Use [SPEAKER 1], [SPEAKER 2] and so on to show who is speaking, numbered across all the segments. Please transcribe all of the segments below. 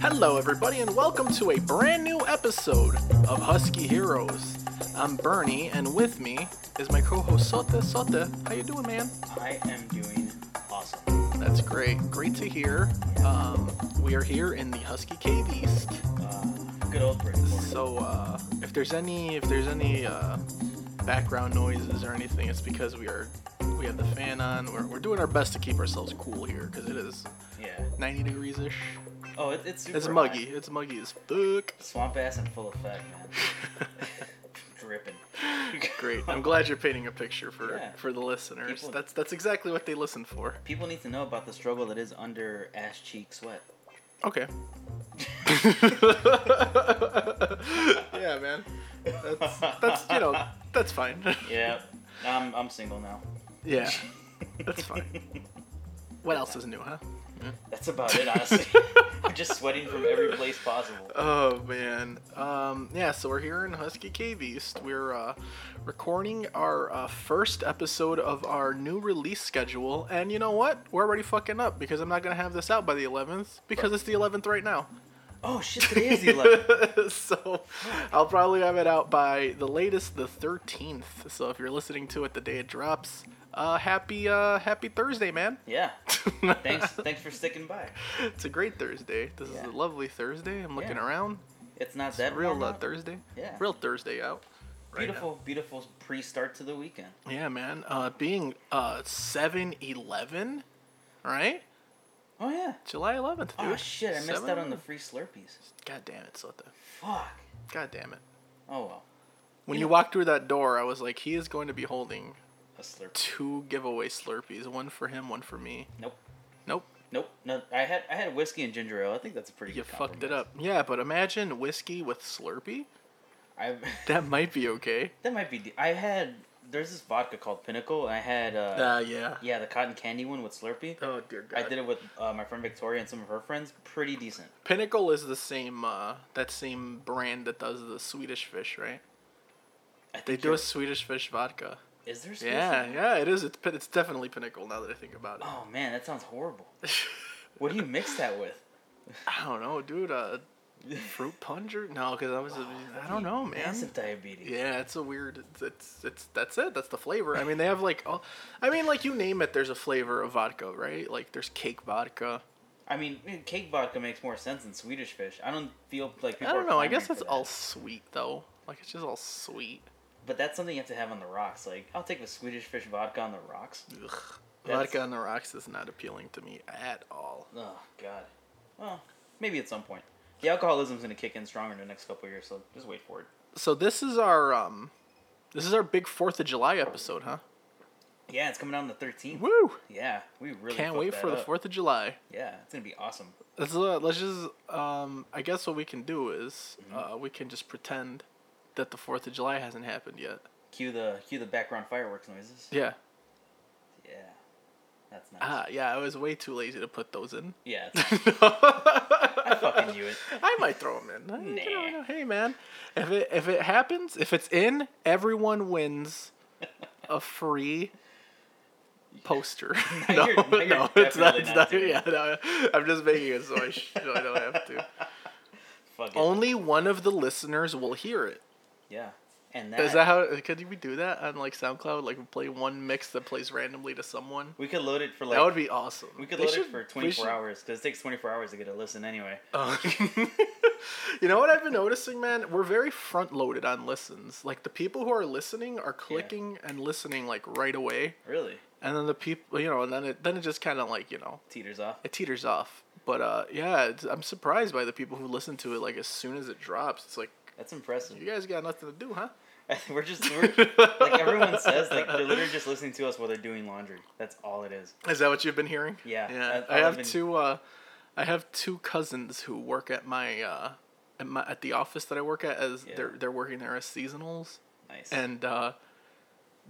[SPEAKER 1] Hello, everybody, and welcome to a brand new episode of Husky Heroes. I'm Bernie, and with me is my co-host Sota. Sota, how you doing, man?
[SPEAKER 2] I am doing awesome.
[SPEAKER 1] That's great. Great to hear. Um, we are here in the Husky Cave East.
[SPEAKER 2] Uh, good old Bridgeport.
[SPEAKER 1] So, uh, if there's any if there's any uh, background noises or anything, it's because we are we have the fan on. We're, we're doing our best to keep ourselves cool here because it is
[SPEAKER 2] Yeah.
[SPEAKER 1] 90 degrees ish.
[SPEAKER 2] Oh, it, it's super
[SPEAKER 1] It's muggy.
[SPEAKER 2] hot.
[SPEAKER 1] It's muggy as fuck.
[SPEAKER 2] Swamp ass in full effect, man. Dripping.
[SPEAKER 1] Great. I'm glad you're painting a picture for
[SPEAKER 2] Yeah.
[SPEAKER 1] for the listeners.
[SPEAKER 2] People-
[SPEAKER 1] That's that's exactly what they listen for.
[SPEAKER 2] People need to know about the struggle that is under ass cheek sweat.
[SPEAKER 1] Okay. yeah, man. That's that's you know that's fine.
[SPEAKER 2] Yeah. I'm, I'm single now.
[SPEAKER 1] yeah, that's fine. What else is new, huh?
[SPEAKER 2] That's about it, honestly. I'm just sweating from every place possible.
[SPEAKER 1] Oh man. Um, yeah, so we're here in Husky Cave East. We're uh, recording our uh, first episode of our new release schedule, and you know what? We're already fucking up because I'm not gonna have this out by the 11th because it's the 11th right now.
[SPEAKER 2] Oh, shit, today is the 11th.
[SPEAKER 1] so I'll probably have it out by the latest the 13th. So if you're listening to it the day it drops, uh, happy uh, happy Thursday, man.
[SPEAKER 2] Yeah. Thanks, thanks for sticking by.
[SPEAKER 1] It's a great Thursday. This
[SPEAKER 2] Yeah.
[SPEAKER 1] is a lovely Thursday. I'm looking
[SPEAKER 2] Yeah.
[SPEAKER 1] around.
[SPEAKER 2] It's not that
[SPEAKER 1] Real
[SPEAKER 2] warm
[SPEAKER 1] uh,
[SPEAKER 2] out.
[SPEAKER 1] Thursday.
[SPEAKER 2] Yeah.
[SPEAKER 1] Real Thursday out. right now.
[SPEAKER 2] Beautiful, beautiful pre-start to the weekend.
[SPEAKER 1] Yeah, man. Uh, being uh 7-Eleven, right?
[SPEAKER 2] Oh, yeah.
[SPEAKER 1] July 11th, dude.
[SPEAKER 2] Oh, shit, I missed out on the
[SPEAKER 1] 7-Eleven.
[SPEAKER 2] free Slurpees.
[SPEAKER 1] God damn it, Sota.
[SPEAKER 2] Fuck.
[SPEAKER 1] God damn it.
[SPEAKER 2] Oh, well.
[SPEAKER 1] When
[SPEAKER 2] You
[SPEAKER 1] you
[SPEAKER 2] know-
[SPEAKER 1] walked through that door, I was like, he is going to be holding
[SPEAKER 2] A Slurpee.
[SPEAKER 1] two giveaway Slurpees, one for him, one for me.
[SPEAKER 2] Nope.
[SPEAKER 1] Nope,
[SPEAKER 2] Nope. No, I had I had whiskey and ginger ale. I think that's a pretty
[SPEAKER 1] you
[SPEAKER 2] good
[SPEAKER 1] fucked it
[SPEAKER 2] compromise.
[SPEAKER 1] up. Yeah, but imagine whiskey with Slurpee.
[SPEAKER 2] I
[SPEAKER 1] That might be okay.
[SPEAKER 2] that might be. de- I had there's this vodka called Pinnacle. And I had uh,
[SPEAKER 1] Uh, yeah.
[SPEAKER 2] yeah the cotton candy one with Slurpee.
[SPEAKER 1] Oh dear God.
[SPEAKER 2] I did it with uh, my friend Victoria and some of her friends. Pretty decent.
[SPEAKER 1] Pinnacle is the same uh, that same brand that does the Swedish fish, right?
[SPEAKER 2] I
[SPEAKER 1] They
[SPEAKER 2] think
[SPEAKER 1] do
[SPEAKER 2] you're-
[SPEAKER 1] a Swedish fish vodka.
[SPEAKER 2] Is there? Swedish
[SPEAKER 1] Yeah,
[SPEAKER 2] in-
[SPEAKER 1] yeah, it is. It's, pin- it's definitely Pinnacle now that I think about
[SPEAKER 2] Oh man, that sounds horrible.
[SPEAKER 1] it.
[SPEAKER 2] What do you mix that with?
[SPEAKER 1] I don't know, dude. Uh, fruit punch or no? Because I was, I don't know, man.
[SPEAKER 2] Massive diabetes.
[SPEAKER 1] Yeah, it's a weird. It's it's that's it. That's the flavor. I mean, they have like all. I mean, like you name it, there's a flavor of vodka, right? Like there's cake vodka.
[SPEAKER 2] I mean, cake vodka makes more sense than Swedish fish. I don't feel like people
[SPEAKER 1] I
[SPEAKER 2] are
[SPEAKER 1] don't know. I guess that's
[SPEAKER 2] clamoring for that.
[SPEAKER 1] all sweet though. Like it's just all sweet.
[SPEAKER 2] But that's something you have to have on the rocks. Like I'll take a Swedish fish vodka on the rocks.
[SPEAKER 1] Ugh.
[SPEAKER 2] That's-
[SPEAKER 1] Vodka on the rocks is not appealing to me at all.
[SPEAKER 2] Oh God. Well, maybe at some point. The alcoholism's gonna kick in stronger in the next couple of years, so just wait for it.
[SPEAKER 1] So this is our um, this is our big Fourth of July episode, huh?
[SPEAKER 2] Yeah, it's coming out on the thirteenth.
[SPEAKER 1] Woo!
[SPEAKER 2] Yeah, we really
[SPEAKER 1] Can't
[SPEAKER 2] fucked
[SPEAKER 1] wait
[SPEAKER 2] that
[SPEAKER 1] for the
[SPEAKER 2] up.
[SPEAKER 1] Fourth of July.
[SPEAKER 2] Yeah, it's gonna be awesome.
[SPEAKER 1] Let's uh, let's just um, I guess what we can do is
[SPEAKER 2] Mm-hmm.
[SPEAKER 1] uh, we can just pretend that the Fourth of July hasn't happened yet.
[SPEAKER 2] Cue the cue the background fireworks noises.
[SPEAKER 1] Yeah.
[SPEAKER 2] Yeah, that's nice.
[SPEAKER 1] Ah, yeah, I was way too lazy to put those in.
[SPEAKER 2] Yeah, it's nice. I fucking
[SPEAKER 1] I
[SPEAKER 2] knew it.
[SPEAKER 1] might throw them in. I- you
[SPEAKER 2] Nah.
[SPEAKER 1] know, Hey, man, if it if it happens, if it's in, everyone wins a free poster.
[SPEAKER 2] Now
[SPEAKER 1] no,
[SPEAKER 2] you're- now you're
[SPEAKER 1] no, it's not.
[SPEAKER 2] definitely
[SPEAKER 1] It's
[SPEAKER 2] not
[SPEAKER 1] not.
[SPEAKER 2] doing
[SPEAKER 1] Yeah,
[SPEAKER 2] it.
[SPEAKER 1] no, I'm just making it so I, sh- so I don't have to.
[SPEAKER 2] Fuck it.
[SPEAKER 1] Only one of the listeners will hear it.
[SPEAKER 2] Yeah, and that,
[SPEAKER 1] Is that how? Could we do that on like SoundCloud? Like play one mix that plays randomly to someone.
[SPEAKER 2] we could load it for like
[SPEAKER 1] That would be awesome.
[SPEAKER 2] we could
[SPEAKER 1] They
[SPEAKER 2] load
[SPEAKER 1] should-
[SPEAKER 2] it
[SPEAKER 1] we
[SPEAKER 2] for twenty four
[SPEAKER 1] should-
[SPEAKER 2] hours because it takes twenty four hours to get a listen anyway.
[SPEAKER 1] Uh, you know what I've been noticing, man? We're very front loaded on listens. Like the people who are listening are clicking and listening like right away,
[SPEAKER 2] Really
[SPEAKER 1] and then the people, you know, and then it then it just kind of like you know
[SPEAKER 2] teeters off.
[SPEAKER 1] it teeters off. But uh, yeah, it's, I'm surprised by the people who listen to it like as soon as it drops. It's like
[SPEAKER 2] That's impressive.
[SPEAKER 1] you guys got nothing to do, huh?
[SPEAKER 2] we're just we're, like everyone says like they're literally just listening to us while they're doing laundry that's all it is
[SPEAKER 1] Is that what you've been hearing?
[SPEAKER 2] Yeah,
[SPEAKER 1] Yeah.
[SPEAKER 2] that-
[SPEAKER 1] I
[SPEAKER 2] I've
[SPEAKER 1] have
[SPEAKER 2] been-
[SPEAKER 1] two. Uh, I have two cousins who work at my uh, at my at the office that I work at as
[SPEAKER 2] Yeah.
[SPEAKER 1] they're they're working there as seasonals,
[SPEAKER 2] nice
[SPEAKER 1] and uh,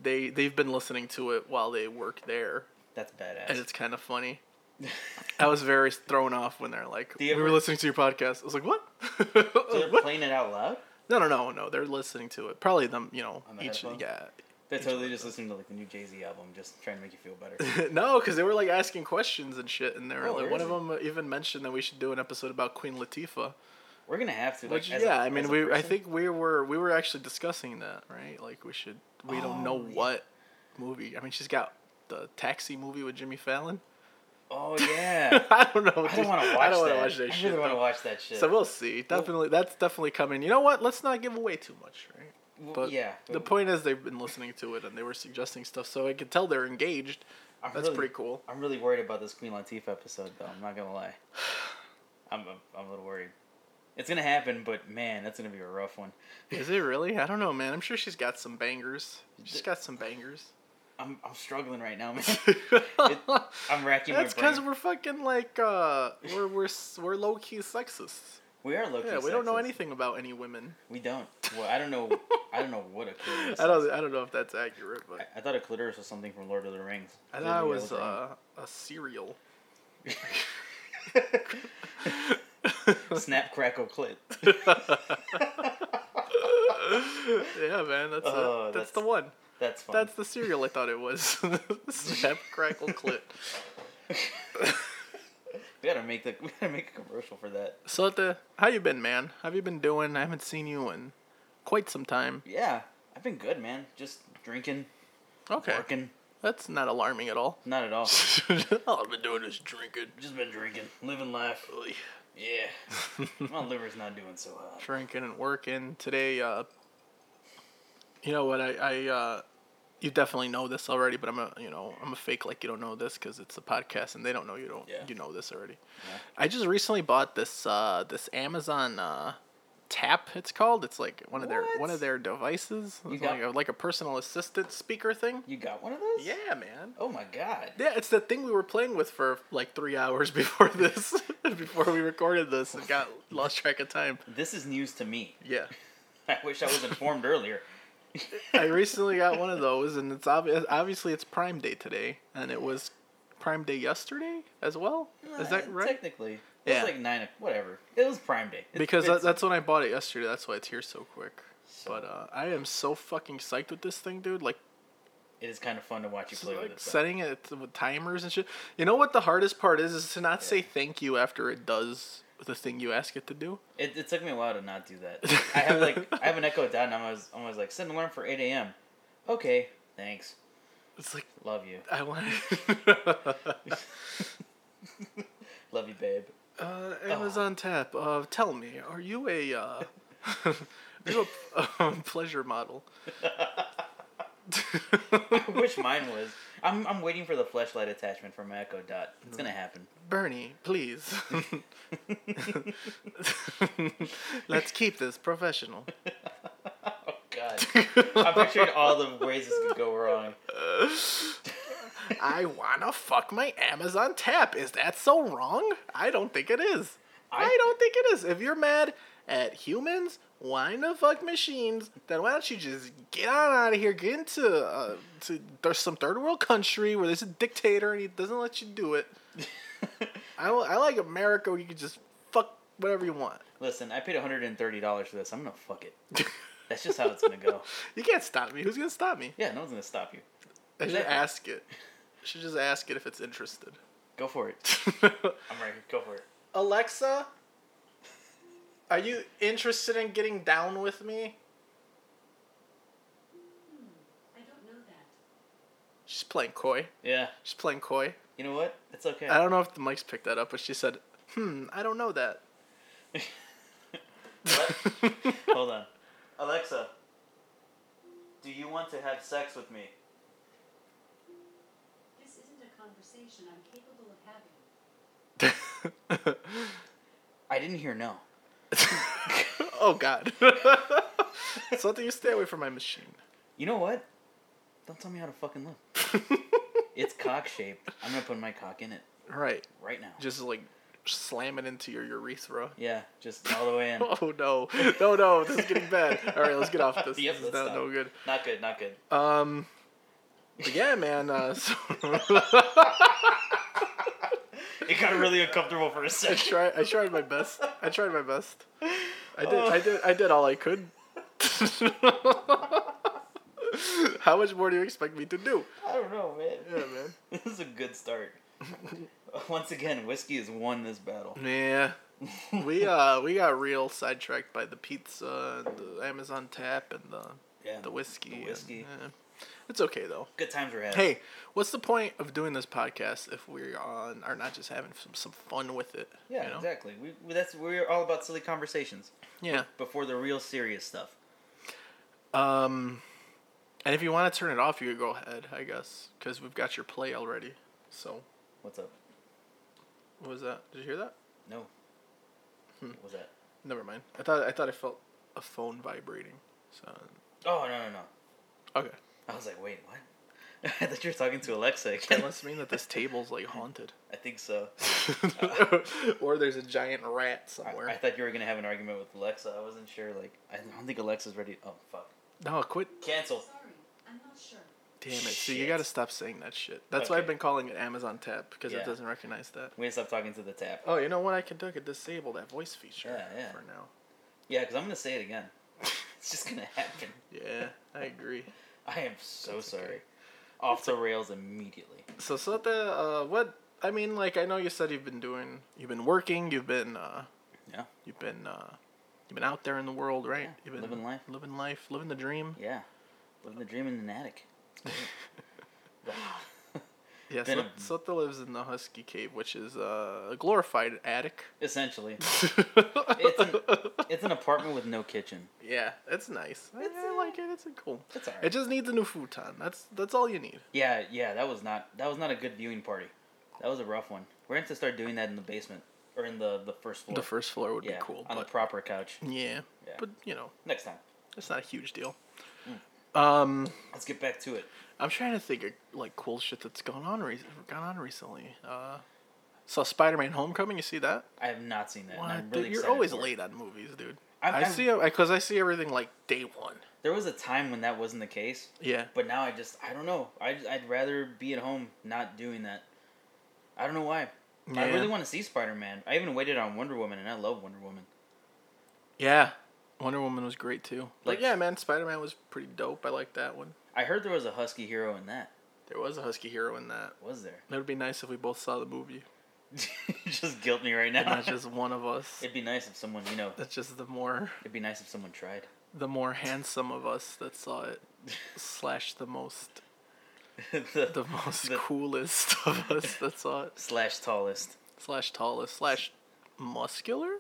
[SPEAKER 1] they they've been listening to it while they work there,
[SPEAKER 2] that's
[SPEAKER 1] and
[SPEAKER 2] badass
[SPEAKER 1] it's kind of funny. I was very thrown off when they're like,
[SPEAKER 2] Do you
[SPEAKER 1] "We were
[SPEAKER 2] ever-
[SPEAKER 1] listening to your podcast." I was like, "What?"
[SPEAKER 2] so they're
[SPEAKER 1] Oh, What?
[SPEAKER 2] playing it out loud
[SPEAKER 1] No, no, no, no. They're listening to it. Probably them, you know,
[SPEAKER 2] On the
[SPEAKER 1] each
[SPEAKER 2] headphones?
[SPEAKER 1] yeah,
[SPEAKER 2] They're totally just listening to like the new Jay Z album, just trying to make you feel better.
[SPEAKER 1] no, because they were like asking questions and shit, and they were
[SPEAKER 2] Oh,
[SPEAKER 1] like, one of
[SPEAKER 2] really?
[SPEAKER 1] them even mentioned that we should do an episode about Queen Latifah.
[SPEAKER 2] We're gonna have to. Like,
[SPEAKER 1] Which,
[SPEAKER 2] as a-
[SPEAKER 1] yeah, I mean,
[SPEAKER 2] as a
[SPEAKER 1] we I
[SPEAKER 2] person.
[SPEAKER 1] think we were we were actually discussing that, right? Like, we should. We don't know
[SPEAKER 2] Oh, yeah.
[SPEAKER 1] what movie. I mean, she's got the Taxi movie with Jimmy Fallon.
[SPEAKER 2] Oh yeah.
[SPEAKER 1] I don't know.
[SPEAKER 2] I don't want to watch.
[SPEAKER 1] I don't
[SPEAKER 2] want
[SPEAKER 1] wanna watch that
[SPEAKER 2] I
[SPEAKER 1] shit.
[SPEAKER 2] really want to
[SPEAKER 1] though.
[SPEAKER 2] watch that shit.
[SPEAKER 1] So we'll see. Definitely, that's definitely coming. You know what? Let's not give away too much, right?
[SPEAKER 2] W-
[SPEAKER 1] But
[SPEAKER 2] yeah.
[SPEAKER 1] The
[SPEAKER 2] but
[SPEAKER 1] point is, they've been listening to it and they were suggesting stuff, so I could tell they're engaged.
[SPEAKER 2] I'm
[SPEAKER 1] That's
[SPEAKER 2] Oh, really-
[SPEAKER 1] pretty cool.
[SPEAKER 2] I'm really worried about this Queen Latifah episode, though. I'm not gonna lie. I'm I'm, I'm a little worried. It's gonna happen, but man, that's gonna be a rough one.
[SPEAKER 1] Is it really? I don't know, man. I'm sure she's got some bangers. She's got some bangers.
[SPEAKER 2] I'm I'm struggling right now, man.
[SPEAKER 1] That's
[SPEAKER 2] I'm racking my brain.
[SPEAKER 1] because we're fucking like uh, we're we're s- we're low key sexists.
[SPEAKER 2] We are looking.
[SPEAKER 1] Yeah, we don't know anything about any women.
[SPEAKER 2] We don't. Well, I don't know. I don't know what a clitoris.
[SPEAKER 1] I
[SPEAKER 2] Is.
[SPEAKER 1] don't I don't know if that's accurate,
[SPEAKER 2] I,
[SPEAKER 1] but
[SPEAKER 2] I thought a clitoris was something from Lord of the Rings.
[SPEAKER 1] I
[SPEAKER 2] Literally,
[SPEAKER 1] thought it was
[SPEAKER 2] Lord of
[SPEAKER 1] uh, a cereal. uh,
[SPEAKER 2] the Rings. snap crackle clit.
[SPEAKER 1] yeah, man, that's
[SPEAKER 2] Oh,
[SPEAKER 1] it. That's,
[SPEAKER 2] that's-
[SPEAKER 1] the one.
[SPEAKER 2] That's fun.
[SPEAKER 1] That's the cereal I thought it was. Snap, crackle, clit.
[SPEAKER 2] we gotta make the we gotta make a commercial for that.
[SPEAKER 1] So, the, how you been, man? How have you been doing? I haven't seen you in quite some time.
[SPEAKER 2] Yeah, I've been good, man. Just drinking,
[SPEAKER 1] Okay,
[SPEAKER 2] working.
[SPEAKER 1] that's not alarming at all.
[SPEAKER 2] Not at all.
[SPEAKER 1] all I've been doing is drinking.
[SPEAKER 2] Just been drinking, living life.
[SPEAKER 1] Oy.
[SPEAKER 2] Yeah, my liver's not doing so hot.
[SPEAKER 1] drinking and working today. Uh, you know what? I, I uh, you definitely know this already, but I'm a you know I'm a fake like you don't know this because it's a podcast and they don't know you don't
[SPEAKER 2] Yeah.
[SPEAKER 1] you know this already.
[SPEAKER 2] Yeah.
[SPEAKER 1] I just recently bought this uh, this Amazon uh, tap. It's called. It's like one of their one
[SPEAKER 2] What?
[SPEAKER 1] of their devices.
[SPEAKER 2] You
[SPEAKER 1] It's
[SPEAKER 2] got-
[SPEAKER 1] like, a, like a personal assistant speaker thing.
[SPEAKER 2] You got one of those?
[SPEAKER 1] Yeah, man.
[SPEAKER 2] Oh my god.
[SPEAKER 1] Yeah, it's the thing we were playing with for like three hours before this, before we recorded this, and got lost track of time.
[SPEAKER 2] This is news to me.
[SPEAKER 1] Yeah.
[SPEAKER 2] I wish I was informed earlier.
[SPEAKER 1] I recently got one of those, and it's obvious. Obviously, it's Prime Day today, and it was Prime Day yesterday as well. Is
[SPEAKER 2] Uh,
[SPEAKER 1] that right?
[SPEAKER 2] Technically, it
[SPEAKER 1] Yeah.
[SPEAKER 2] was like nine. o- Whatever. It was Prime Day. It's-
[SPEAKER 1] Because that,
[SPEAKER 2] it's-
[SPEAKER 1] that's when I bought it yesterday. That's why it's here so quick.
[SPEAKER 2] So-
[SPEAKER 1] But uh, I am so fucking psyched with this thing, dude. Like,
[SPEAKER 2] it is kind of fun to watch you play with
[SPEAKER 1] like
[SPEAKER 2] it. though.
[SPEAKER 1] setting it with timers and shit. You know what the hardest part is? Is to not say
[SPEAKER 2] Yeah.
[SPEAKER 1] thank you after it does the thing you ask it to do.
[SPEAKER 2] It, it took me a while to not do that. I have like I have an Echo Dot, and I was I was like send an alarm for eight a.m. Okay, thanks,
[SPEAKER 1] It's like
[SPEAKER 2] love you,
[SPEAKER 1] I want.
[SPEAKER 2] love you, babe.
[SPEAKER 1] Uh, Amazon Tap. Uh, tell me, are you a uh, are you a um, pleasure model?
[SPEAKER 2] I wish mine was. I'm I'm waiting for the flashlight attachment for my Echo Dot. It's gonna happen.
[SPEAKER 1] Bernie, please. Let's keep this professional.
[SPEAKER 2] Oh God, I'm picturing all the ways this could go wrong.
[SPEAKER 1] I wanna fuck my Amazon tap. Is that so wrong? I don't think it is. I,
[SPEAKER 2] I-
[SPEAKER 1] don't think it is. If you're mad at humans, why the fuck machines? Then why don't you just get on out of here? Get into uh, to there's some third world country where there's a dictator and he doesn't let you do it. I, I like America where you can just fuck whatever you want.
[SPEAKER 2] Listen, I paid 130 dollars for this. I'm gonna fuck it. That's just how it's gonna go.
[SPEAKER 1] You can't stop me. Who's gonna stop me?
[SPEAKER 2] Yeah, no one's gonna stop you.
[SPEAKER 1] I should
[SPEAKER 2] Exactly.
[SPEAKER 1] ask it. I should just ask it if it's interested.
[SPEAKER 2] Go for it. I'm right here. Go for it.
[SPEAKER 1] Alexa, are you interested in getting down with me?
[SPEAKER 3] I don't know that.
[SPEAKER 1] She's playing coy.
[SPEAKER 2] Yeah.
[SPEAKER 1] She's playing coy.
[SPEAKER 2] You know what? It's okay.
[SPEAKER 1] I don't know if the mics picked that up, but she said, "Hmm, I don't know that."
[SPEAKER 2] What? Hold on. Alexa, do you want to have sex with me?
[SPEAKER 3] This isn't a conversation I'm capable of having.
[SPEAKER 2] I didn't hear no.
[SPEAKER 1] oh God! Something you stay away from my machine.
[SPEAKER 2] You know what? Don't tell me how to fucking look. It's cock shaped. I'm gonna put my cock in it
[SPEAKER 1] right,
[SPEAKER 2] right now.
[SPEAKER 1] just like slam it into your urethra.
[SPEAKER 2] yeah, just all the way in.
[SPEAKER 1] Oh no, no, no! This is getting bad. All right, let's get off this.
[SPEAKER 2] Yep,
[SPEAKER 1] this is
[SPEAKER 2] let's
[SPEAKER 1] not
[SPEAKER 2] stop.
[SPEAKER 1] no good.
[SPEAKER 2] Not good, not good.
[SPEAKER 1] Um, but yeah, man. Uh, so
[SPEAKER 2] It got really uncomfortable for a
[SPEAKER 1] I
[SPEAKER 2] second.
[SPEAKER 1] tried. I tried my best. I tried my best. I did. I did. I did all I could. How much more do you expect me to do?
[SPEAKER 2] I don't know, man.
[SPEAKER 1] Yeah, man.
[SPEAKER 2] this is a good start. Once again, whiskey has won this battle.
[SPEAKER 1] Mm, Yeah. We uh we got real sidetracked by the pizza and the Amazon tap and the
[SPEAKER 2] yeah.
[SPEAKER 1] the whiskey.
[SPEAKER 2] The
[SPEAKER 1] and-
[SPEAKER 2] whiskey.
[SPEAKER 1] yeah. It's okay though.
[SPEAKER 2] Good times we're having.
[SPEAKER 1] Hey, what's the point of doing this podcast if we on are not just having some, some fun with it?
[SPEAKER 2] Yeah,
[SPEAKER 1] you know?
[SPEAKER 2] exactly. We we- that's we're all about silly conversations
[SPEAKER 1] Yeah.
[SPEAKER 2] before the real serious stuff.
[SPEAKER 1] Um, and if you want to turn it off, you could go ahead, I guess, because we've got your play already. So,
[SPEAKER 2] What's up?
[SPEAKER 1] what was that? Did you hear that?
[SPEAKER 2] No.
[SPEAKER 1] Hmm.
[SPEAKER 2] What was that?
[SPEAKER 1] Never mind. I thought I thought I felt a phone vibrating. So,
[SPEAKER 2] Oh no no no!
[SPEAKER 1] okay,
[SPEAKER 2] I was like, wait, what? I thought you were talking to Alexa.
[SPEAKER 1] that
[SPEAKER 2] Again.
[SPEAKER 1] must mean that this table's like haunted,
[SPEAKER 2] I think so.
[SPEAKER 1] or there's a giant rat
[SPEAKER 2] I,
[SPEAKER 1] somewhere.
[SPEAKER 2] I thought you were gonna have an argument with Alexa. I wasn't sure. Like, I don't think Alexa's ready. Oh fuck!
[SPEAKER 1] no, quit.
[SPEAKER 2] Cancel.
[SPEAKER 3] Sorry, I'm not sure.
[SPEAKER 1] Damn it! See, you
[SPEAKER 2] Shit.
[SPEAKER 1] gotta stop saying that shit. That's why
[SPEAKER 2] Okay.
[SPEAKER 1] I've been calling it Amazon Tap because
[SPEAKER 2] Yeah.
[SPEAKER 1] it doesn't recognize that.
[SPEAKER 2] We gotta stop talking to the tap.
[SPEAKER 1] Oh, you know what? I can do? I could disable that voice feature
[SPEAKER 2] Yeah, yeah.
[SPEAKER 1] for now.
[SPEAKER 2] Yeah, because I'm gonna say it again. it's just gonna happen.
[SPEAKER 1] Yeah, I agree.
[SPEAKER 2] I am so
[SPEAKER 1] That's okay.
[SPEAKER 2] sorry. Off the rails immediately.
[SPEAKER 1] So Sota, uh, what I mean, like I know you said you've been doing, you've been working, you've been, uh,
[SPEAKER 2] Yeah.
[SPEAKER 1] you've been, uh, you've been out there in the world, right?
[SPEAKER 2] Yeah,
[SPEAKER 1] You've been
[SPEAKER 2] living life.
[SPEAKER 1] living life, living the dream.
[SPEAKER 2] Yeah, living the dream in an attic.
[SPEAKER 1] Yeah,
[SPEAKER 2] Been
[SPEAKER 1] so,
[SPEAKER 2] a-
[SPEAKER 1] Sota lives in the Husky Cave, which is uh, a glorified attic.
[SPEAKER 2] Essentially,
[SPEAKER 1] it's
[SPEAKER 2] an- it's an apartment with no kitchen.
[SPEAKER 1] yeah, it's nice. I-
[SPEAKER 2] It's,
[SPEAKER 1] I,
[SPEAKER 2] uh,
[SPEAKER 1] like it. It's a cool.
[SPEAKER 2] It's alright.
[SPEAKER 1] It just needs a new futon. That's that's all you need.
[SPEAKER 2] Yeah, yeah, that was not that was not a good viewing party. That was a rough one. We're gonna have to start doing that in the basement or in the the first floor.
[SPEAKER 1] The first floor would
[SPEAKER 2] yeah,
[SPEAKER 1] be cool,
[SPEAKER 2] on
[SPEAKER 1] but
[SPEAKER 2] the proper couch.
[SPEAKER 1] yeah,
[SPEAKER 2] Yeah.
[SPEAKER 1] but you know,
[SPEAKER 2] Next time,
[SPEAKER 1] it's not a huge deal. Um.
[SPEAKER 2] let's get back to it.
[SPEAKER 1] I'm trying to think of like cool shit that's gone on re- gone on recently. Uh, saw Spider-Man: Homecoming. You see that?
[SPEAKER 2] I have not seen that. and
[SPEAKER 1] What,
[SPEAKER 2] I'm
[SPEAKER 1] dude?
[SPEAKER 2] really
[SPEAKER 1] You're
[SPEAKER 2] excited
[SPEAKER 1] always
[SPEAKER 2] for it.
[SPEAKER 1] late on movies, dude.
[SPEAKER 2] I'm-
[SPEAKER 1] i
[SPEAKER 2] I'm-
[SPEAKER 1] see because I see everything like day one.
[SPEAKER 2] There was a time when that wasn't the case,
[SPEAKER 1] Yeah,
[SPEAKER 2] but now I just I don't know. I I'd rather be at home not doing that. I don't know why. I
[SPEAKER 1] Yeah.
[SPEAKER 2] really want to see Spider Man. I even waited on Wonder Woman, and I love Wonder Woman.
[SPEAKER 1] yeah. Wonder Woman was great too. Like,
[SPEAKER 2] Like-
[SPEAKER 1] yeah, man, Spider-Man was pretty dope. I like that one.
[SPEAKER 2] I heard there was a husky hero in that.
[SPEAKER 1] There was a husky hero in that.
[SPEAKER 2] Was there?
[SPEAKER 1] It would be nice if we both saw the movie.
[SPEAKER 2] just guilt me right now.
[SPEAKER 1] And not just one of us.
[SPEAKER 2] It'd be nice if someone, you know,
[SPEAKER 1] That's just the more
[SPEAKER 2] it'd be nice if someone tried.
[SPEAKER 1] the more handsome of us that saw it, slash the most
[SPEAKER 2] the,
[SPEAKER 1] the most
[SPEAKER 2] the
[SPEAKER 1] coolest of us that saw it.
[SPEAKER 2] slash tallest.
[SPEAKER 1] slash tallest slash muscular.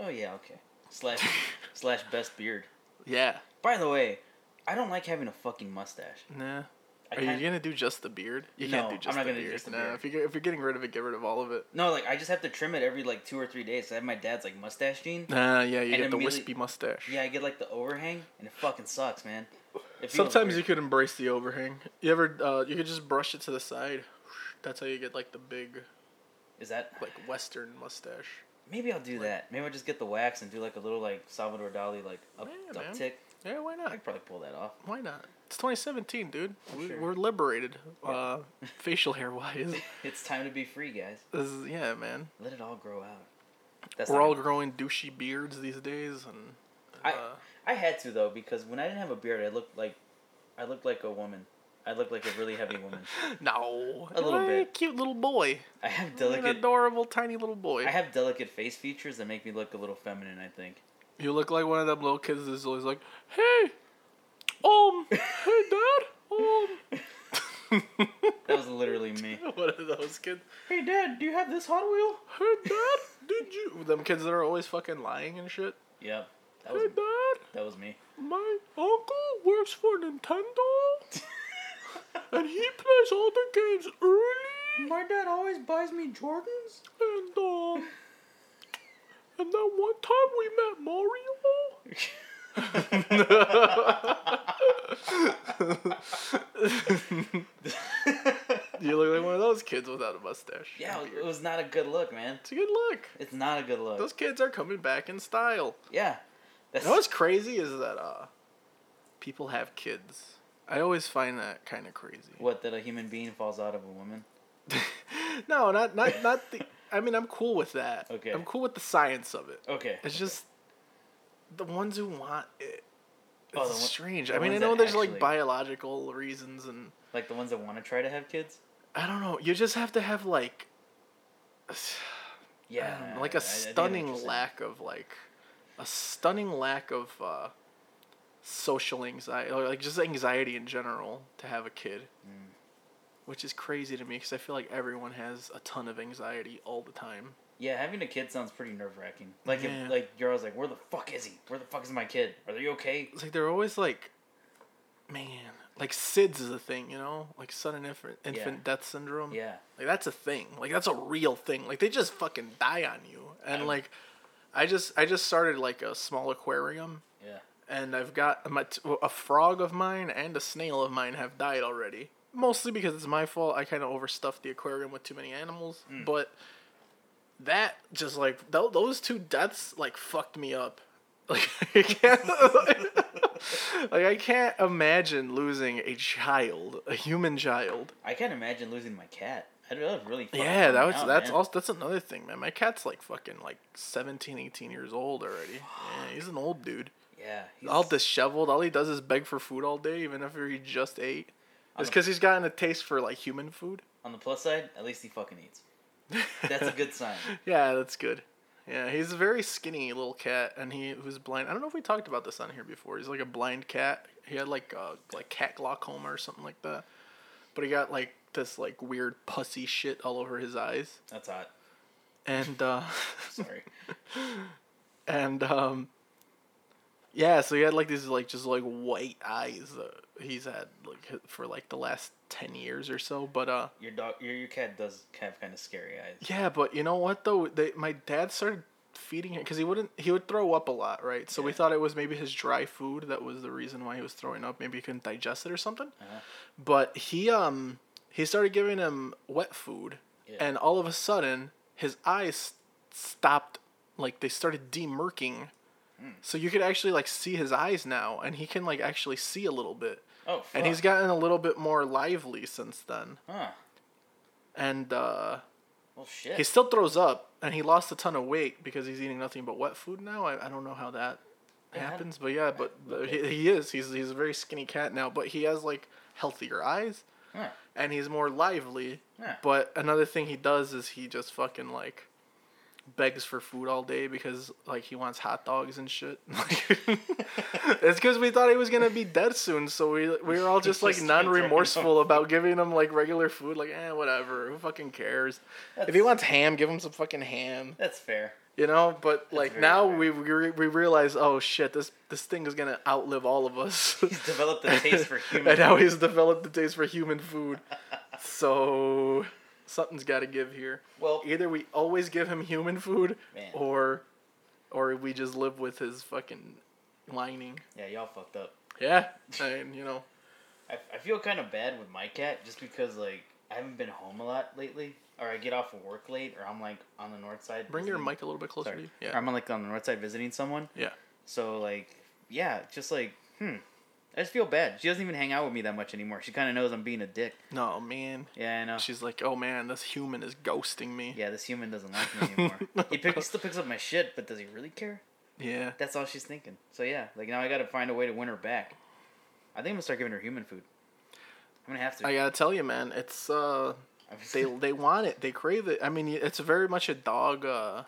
[SPEAKER 2] Oh yeah, okay. Slash slash best beard.
[SPEAKER 1] Yeah.
[SPEAKER 2] By the way, I don't like having a fucking mustache.
[SPEAKER 1] Nah.
[SPEAKER 2] I
[SPEAKER 1] Are you
[SPEAKER 2] can't-
[SPEAKER 1] gonna do just the beard? You can't
[SPEAKER 2] No,
[SPEAKER 1] do
[SPEAKER 2] I'm
[SPEAKER 1] just
[SPEAKER 2] not
[SPEAKER 1] the
[SPEAKER 2] gonna do
[SPEAKER 1] beard.
[SPEAKER 2] just the
[SPEAKER 1] nah,
[SPEAKER 2] beard.
[SPEAKER 1] if you get- if you're getting rid of it, get rid of all of it.
[SPEAKER 2] No, like I just have to trim it every like two or three days. So I have my dad's like mustache gene.
[SPEAKER 1] Nah, yeah, you get
[SPEAKER 2] And
[SPEAKER 1] the
[SPEAKER 2] immediately-
[SPEAKER 1] wispy mustache.
[SPEAKER 2] Yeah, I get like the overhang, and it fucking sucks, man. It feels
[SPEAKER 1] Sometimes you
[SPEAKER 2] weird.
[SPEAKER 1] could embrace the overhang. You ever uh, you could just brush it to the side. That's how you get like the big
[SPEAKER 2] is that
[SPEAKER 1] like western mustache.
[SPEAKER 2] maybe I'll do that. Maybe I'll just get the wax and do like a little like Salvador Dali like up,
[SPEAKER 1] Yeah, man.
[SPEAKER 2] uptick.
[SPEAKER 1] Yeah, why
[SPEAKER 2] I
[SPEAKER 1] not?
[SPEAKER 2] could probably pull that off.
[SPEAKER 1] Why not? It's 2017, dude. We,
[SPEAKER 2] sure.
[SPEAKER 1] We're liberated, uh, facial hair wise.
[SPEAKER 2] It's time to be free, guys.
[SPEAKER 1] This is, yeah, man.
[SPEAKER 2] Let it all grow out. That's
[SPEAKER 1] We're
[SPEAKER 2] not-
[SPEAKER 1] all growing douchey beards these days, and
[SPEAKER 2] I
[SPEAKER 1] uh,
[SPEAKER 2] I had to though because when I didn't have a beard, I looked like I looked like a woman. I looked like a really heavy woman.
[SPEAKER 1] No.
[SPEAKER 2] A little
[SPEAKER 1] You're
[SPEAKER 2] bit.
[SPEAKER 1] A cute little boy.
[SPEAKER 2] I have
[SPEAKER 1] You're An
[SPEAKER 2] delicate.
[SPEAKER 1] adorable tiny little boy.
[SPEAKER 2] I have delicate face features that make me look a little feminine. I think.
[SPEAKER 1] you look like one of them little kids that's always like, hey, um, hey, dad, um.
[SPEAKER 2] That was literally me.
[SPEAKER 1] one of those kids.
[SPEAKER 2] Hey, Dad, do you have this Hot Wheel?
[SPEAKER 1] Hey, dad, did you? Them kids that are always fucking lying and shit.
[SPEAKER 2] Yep, that
[SPEAKER 1] Hey,
[SPEAKER 2] was
[SPEAKER 1] dad,
[SPEAKER 2] that was me.
[SPEAKER 1] my uncle works for Nintendo and he plays all the games early.
[SPEAKER 2] My dad always buys me Jordans.
[SPEAKER 1] And, um, and that one time we met Mario. You look like one of those kids without a mustache.
[SPEAKER 2] yeah,
[SPEAKER 1] And
[SPEAKER 2] uh, it was- it
[SPEAKER 1] beard.
[SPEAKER 2] was not a good look, man.
[SPEAKER 1] it's a good look.
[SPEAKER 2] It's not a good look.
[SPEAKER 1] Those kids are coming back in style.
[SPEAKER 2] yeah, that's
[SPEAKER 1] You know what's crazy is that uh, people have kids. I always find that kind of crazy.
[SPEAKER 2] what that a human being falls out of a woman.
[SPEAKER 1] no, not not not the. I mean, I'm cool with that.
[SPEAKER 2] Okay.
[SPEAKER 1] I'm cool with the science of it.
[SPEAKER 2] Okay,
[SPEAKER 1] It's just the ones who want it.
[SPEAKER 2] Oh,
[SPEAKER 1] it's
[SPEAKER 2] the one-
[SPEAKER 1] strange.
[SPEAKER 2] the
[SPEAKER 1] I mean, I
[SPEAKER 2] ones
[SPEAKER 1] know
[SPEAKER 2] that
[SPEAKER 1] there's like
[SPEAKER 2] actually-
[SPEAKER 1] biological reasons, and
[SPEAKER 2] Like the ones that want to try to have kids.
[SPEAKER 1] I don't know. You just have to have like,
[SPEAKER 2] Yeah,
[SPEAKER 1] um, like a
[SPEAKER 2] I- I- I think I know what you're
[SPEAKER 1] stunning
[SPEAKER 2] saying.
[SPEAKER 1] lack of like, a stunning lack of uh, social anxiety, or like just anxiety in general to have a kid,
[SPEAKER 2] Mm.
[SPEAKER 1] which is crazy to me because I feel like everyone has a ton of anxiety all the time.
[SPEAKER 2] Yeah, having a kid sounds pretty nerve wracking. Like
[SPEAKER 1] Yeah.
[SPEAKER 2] if like you're always like, where the fuck is he? Where the fuck is my kid? Are they okay?
[SPEAKER 1] It's like they're always like, man, like SIDS is a thing, you know, like sudden infant infant death syndrome.
[SPEAKER 2] Yeah.
[SPEAKER 1] Like that's a thing. Like that's a real thing. Like they just fucking die on you. And
[SPEAKER 2] I'm-
[SPEAKER 1] like, I just I just started like a small aquarium,
[SPEAKER 2] Yeah.
[SPEAKER 1] and I've got my t- a frog of mine and a snail of mine have died already. Mostly because it's my fault. I kind of overstuffed the aquarium with too many animals. But that just like th- those two deaths like fucked me up. Like I can't, like I can't imagine losing a child, a human child.
[SPEAKER 2] I can't imagine losing my cat. I'd really really fucking
[SPEAKER 1] Yeah, that
[SPEAKER 2] bummed
[SPEAKER 1] was
[SPEAKER 2] out,
[SPEAKER 1] that's
[SPEAKER 2] man.
[SPEAKER 1] also that's another thing, man. My cat's like fucking like 17, 18 years old already. Yeah, he's an old dude.
[SPEAKER 2] Yeah. he's-
[SPEAKER 1] All disheveled. All he does is beg for food all day, even after he just ate. It's
[SPEAKER 2] a-
[SPEAKER 1] because he's gotten a taste for like human food.
[SPEAKER 2] on the plus side, at least he fucking eats. That's a good sign.
[SPEAKER 1] Yeah, that's good. Yeah, he's a very skinny little cat, and he was blind. I don't know if we talked about this on here before. He's like a blind cat. He had like uh, like cat glaucoma or something like that. But he got like this like weird pussy shit all over his eyes,
[SPEAKER 2] That's hot.
[SPEAKER 1] and uh,
[SPEAKER 2] Sorry.
[SPEAKER 1] and um yeah so he had like these like just like white eyes that he's had like for like the last 10 years or so but uh
[SPEAKER 2] Your dog your your cat does have kind of scary eyes.
[SPEAKER 1] yeah but you know what though they, my dad started feeding him because he wouldn't he would throw up a lot right so we
[SPEAKER 2] Yeah.
[SPEAKER 1] thought it was maybe his dry food that was the reason why he was throwing up maybe he couldn't digest it or something
[SPEAKER 2] Uh-huh.
[SPEAKER 1] but he um he started giving him wet food
[SPEAKER 2] Yeah.
[SPEAKER 1] and all of a sudden his eyes stopped like they started demerking
[SPEAKER 2] Hmm.
[SPEAKER 1] so you could actually like see his eyes now and he can like actually see a little bit
[SPEAKER 2] Oh fuck.
[SPEAKER 1] and he's gotten a little bit more lively since then
[SPEAKER 2] Huh.
[SPEAKER 1] and uh
[SPEAKER 2] Well shit.
[SPEAKER 1] he still throws up and he lost a ton of weight because he's eating nothing but wet food now i, I don't know how that
[SPEAKER 2] Yeah, how-
[SPEAKER 1] happens but yeah but but he, he is he's, he's a very skinny cat now but he has like healthier eyes
[SPEAKER 2] Huh.
[SPEAKER 1] and he's more lively.
[SPEAKER 2] Yeah.
[SPEAKER 1] But another thing he does is he just fucking like begs for food all day because like he wants hot dogs and shit. it's because we thought he was gonna be dead soon, so we we were all just like
[SPEAKER 2] Just
[SPEAKER 1] non
[SPEAKER 2] throwing
[SPEAKER 1] remorseful about giving him like regular food. Like eh, whatever. Who fucking cares? If he
[SPEAKER 2] That's-
[SPEAKER 1] wants ham, give him some fucking ham.
[SPEAKER 2] That's fair.
[SPEAKER 1] You know. But like
[SPEAKER 2] very
[SPEAKER 1] now
[SPEAKER 2] fair.
[SPEAKER 1] we we, re- we realize oh shit this this thing is gonna outlive all of us.
[SPEAKER 2] He's developed a taste for human
[SPEAKER 1] and now he's developed a taste for human food. so something's got to give here.
[SPEAKER 2] Well
[SPEAKER 1] Either we always give him human food,
[SPEAKER 2] Man.
[SPEAKER 1] or or we just live with his fucking lining.
[SPEAKER 2] Yeah, y'all fucked up.
[SPEAKER 1] Yeah, and you know,
[SPEAKER 2] I, I feel kind of bad with my cat just because like I haven't been home a lot lately, or I get off of work late, or I'm like on the north side.
[SPEAKER 1] bring your
[SPEAKER 2] visiting-
[SPEAKER 1] mic a little bit closer to
[SPEAKER 2] Sorry,
[SPEAKER 1] you. Yeah,
[SPEAKER 2] I'm like on the north side visiting someone.
[SPEAKER 1] yeah.
[SPEAKER 2] So like, yeah, just like, hmm, I just feel bad. She doesn't even hang out with me that much anymore. She kind of knows I'm being a dick.
[SPEAKER 1] No man,
[SPEAKER 2] Yeah, I know.
[SPEAKER 1] she's like, oh man, this human is ghosting me.
[SPEAKER 2] yeah, this human doesn't like me anymore. he, pick, he still picks up my shit, but does he really care?
[SPEAKER 1] Yeah.
[SPEAKER 2] That's all she's thinking. So yeah, like now I gotta find a way to win her back. I think I'm gonna start giving her human food. I'm gonna have to.
[SPEAKER 1] I gotta tell you, man, it's uh,
[SPEAKER 2] I'm just-
[SPEAKER 1] they they want it, they crave it. I mean, it's very much a dog. uh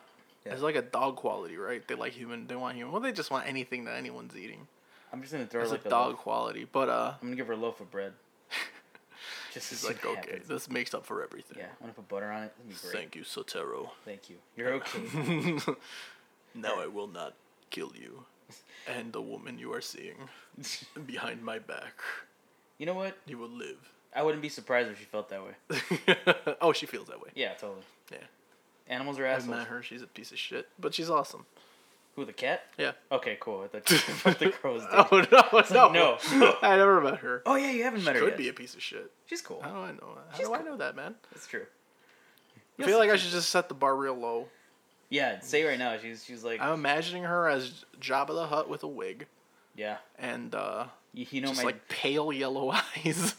[SPEAKER 2] Yeah.
[SPEAKER 1] It's like a dog quality, right? They like human. They want human. Well, they just want anything that anyone's eating.
[SPEAKER 2] I'm just gonna throw her
[SPEAKER 1] It's
[SPEAKER 2] like
[SPEAKER 1] like
[SPEAKER 2] a
[SPEAKER 1] dog
[SPEAKER 2] loaf.
[SPEAKER 1] quality, but uh,
[SPEAKER 2] I'm gonna give her a loaf of bread. Just to
[SPEAKER 1] she's
[SPEAKER 2] see
[SPEAKER 1] like,
[SPEAKER 2] what
[SPEAKER 1] okay,
[SPEAKER 2] happens.
[SPEAKER 1] this makes up for everything.
[SPEAKER 2] Yeah, I'm gonna put butter on it. That'd be great.
[SPEAKER 1] Thank you, Sotero.
[SPEAKER 2] Thank you. You're okay.
[SPEAKER 1] now I will not kill you, and the woman you are seeing behind my back,
[SPEAKER 2] you know what?
[SPEAKER 1] you will live.
[SPEAKER 2] I wouldn't be surprised if she felt that way.
[SPEAKER 1] oh, she feels that way.
[SPEAKER 2] Yeah, totally.
[SPEAKER 1] Yeah,
[SPEAKER 2] Animals are
[SPEAKER 1] I've
[SPEAKER 2] assholes.
[SPEAKER 1] met her. She's a piece of shit, but she's awesome.
[SPEAKER 2] Who the cat?
[SPEAKER 1] Yeah.
[SPEAKER 2] Okay, cool. I thought you thought the girl was dead.
[SPEAKER 1] Oh no, no,
[SPEAKER 2] no, no.
[SPEAKER 1] I never met her.
[SPEAKER 2] Oh yeah, you haven't met her
[SPEAKER 1] Could
[SPEAKER 2] yet.
[SPEAKER 1] be a piece of shit.
[SPEAKER 2] She's cool.
[SPEAKER 1] How do I know? How
[SPEAKER 2] She's
[SPEAKER 1] do I
[SPEAKER 2] cool.
[SPEAKER 1] know that, man?
[SPEAKER 2] That's true.
[SPEAKER 1] I
[SPEAKER 2] Yes,
[SPEAKER 1] feel like I
[SPEAKER 2] she-
[SPEAKER 1] should just set the bar real low.
[SPEAKER 2] Yeah, say right now. She's she's like
[SPEAKER 1] I'm imagining her as Jabba the Hutt with a wig
[SPEAKER 2] yeah.
[SPEAKER 1] and uh,
[SPEAKER 2] You, you know
[SPEAKER 1] just
[SPEAKER 2] my
[SPEAKER 1] like pale yellow eyes.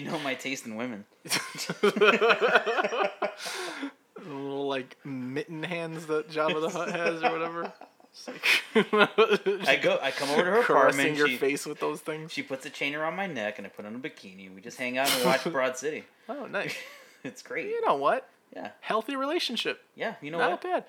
[SPEAKER 2] know my taste in women.
[SPEAKER 1] Little like mitten hands that Jabba the Hutt has or whatever. It's like-
[SPEAKER 2] I go. I come over to her
[SPEAKER 1] caressing
[SPEAKER 2] apartment.
[SPEAKER 1] your
[SPEAKER 2] she,
[SPEAKER 1] face with those things.
[SPEAKER 2] she puts a chain around my neck, and I put on a bikini. We just hang out and watch Broad City.
[SPEAKER 1] Oh, nice.
[SPEAKER 2] it's great.
[SPEAKER 1] You know what?
[SPEAKER 2] Yeah,
[SPEAKER 1] Healthy relationship.
[SPEAKER 2] yeah. You know
[SPEAKER 1] not
[SPEAKER 2] what?
[SPEAKER 1] bad.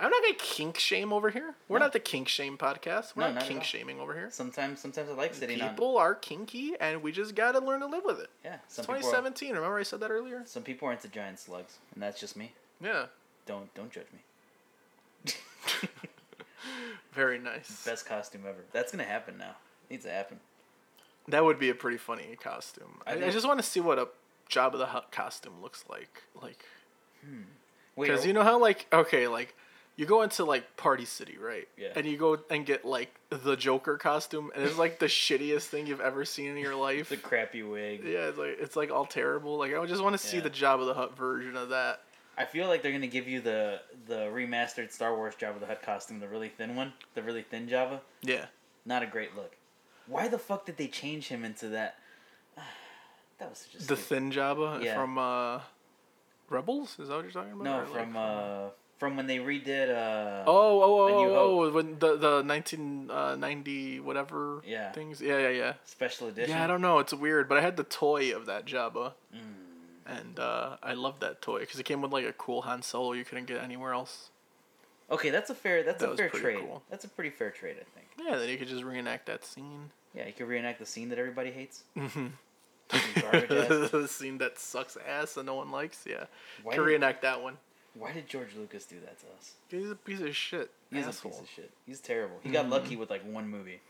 [SPEAKER 1] I'm not gonna kink shame over here. We're
[SPEAKER 2] No.
[SPEAKER 1] not the kink shame podcast. We're
[SPEAKER 2] No,
[SPEAKER 1] not
[SPEAKER 2] not at
[SPEAKER 1] kink
[SPEAKER 2] all.
[SPEAKER 1] shaming over here.
[SPEAKER 2] Sometimes, sometimes I like sitting on.
[SPEAKER 1] People are kinky, and we just gotta learn to live with it.
[SPEAKER 2] Yeah. Some
[SPEAKER 1] It's
[SPEAKER 2] people. Are,
[SPEAKER 1] 2017. Remember I said that earlier?
[SPEAKER 2] some people are into giant slugs, and that's just me.
[SPEAKER 1] Yeah.
[SPEAKER 2] Don't don't judge me.
[SPEAKER 1] Very nice.
[SPEAKER 2] Best costume ever. That's gonna happen now. Needs to happen.
[SPEAKER 1] That would be a pretty funny costume.
[SPEAKER 2] I
[SPEAKER 1] I, I
[SPEAKER 2] think-
[SPEAKER 1] just want to see what a job of the Hutt costume looks like. Like,
[SPEAKER 2] Wait.
[SPEAKER 1] because you know how like okay, like you go into like Party City, right?
[SPEAKER 2] Yeah.
[SPEAKER 1] And you go and get like the Joker costume, and it's like the shittiest thing you've ever seen in your life.
[SPEAKER 2] the crappy wig.
[SPEAKER 1] Yeah, it's like it's like all terrible. Like I would just want to see
[SPEAKER 2] Yeah.
[SPEAKER 1] the Job of the Hutt version of that.
[SPEAKER 2] I feel like they're gonna give you the the remastered Star Wars Jabba the Hutt costume, the really thin one, the really thin Java.
[SPEAKER 1] Yeah.
[SPEAKER 2] Not a great look. Why the fuck did they change him into that? That was just
[SPEAKER 1] The thin Jabba
[SPEAKER 2] Yeah.
[SPEAKER 1] from uh Rebels? Is that what you're talking about?
[SPEAKER 2] no
[SPEAKER 1] Or, like-
[SPEAKER 2] from uh from when they redid uh
[SPEAKER 1] Oh, oh,
[SPEAKER 2] A
[SPEAKER 1] oh,
[SPEAKER 2] New
[SPEAKER 1] oh, oh, when the the 1990 whatever
[SPEAKER 2] Yeah.
[SPEAKER 1] things. Yeah, yeah, yeah.
[SPEAKER 2] special edition.
[SPEAKER 1] Yeah, I don't know. It's weird, but I had the toy of that Jabba,
[SPEAKER 2] Mm.
[SPEAKER 1] and uh, I loved that toy because it came with like a cool Han Solo you couldn't get anywhere else.
[SPEAKER 2] Okay, that's a fair that's
[SPEAKER 1] That
[SPEAKER 2] a
[SPEAKER 1] was
[SPEAKER 2] fair
[SPEAKER 1] pretty
[SPEAKER 2] trade.
[SPEAKER 1] cool.
[SPEAKER 2] That's a pretty fair trade, I think.
[SPEAKER 1] Yeah, then you could just reenact that scene.
[SPEAKER 2] Yeah, you could reenact the scene that everybody hates. Fucking garbage ass.
[SPEAKER 1] the scene that sucks ass and no one likes. Yeah,
[SPEAKER 2] Why
[SPEAKER 1] could
[SPEAKER 2] did-
[SPEAKER 1] reenact that one.
[SPEAKER 2] Why did George Lucas do that to us?
[SPEAKER 1] He's a piece of shit.
[SPEAKER 2] He's
[SPEAKER 1] asshole. Mm-hmm.
[SPEAKER 2] a piece of shit. He's terrible. He got lucky with like one movie.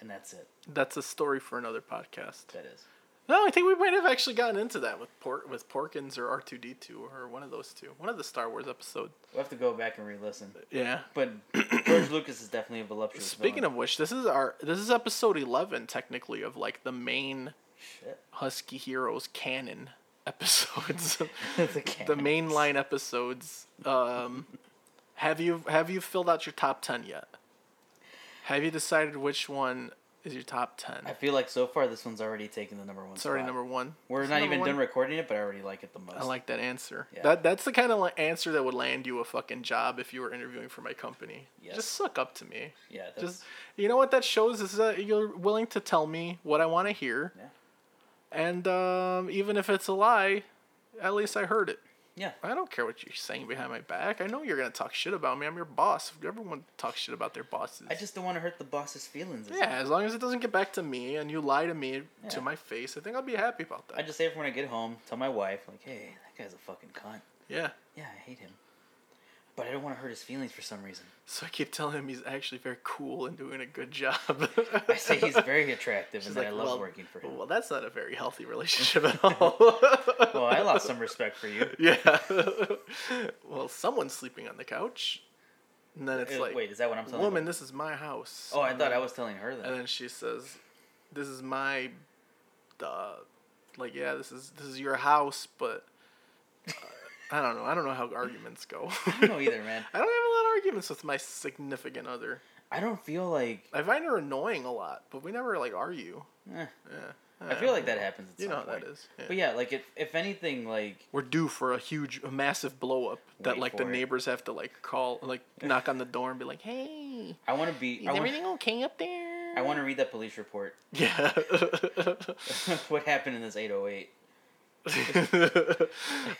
[SPEAKER 2] And that's it.
[SPEAKER 1] That's a story for another podcast.
[SPEAKER 2] That is.
[SPEAKER 1] No, I think we might have actually gotten into that with Por- with Porkins or R two D two or one of those two, one of the Star Wars episodes.
[SPEAKER 2] We'll have to go back and re-listen.
[SPEAKER 1] Yeah.
[SPEAKER 2] But George Lucas is definitely a voluptuous.
[SPEAKER 1] Speaking
[SPEAKER 2] villain.
[SPEAKER 1] of which, this is our this is episode eleven technically of like the main
[SPEAKER 2] shit,
[SPEAKER 1] Husky Heroes canon episodes,
[SPEAKER 2] the,
[SPEAKER 1] the
[SPEAKER 2] canon.
[SPEAKER 1] mainline episodes. Um, have you have you filled out your top ten yet? Have you decided which one is your top
[SPEAKER 2] I
[SPEAKER 1] ten?
[SPEAKER 2] feel like so far this one's already taken the number one.
[SPEAKER 1] It's already
[SPEAKER 2] spot.
[SPEAKER 1] number one.
[SPEAKER 2] We're
[SPEAKER 1] It's
[SPEAKER 2] not
[SPEAKER 1] number
[SPEAKER 2] even
[SPEAKER 1] one.
[SPEAKER 2] done recording it, but I already like it the most.
[SPEAKER 1] I like that answer.
[SPEAKER 2] Yeah.
[SPEAKER 1] That that's the kind of like answer that would land you a fucking job if you were interviewing for my company.
[SPEAKER 2] Yes.
[SPEAKER 1] Just suck up to me.
[SPEAKER 2] Yeah, that's,
[SPEAKER 1] Just you know what that shows is that you're willing to tell me what I want to hear,
[SPEAKER 2] yeah,
[SPEAKER 1] and um, even if it's a lie, at least I heard it.
[SPEAKER 2] yeah.
[SPEAKER 1] I don't care what you're saying behind my back. I know you're gonna talk shit about me. I'm your boss. Everyone talks shit about their bosses.
[SPEAKER 2] I just don't want to hurt the boss's feelings. is
[SPEAKER 1] yeah,
[SPEAKER 2] all.
[SPEAKER 1] as long as it doesn't get back to me and you lie to me
[SPEAKER 2] Yeah.
[SPEAKER 1] to my face, I think I'll be happy about that.
[SPEAKER 2] I just say it when I get home, tell my wife, like, hey, that guy's a fucking cunt.
[SPEAKER 1] yeah.
[SPEAKER 2] Yeah, I hate him. But I don't want to hurt his feelings for some reason.
[SPEAKER 1] So I keep telling him he's actually very cool and doing a good job.
[SPEAKER 2] I say he's very attractive
[SPEAKER 1] She's
[SPEAKER 2] and that
[SPEAKER 1] like,
[SPEAKER 2] I love
[SPEAKER 1] "Well,
[SPEAKER 2] working for him.
[SPEAKER 1] Well, that's not a very healthy relationship at all.
[SPEAKER 2] Well, I lost some respect for you.
[SPEAKER 1] yeah. well, someone's sleeping on the couch, and then it's
[SPEAKER 2] Uh,
[SPEAKER 1] like,
[SPEAKER 2] Wait, is that what I'm telling?
[SPEAKER 1] "Woman,
[SPEAKER 2] her?
[SPEAKER 1] this is my house."
[SPEAKER 2] Oh, I
[SPEAKER 1] And
[SPEAKER 2] thought I
[SPEAKER 1] then-
[SPEAKER 2] was telling her that.
[SPEAKER 1] And then she says, "This is my, uh, like, yeah, this is this is your house, but." uh, I don't know. I don't know how arguments go.
[SPEAKER 2] I don't know either, man.
[SPEAKER 1] I don't have a lot of arguments with my significant other.
[SPEAKER 2] I don't feel like.
[SPEAKER 1] I find her annoying a lot, but we never like argue.
[SPEAKER 2] eh,
[SPEAKER 1] Yeah. Uh,
[SPEAKER 2] I feel like that happens. At
[SPEAKER 1] you
[SPEAKER 2] some
[SPEAKER 1] know how
[SPEAKER 2] point.
[SPEAKER 1] that is. Yeah.
[SPEAKER 2] But yeah, like if if anything, like
[SPEAKER 1] We're due for a huge, a massive blow up that
[SPEAKER 2] Wait
[SPEAKER 1] like the
[SPEAKER 2] for it.
[SPEAKER 1] neighbors have to like call, like knock on the door and be like, "Hey,
[SPEAKER 2] I want to be.
[SPEAKER 1] is
[SPEAKER 2] I want,
[SPEAKER 1] everything okay up there?"
[SPEAKER 2] I want to read that police report.
[SPEAKER 1] Yeah.
[SPEAKER 2] what happened in this 808?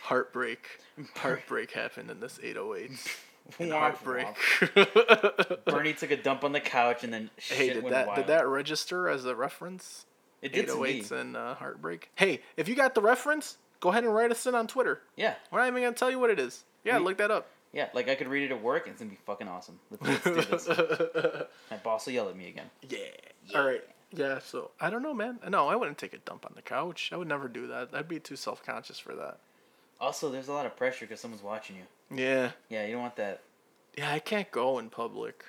[SPEAKER 1] Heartbreak. Heartbreak happened in this 808. And
[SPEAKER 2] Womp
[SPEAKER 1] Heartbreak.
[SPEAKER 2] womp. Bernie took a dump on the couch and then shit
[SPEAKER 1] hey, did
[SPEAKER 2] went
[SPEAKER 1] that
[SPEAKER 2] wild.
[SPEAKER 1] did that register as a reference?
[SPEAKER 2] It did to me.
[SPEAKER 1] 808s and uh, Heartbreak. Hey, if you got the reference, go ahead and write us in on Twitter.
[SPEAKER 2] Yeah,
[SPEAKER 1] We're not even gonna tell you what it is. Yeah,
[SPEAKER 2] We-
[SPEAKER 1] look that up.
[SPEAKER 2] yeah. Like I could read it at work. and It's gonna be fucking awesome. Let's, let's do this. My boss will yell at me again.
[SPEAKER 1] Yeah. All right. Yeah. So I don't know, man. No, I wouldn't take a dump on the couch. I would never do that. I'd be too self conscious for that.
[SPEAKER 2] Also, there's a lot of pressure because someone's watching you.
[SPEAKER 1] Yeah.
[SPEAKER 2] Yeah, you don't want that.
[SPEAKER 1] Yeah. I can't go in public.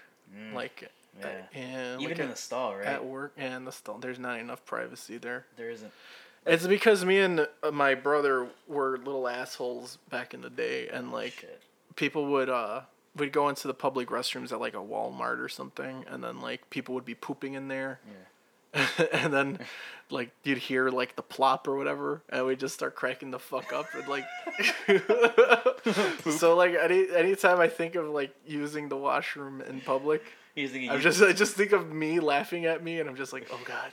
[SPEAKER 1] Like. Mm. Yeah.
[SPEAKER 2] Yeah.
[SPEAKER 1] yeah
[SPEAKER 2] Even
[SPEAKER 1] like
[SPEAKER 2] in
[SPEAKER 1] at,
[SPEAKER 2] the stall, right?
[SPEAKER 1] at work and the still there's not enough privacy there.
[SPEAKER 2] there isn't.
[SPEAKER 1] It's because me and uh, my brother were little assholes back in the day, and like
[SPEAKER 2] Shit.
[SPEAKER 1] people would uh would go into the public restrooms at like a Walmart or something, and then like people would be pooping in there.
[SPEAKER 2] Yeah.
[SPEAKER 1] and then like you'd hear like the plop or whatever and we'd just start cracking the fuck up and like so like any anytime i think of like using the washroom in public
[SPEAKER 2] He's thinking.
[SPEAKER 1] i'm
[SPEAKER 2] you-
[SPEAKER 1] just i just think of me laughing at me and i'm just like oh god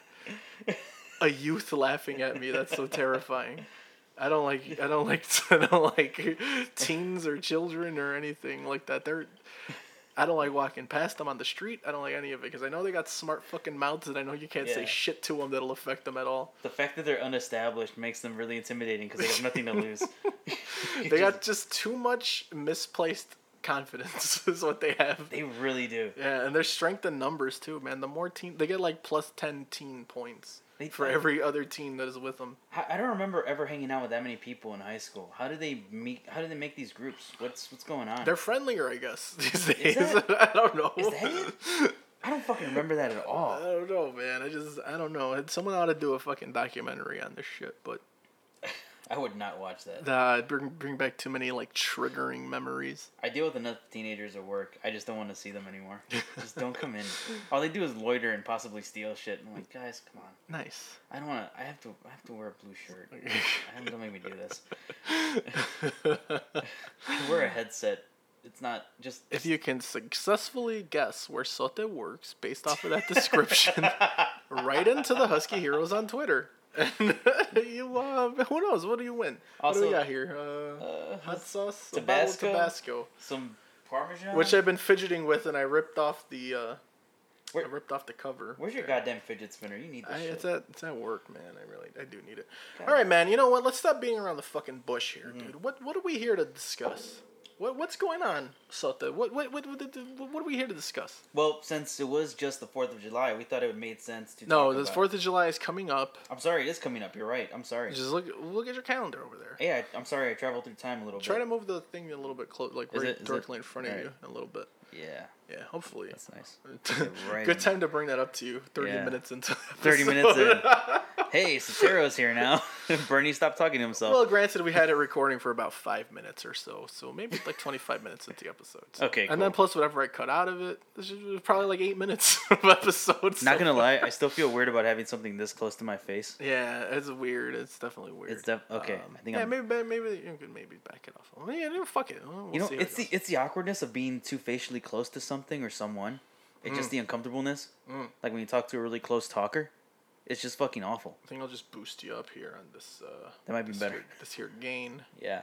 [SPEAKER 1] a youth laughing at me that's so terrifying i don't like i don't like i don't like teens or children or anything like that they're I don't like walking past them on the street. I don't like any of it because I know they got smart fucking mouths and I know you can't say
[SPEAKER 2] Yeah.
[SPEAKER 1] shit to them that'll affect them at all.
[SPEAKER 2] the fact that they're unestablished makes them really intimidating because they have nothing to lose.
[SPEAKER 1] They got just too much misplaced confidence is what they have.
[SPEAKER 2] They really do.
[SPEAKER 1] Yeah, and their strength in numbers too, man. The more team, they get like plus ten teen points
[SPEAKER 2] They
[SPEAKER 1] for
[SPEAKER 2] do.
[SPEAKER 1] every other team that is with them.
[SPEAKER 2] I I don't remember ever hanging out with that many people in high school. How do they meet? How do they make these groups? What's what's going on?
[SPEAKER 1] They're friendlier, I guess. These days,
[SPEAKER 2] that-
[SPEAKER 1] I don't know.
[SPEAKER 2] is that I don't fucking remember that at
[SPEAKER 1] I
[SPEAKER 2] all.
[SPEAKER 1] don't know, man. I just I don't know. Someone ought to do a fucking documentary on this shit, but
[SPEAKER 2] I would not watch that.
[SPEAKER 1] uh, bring bring back too many like triggering memories.
[SPEAKER 2] I deal with enough teenagers at work. I just don't want to see them anymore. just don't come in. All they do is loiter and possibly steal shit. I'm like, guys, come on.
[SPEAKER 1] Nice.
[SPEAKER 2] I don't want to. I have to. I have to wear a blue shirt. I don't- don't make me do this. I wear a headset. It's not just.
[SPEAKER 1] if you can successfully guess where Sote works based off of that description,
[SPEAKER 2] Uh,
[SPEAKER 1] write into the Husky Heroes on Twitter. And you, uh, who knows? What do you win? what do
[SPEAKER 2] Also-
[SPEAKER 1] we got here? Uh, hot sauce, a bottle of
[SPEAKER 2] Tabasco?
[SPEAKER 1] Tabasco,
[SPEAKER 2] some parmesan.
[SPEAKER 1] which I've been fidgeting with, and I ripped off the, uh,
[SPEAKER 2] Where-
[SPEAKER 1] I ripped off the cover.
[SPEAKER 2] Where's your
[SPEAKER 1] there.
[SPEAKER 2] goddamn fidget spinner? You need this
[SPEAKER 1] I,
[SPEAKER 2] shit.
[SPEAKER 1] it's at it's at work, man. I really I do need it.
[SPEAKER 2] God.
[SPEAKER 1] All right, man. You know what? Let's stop being around the fucking bush here,
[SPEAKER 2] Mm-hmm.
[SPEAKER 1] dude. What what are we here to discuss? What what's going on, Sota? What what what what, what, what are we here to discuss?
[SPEAKER 2] Well, since it was just the Fourth of July, we thought it would make sense to.
[SPEAKER 1] No,
[SPEAKER 2] talk
[SPEAKER 1] this
[SPEAKER 2] about-
[SPEAKER 1] Fourth of July is coming up.
[SPEAKER 2] I'm sorry, it is coming up. You're right. I'm sorry.
[SPEAKER 1] Just look look at your calendar over there.
[SPEAKER 2] Yeah, I, I'm sorry. I traveled through time a little
[SPEAKER 1] Try to
[SPEAKER 2] bit.
[SPEAKER 1] move the thing a little bit close, like
[SPEAKER 2] Is
[SPEAKER 1] right
[SPEAKER 2] it- is it-
[SPEAKER 1] directly in front of
[SPEAKER 2] alright.
[SPEAKER 1] you a little bit.
[SPEAKER 2] Yeah,
[SPEAKER 1] Yeah, hopefully.
[SPEAKER 2] that's nice. right
[SPEAKER 1] Good
[SPEAKER 2] in.
[SPEAKER 1] time to bring that up to you. Thirty
[SPEAKER 2] Yeah.
[SPEAKER 1] minutes into the
[SPEAKER 2] Thirty minutes in.
[SPEAKER 1] episode.
[SPEAKER 2] Hey, Cicero's here now. Bernie, stop talking to himself.
[SPEAKER 1] Well, granted, we had it recording for about five minutes or so, so maybe like twenty-five minutes into the episode.
[SPEAKER 2] Okay,
[SPEAKER 1] and then
[SPEAKER 2] cool.
[SPEAKER 1] plus whatever I cut out of it, this is probably like eight minutes of episodes.
[SPEAKER 2] Not gonna lie, I still feel weird about having something this close to my face.
[SPEAKER 1] Yeah, it's weird. It's definitely weird. Um,
[SPEAKER 2] It's def- okay, I think
[SPEAKER 1] yeah,
[SPEAKER 2] I'm-
[SPEAKER 1] maybe maybe you could maybe back it off. Well, yeah, no, fuck it. We'll
[SPEAKER 2] You know,
[SPEAKER 1] see how it
[SPEAKER 2] it's the
[SPEAKER 1] goes.
[SPEAKER 2] it's the awkwardness of being too facially close to something or someone. It's
[SPEAKER 1] Mm.
[SPEAKER 2] just the uncomfortableness. Like when you talk to a really close talker, it's just fucking awful.
[SPEAKER 1] I think I'll just boost you up here on this. Uh,
[SPEAKER 2] That might be
[SPEAKER 1] this
[SPEAKER 2] better.
[SPEAKER 1] Here, this here gain.
[SPEAKER 2] Yeah.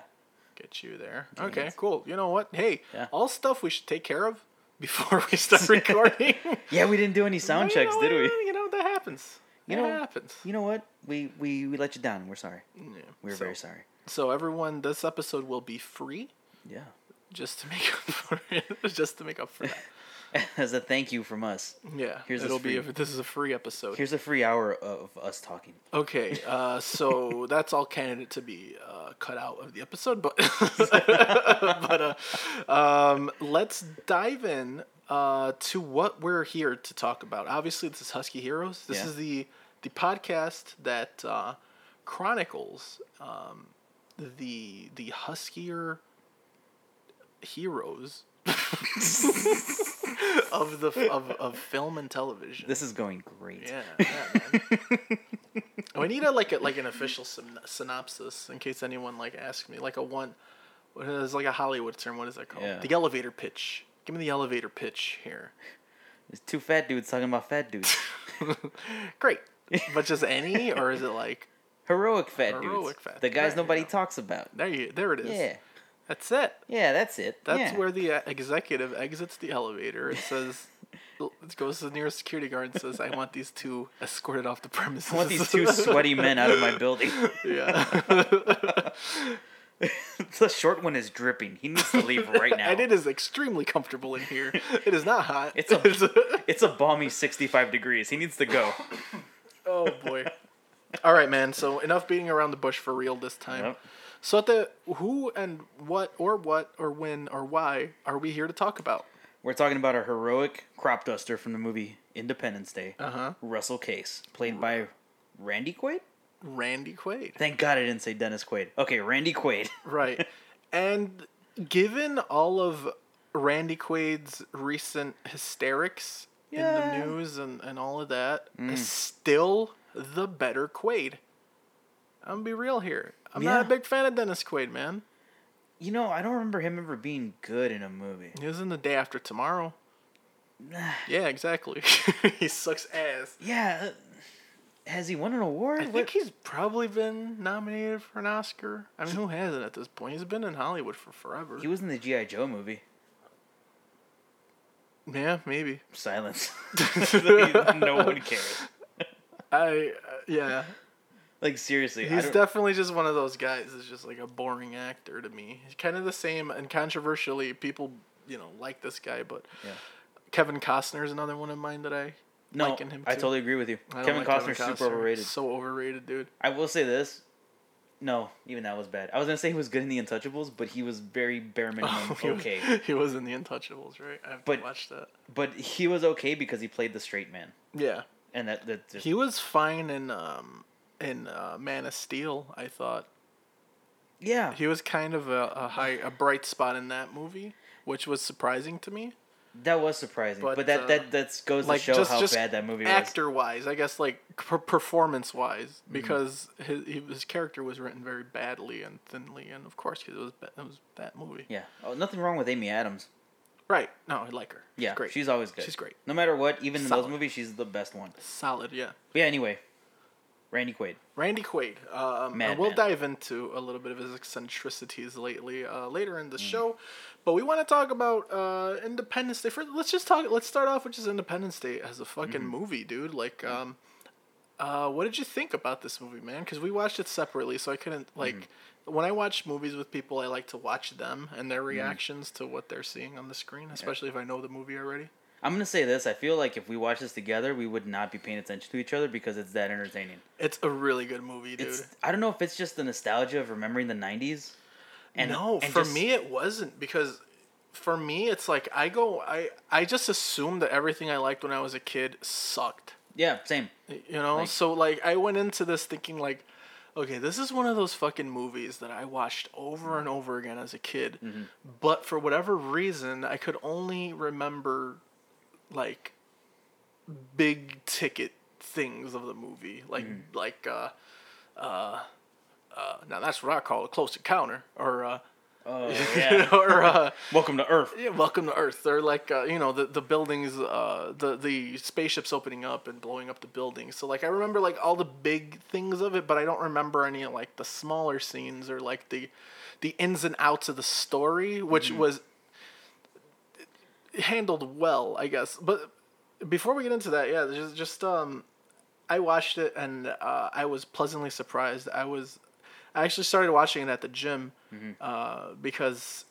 [SPEAKER 1] Get you there. Okay, cool. You know what? Hey,
[SPEAKER 2] Yeah.
[SPEAKER 1] all stuff we should take care of before we start recording.
[SPEAKER 2] Yeah, we didn't do any
[SPEAKER 1] Well,
[SPEAKER 2] sound
[SPEAKER 1] you
[SPEAKER 2] checks,
[SPEAKER 1] know
[SPEAKER 2] did we?
[SPEAKER 1] what? You know that happens.
[SPEAKER 2] You
[SPEAKER 1] It
[SPEAKER 2] know-
[SPEAKER 1] happens.
[SPEAKER 2] You know what? We we, we let you down. We're sorry.
[SPEAKER 1] Yeah.
[SPEAKER 2] We were
[SPEAKER 1] so,
[SPEAKER 2] very sorry.
[SPEAKER 1] So everyone, this episode will be free,
[SPEAKER 2] Yeah.
[SPEAKER 1] just to make up for it. Just to make up for that.
[SPEAKER 2] As a thank you from us,
[SPEAKER 1] Yeah.
[SPEAKER 2] Here's this
[SPEAKER 1] it'll be
[SPEAKER 2] free-
[SPEAKER 1] if this is a free episode.
[SPEAKER 2] here's a free hour of us talking.
[SPEAKER 1] Okay. Uh, so that's all candidate to be uh, cut out of the episode, but but uh, um, let's dive in uh, to what we're here to talk about. Obviously, this is Husky Heroes. This
[SPEAKER 2] Yeah.
[SPEAKER 1] is the the podcast that uh, chronicles um, the the huskier heroes of the f- of, of film and television.
[SPEAKER 2] This is going great.
[SPEAKER 1] Yeah, yeah man. we need a like a, like an official syn- synopsis in case anyone like asks me like a one. What is like a Hollywood term? What is that called?
[SPEAKER 2] Yeah.
[SPEAKER 1] The elevator pitch. Give me the elevator pitch here.
[SPEAKER 2] There's two fat dudes talking about fat dudes.
[SPEAKER 1] Great, but just any or is it like
[SPEAKER 2] Heroic fat
[SPEAKER 1] Heroic
[SPEAKER 2] dudes.
[SPEAKER 1] fat
[SPEAKER 2] the
[SPEAKER 1] dudes.
[SPEAKER 2] guys
[SPEAKER 1] There you
[SPEAKER 2] nobody
[SPEAKER 1] go.
[SPEAKER 2] talks about.
[SPEAKER 1] there you there it is.
[SPEAKER 2] Yeah.
[SPEAKER 1] that's it.
[SPEAKER 2] Yeah, that's it.
[SPEAKER 1] That's
[SPEAKER 2] Yeah.
[SPEAKER 1] where the uh, executive exits the elevator. It says. It goes to the nearest security guard and says, "I want these two escorted off the premises."
[SPEAKER 2] I want these two sweaty men out of my building.
[SPEAKER 1] yeah.
[SPEAKER 2] the short one is dripping. He needs to leave right now.
[SPEAKER 1] And it is extremely comfortable in here. It is not hot.
[SPEAKER 2] It's a- It's a balmy 65 degrees. He needs to go.
[SPEAKER 1] oh boy. All right, man. So enough beating around the bush for real this time.
[SPEAKER 2] Yep.
[SPEAKER 1] So at the who and what or what or when or why are we here to talk about?
[SPEAKER 2] We're talking about a heroic crop duster from the movie Independence Day.
[SPEAKER 1] Uh huh.
[SPEAKER 2] Russell Case, played by Randy Quaid?
[SPEAKER 1] Randy Quaid.
[SPEAKER 2] Thank God I didn't say Dennis Quaid. Okay, Randy Quaid.
[SPEAKER 1] Right. and given all of Randy Quaid's recent hysterics in
[SPEAKER 2] Yeah. Mm.
[SPEAKER 1] the news and, and all of that is still the better Quaid. I'm gonna be real here. I'm not
[SPEAKER 2] Yeah.
[SPEAKER 1] a big fan of Dennis Quaid, man.
[SPEAKER 2] You know, I don't remember him ever being good in a movie.
[SPEAKER 1] He was in the day after tomorrow. yeah, exactly. he sucks ass.
[SPEAKER 2] Yeah. uh, Has he won an award?
[SPEAKER 1] I
[SPEAKER 2] What-
[SPEAKER 1] think he's probably been nominated for an Oscar. I mean, who hasn't at this point? He's been in Hollywood for forever.
[SPEAKER 2] He was in the G.I. Joe movie.
[SPEAKER 1] yeah, maybe.
[SPEAKER 2] Silence. no one cares.
[SPEAKER 1] I uh, yeah.
[SPEAKER 2] Like, seriously. I
[SPEAKER 1] He's
[SPEAKER 2] don't-
[SPEAKER 1] definitely just one of those guys that's just like a boring actor to me. He's kind of the same, and controversially, people you know like this guy, but
[SPEAKER 2] Yeah.
[SPEAKER 1] Kevin Costner is another one of mine that I
[SPEAKER 2] no,
[SPEAKER 1] liken him.
[SPEAKER 2] I
[SPEAKER 1] to.
[SPEAKER 2] totally agree with you.
[SPEAKER 1] I don't
[SPEAKER 2] Kevin
[SPEAKER 1] like
[SPEAKER 2] Costner's super
[SPEAKER 1] Costner.
[SPEAKER 2] overrated.
[SPEAKER 1] So overrated, dude.
[SPEAKER 2] I will say this. No, even that was bad. I was gonna say he was good in The Untouchables, but he was very bare minimum
[SPEAKER 1] Oh, he was-
[SPEAKER 2] okay.
[SPEAKER 1] he was in The Untouchables, right? I haven't
[SPEAKER 2] But-
[SPEAKER 1] watched that.
[SPEAKER 2] But he was okay because he played the straight man,
[SPEAKER 1] Yeah,
[SPEAKER 2] and that that just,
[SPEAKER 1] he was fine in um in uh, Man of Steel. I thought
[SPEAKER 2] yeah.
[SPEAKER 1] he was kind of a, a high a bright spot in that movie, which was surprising to me.
[SPEAKER 2] That was surprising, but,
[SPEAKER 1] But,
[SPEAKER 2] that
[SPEAKER 1] uh,
[SPEAKER 2] that that goes to show how bad that movie
[SPEAKER 1] actor wise i guess like per- performance wise
[SPEAKER 2] Mm-hmm.
[SPEAKER 1] because his, he- his character was written very badly and thinly and of course because it was ba- it was that movie
[SPEAKER 2] was. Yeah, oh, nothing wrong with Amy Adams.
[SPEAKER 1] right no i like her
[SPEAKER 2] Yeah,
[SPEAKER 1] she's great
[SPEAKER 2] she's always good.
[SPEAKER 1] She's great.
[SPEAKER 2] no matter what. Even in
[SPEAKER 1] Solid.
[SPEAKER 2] those movies, she's the best one.
[SPEAKER 1] solid yeah
[SPEAKER 2] But yeah, anyway, Randy Quaid.
[SPEAKER 1] randy quaid um, and we'll
[SPEAKER 2] Madman.
[SPEAKER 1] dive into a little bit of his eccentricities lately uh, later in the
[SPEAKER 2] Mm.
[SPEAKER 1] show but we want to talk about uh, independence day first let's just talk let's start off with just independence day as a fucking
[SPEAKER 2] Mm-hmm.
[SPEAKER 1] movie dude like
[SPEAKER 2] Mm.
[SPEAKER 1] um, Uh, what did you think about this movie, man? Because we watched it separately, so I couldn't like.
[SPEAKER 2] Mm-hmm.
[SPEAKER 1] When I watch movies with people, I like to watch them and
[SPEAKER 2] Mm.
[SPEAKER 1] their reactions to what they're seeing on the screen, especially if I know the movie already.
[SPEAKER 2] I'm gonna say this. I feel like if we watched this together, we would not be paying attention to each other because it's that entertaining.
[SPEAKER 1] It's a really good movie, dude.
[SPEAKER 2] It's I don't know if it's just the nostalgia of remembering the '90s. And
[SPEAKER 1] no,
[SPEAKER 2] and
[SPEAKER 1] for
[SPEAKER 2] just-
[SPEAKER 1] me it wasn't because for me it's like I go I I just assumed that everything I liked when I was a kid sucked.
[SPEAKER 2] yeah, same.
[SPEAKER 1] You know,
[SPEAKER 2] Like-
[SPEAKER 1] so like I went into this thinking like, okay, this is one of those fucking movies that I watched over and over again as a kid,
[SPEAKER 2] Mm-hmm.
[SPEAKER 1] but for whatever reason, I could only remember like big ticket things of the movie, like
[SPEAKER 2] Mm-hmm.
[SPEAKER 1] like uh, uh, uh, now that's what I call a close encounter or uh,
[SPEAKER 2] Oh yeah.
[SPEAKER 1] or uh,
[SPEAKER 2] Welcome to Earth.
[SPEAKER 1] yeah, welcome to Earth. They're like uh, you know the the buildings, uh, the the spaceships opening up and blowing up the buildings. So like I remember like all the big things of it, but I don't remember any of like the smaller scenes or like the the ins and outs of the story, which was handled well, I guess. But before we get into that, yeah, just just um, I watched it and uh, I was pleasantly surprised. I was I actually started watching it at the gym uh, because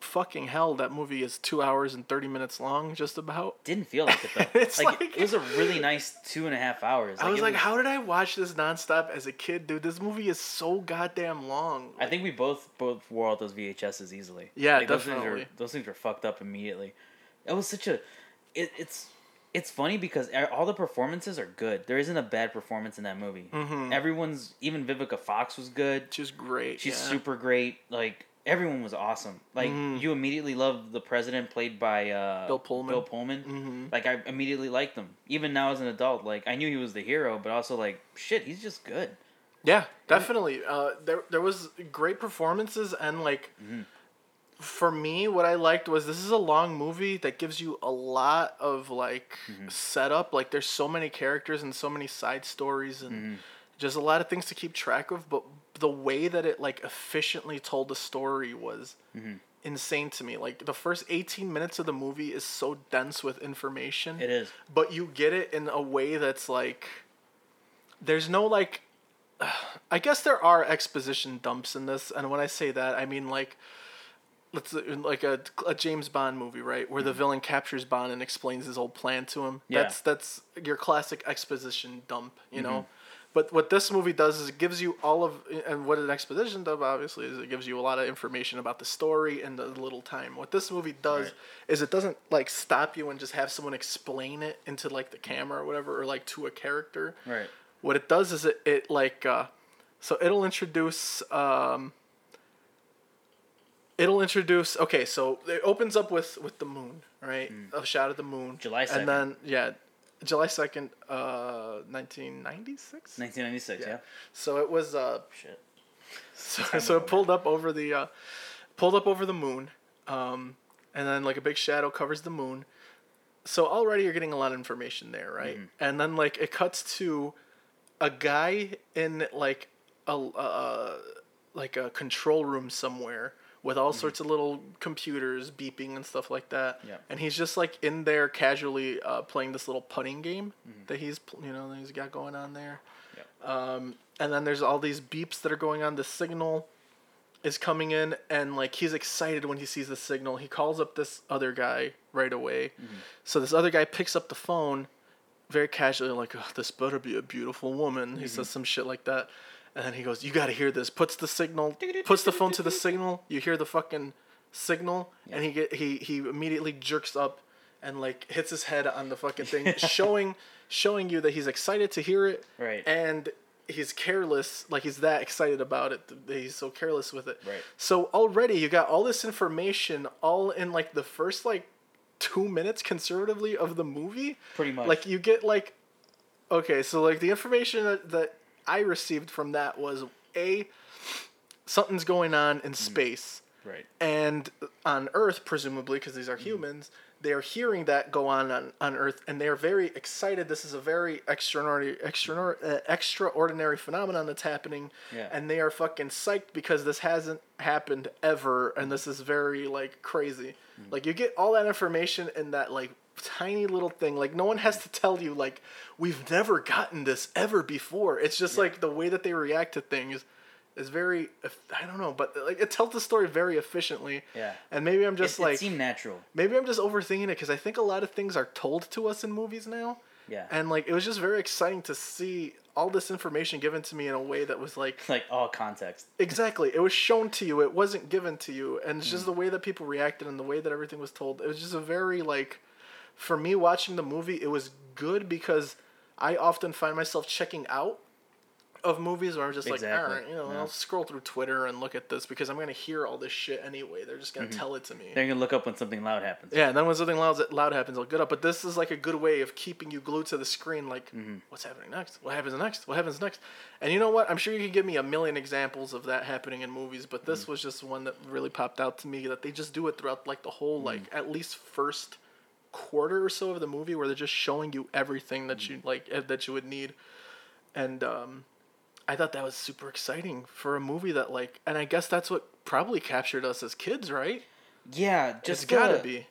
[SPEAKER 1] fucking hell, that movie is two hours and thirty minutes long, just about.
[SPEAKER 2] Didn't feel like it though.
[SPEAKER 1] It's
[SPEAKER 2] like, it-
[SPEAKER 1] like-
[SPEAKER 2] it was a really nice two and a half hours.
[SPEAKER 1] I was
[SPEAKER 2] it
[SPEAKER 1] like, how did I watch this nonstop as a kid, dude? This movie is so goddamn long.
[SPEAKER 2] I think we both both wore out those VHSs easily.
[SPEAKER 1] Yeah,
[SPEAKER 2] Those things,
[SPEAKER 1] definitely.
[SPEAKER 2] were, those things were fucked up immediately. It was such a, it, it's it's funny because a- all the performances are good. There isn't a bad performance in that movie.
[SPEAKER 1] Mm-hmm.
[SPEAKER 2] Everyone's even Vivica Fox was good.
[SPEAKER 1] She's great.
[SPEAKER 2] She's
[SPEAKER 1] yeah. Mm-hmm.
[SPEAKER 2] super great. Like everyone was awesome. Like you immediately loved the president played by uh,
[SPEAKER 1] Bill Pullman. Mm-hmm.
[SPEAKER 2] Bill Pullman. Like I immediately liked him. Even now as an adult, like I knew he was the hero, but also like shit, he's just good.
[SPEAKER 1] Yeah, definitely. Uh, there there was great performances and like for me what I liked was this is a long movie that gives you a lot of like setup. Like there's so many characters and so many side stories and just a lot of things to keep track of, but the way that it like efficiently told the story was insane to me. Like the first 18 minutes of the movie is so dense with information
[SPEAKER 2] It is.
[SPEAKER 1] but you get it in a way that's like there's no like I guess there are exposition dumps in this and when I say that I mean like let's like a, a James Bond movie right where the villain captures Bond and explains his old plan to him
[SPEAKER 2] Yeah.
[SPEAKER 1] that's that's your classic exposition dump you know but what this movie does is it gives you all of and what an exposition dump obviously is it gives you a lot of information about the story in the little time what this movie does
[SPEAKER 2] Right.
[SPEAKER 1] is it doesn't like stop you and just have someone explain it into like the camera or whatever or like to a character
[SPEAKER 2] Right.
[SPEAKER 1] what it does is it, it like uh, so it'll introduce um, It'll introduce. Okay, so it opens up with with the moon, right? A shot of the moon.
[SPEAKER 2] July 2nd.
[SPEAKER 1] And then yeah, July second, uh, nineteen ninety six.
[SPEAKER 2] 1996. Yeah.
[SPEAKER 1] So it was uh,
[SPEAKER 2] Shit.
[SPEAKER 1] so, so it pulled up over the uh, pulled up over the moon um, and then like a big shadow covers the moon so already you're getting a lot of information there right and then like it cuts to a guy in like a uh, like a control room somewhere with all sorts of little computers beeping and stuff like that
[SPEAKER 2] Yeah.
[SPEAKER 1] and he's just like in there casually uh, playing this little putting game that he's pl- you know that he's got going on there um, and then there's all these beeps that are going on. The signal is coming in, and like he's excited when he sees the signal. He calls up this other guy right away. So this other guy picks up the phone very casually, like, oh, this better be a beautiful woman. He says some shit like that. And then he goes, You gotta hear this. Puts the signal, puts the phone to the signal. You hear the fucking signal. And he, get, he, he immediately jerks up and like hits his head on the fucking thing, showing, showing you that he's excited to hear it.
[SPEAKER 2] Right.
[SPEAKER 1] And he's careless, like he's that excited about it. that He's so careless with it.
[SPEAKER 2] Right.
[SPEAKER 1] So already you got all this information all in like the first like two minutes conservatively of the movie.
[SPEAKER 2] Pretty much.
[SPEAKER 1] Like you get like okay, so like the information that, that I received from that was a something's going on
[SPEAKER 2] Mm.
[SPEAKER 1] in space
[SPEAKER 2] Right.
[SPEAKER 1] and on Earth, presumably, because these are humans, they are hearing that go on, on on Earth, and they are very excited. This is a very extraordinary, extraordinary, uh, extraordinary phenomenon that's happening,
[SPEAKER 2] Yeah.
[SPEAKER 1] and they are fucking psyched because this hasn't happened ever, and this is very like crazy.
[SPEAKER 2] Mm.
[SPEAKER 1] Like you get all that information in that like tiny little thing. Like no one has to tell you like we've never gotten this ever before. It's just like the way that they react to things is very I don't know, but like it tells the story very efficiently.
[SPEAKER 2] Yeah.
[SPEAKER 1] And maybe I'm
[SPEAKER 2] It,
[SPEAKER 1] just
[SPEAKER 2] it
[SPEAKER 1] like
[SPEAKER 2] seemed natural.
[SPEAKER 1] maybe I'm just overthinking it because I think a lot of things are told to us in movies now.
[SPEAKER 2] Yeah.
[SPEAKER 1] And like it was just very exciting to see all this information given to me in a way that was like
[SPEAKER 2] like all context.
[SPEAKER 1] exactly it was shown to you it wasn't given to you and it's
[SPEAKER 2] Mm.
[SPEAKER 1] just the way that people reacted and the way that everything was told it was just a very like for me watching the movie it was good because i often find myself checking out of movies where i'm just like
[SPEAKER 2] Exactly.
[SPEAKER 1] all right you know
[SPEAKER 2] Yeah.
[SPEAKER 1] i'll scroll through twitter and look at this because i'm gonna hear all this shit anyway they're just gonna
[SPEAKER 2] Mm-hmm.
[SPEAKER 1] tell it to me
[SPEAKER 2] They're gonna look up when something loud happens.
[SPEAKER 1] yeah, and then when something loud, loud happens, I'll get up. But this is like a good way of keeping you glued to the screen. Like,
[SPEAKER 2] Mm-hmm.
[SPEAKER 1] what's happening next? What happens next? What happens next? And you know what? I'm sure you could give me a million examples of that happening in movies, but
[SPEAKER 2] Mm.
[SPEAKER 1] this was just one that really popped out to me that they just do it throughout like the whole like
[SPEAKER 2] Mm.
[SPEAKER 1] at least first quarter or so of the movie where they're just showing you everything
[SPEAKER 2] Mm.
[SPEAKER 1] that you like eh, that you would need, and um, I thought that was super exciting for a movie that like, and I guess that's what probably captured us as kids, right?
[SPEAKER 2] Yeah,
[SPEAKER 1] It's
[SPEAKER 2] just
[SPEAKER 1] gotta
[SPEAKER 2] the-
[SPEAKER 1] be.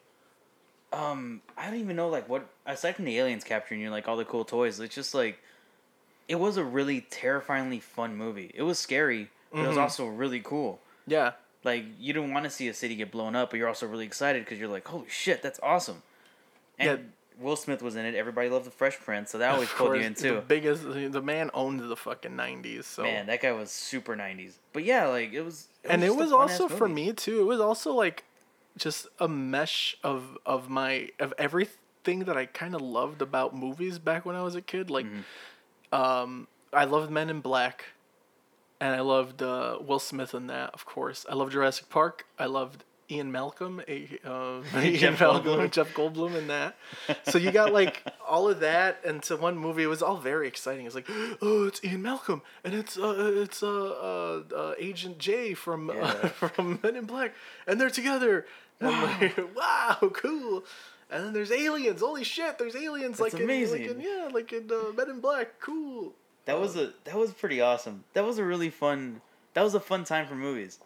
[SPEAKER 2] Um, I don't even know like what aside from the aliens capturing you, like all the cool toys. It's just like it was a really terrifyingly fun movie. It was scary, but
[SPEAKER 1] Mm-hmm.
[SPEAKER 2] it was also really cool.
[SPEAKER 1] Yeah.
[SPEAKER 2] Like you didn't want to see a city get blown up, but you're also really excited because you're like, "Holy shit, that's awesome!" And Will Smith was in it. Everybody loved the Fresh Prince, so that always
[SPEAKER 1] Of
[SPEAKER 2] pulled you
[SPEAKER 1] course,
[SPEAKER 2] in too.
[SPEAKER 1] The biggest, the man owned the fucking nineties. So
[SPEAKER 2] Man, that guy was super '90s. But yeah, like it was.
[SPEAKER 1] and it
[SPEAKER 2] just a
[SPEAKER 1] was
[SPEAKER 2] fun-ass
[SPEAKER 1] also for
[SPEAKER 2] movie.
[SPEAKER 1] me too. It was also like just a mesh of of my of everything that I kind of loved about movies back when I was a kid. Like,
[SPEAKER 2] Mm-hmm.
[SPEAKER 1] um, I loved Men in Black, and I loved uh, Will Smith in that, of course. I loved Jurassic Park. I loved Ian Malcolm, a, uh, Ian
[SPEAKER 2] Jeff
[SPEAKER 1] Malcolm,
[SPEAKER 2] Goldblum.
[SPEAKER 1] Jeff Goldblum in that. So you got like all of that into one movie. It was all very exciting. It's like, oh, it's Ian Malcolm, and it's uh, it's uh, uh, uh, Agent J from
[SPEAKER 2] Yeah.
[SPEAKER 1] uh, from Men in Black, and they're together. And wow, like, wow cool. And then there's aliens. Holy shit, there's aliens
[SPEAKER 2] That's
[SPEAKER 1] like in-
[SPEAKER 2] amazing.
[SPEAKER 1] like in, yeah, like in uh, Men in Black. Cool.
[SPEAKER 2] That was a that was pretty awesome. That was a really fun. That was a fun time for movies.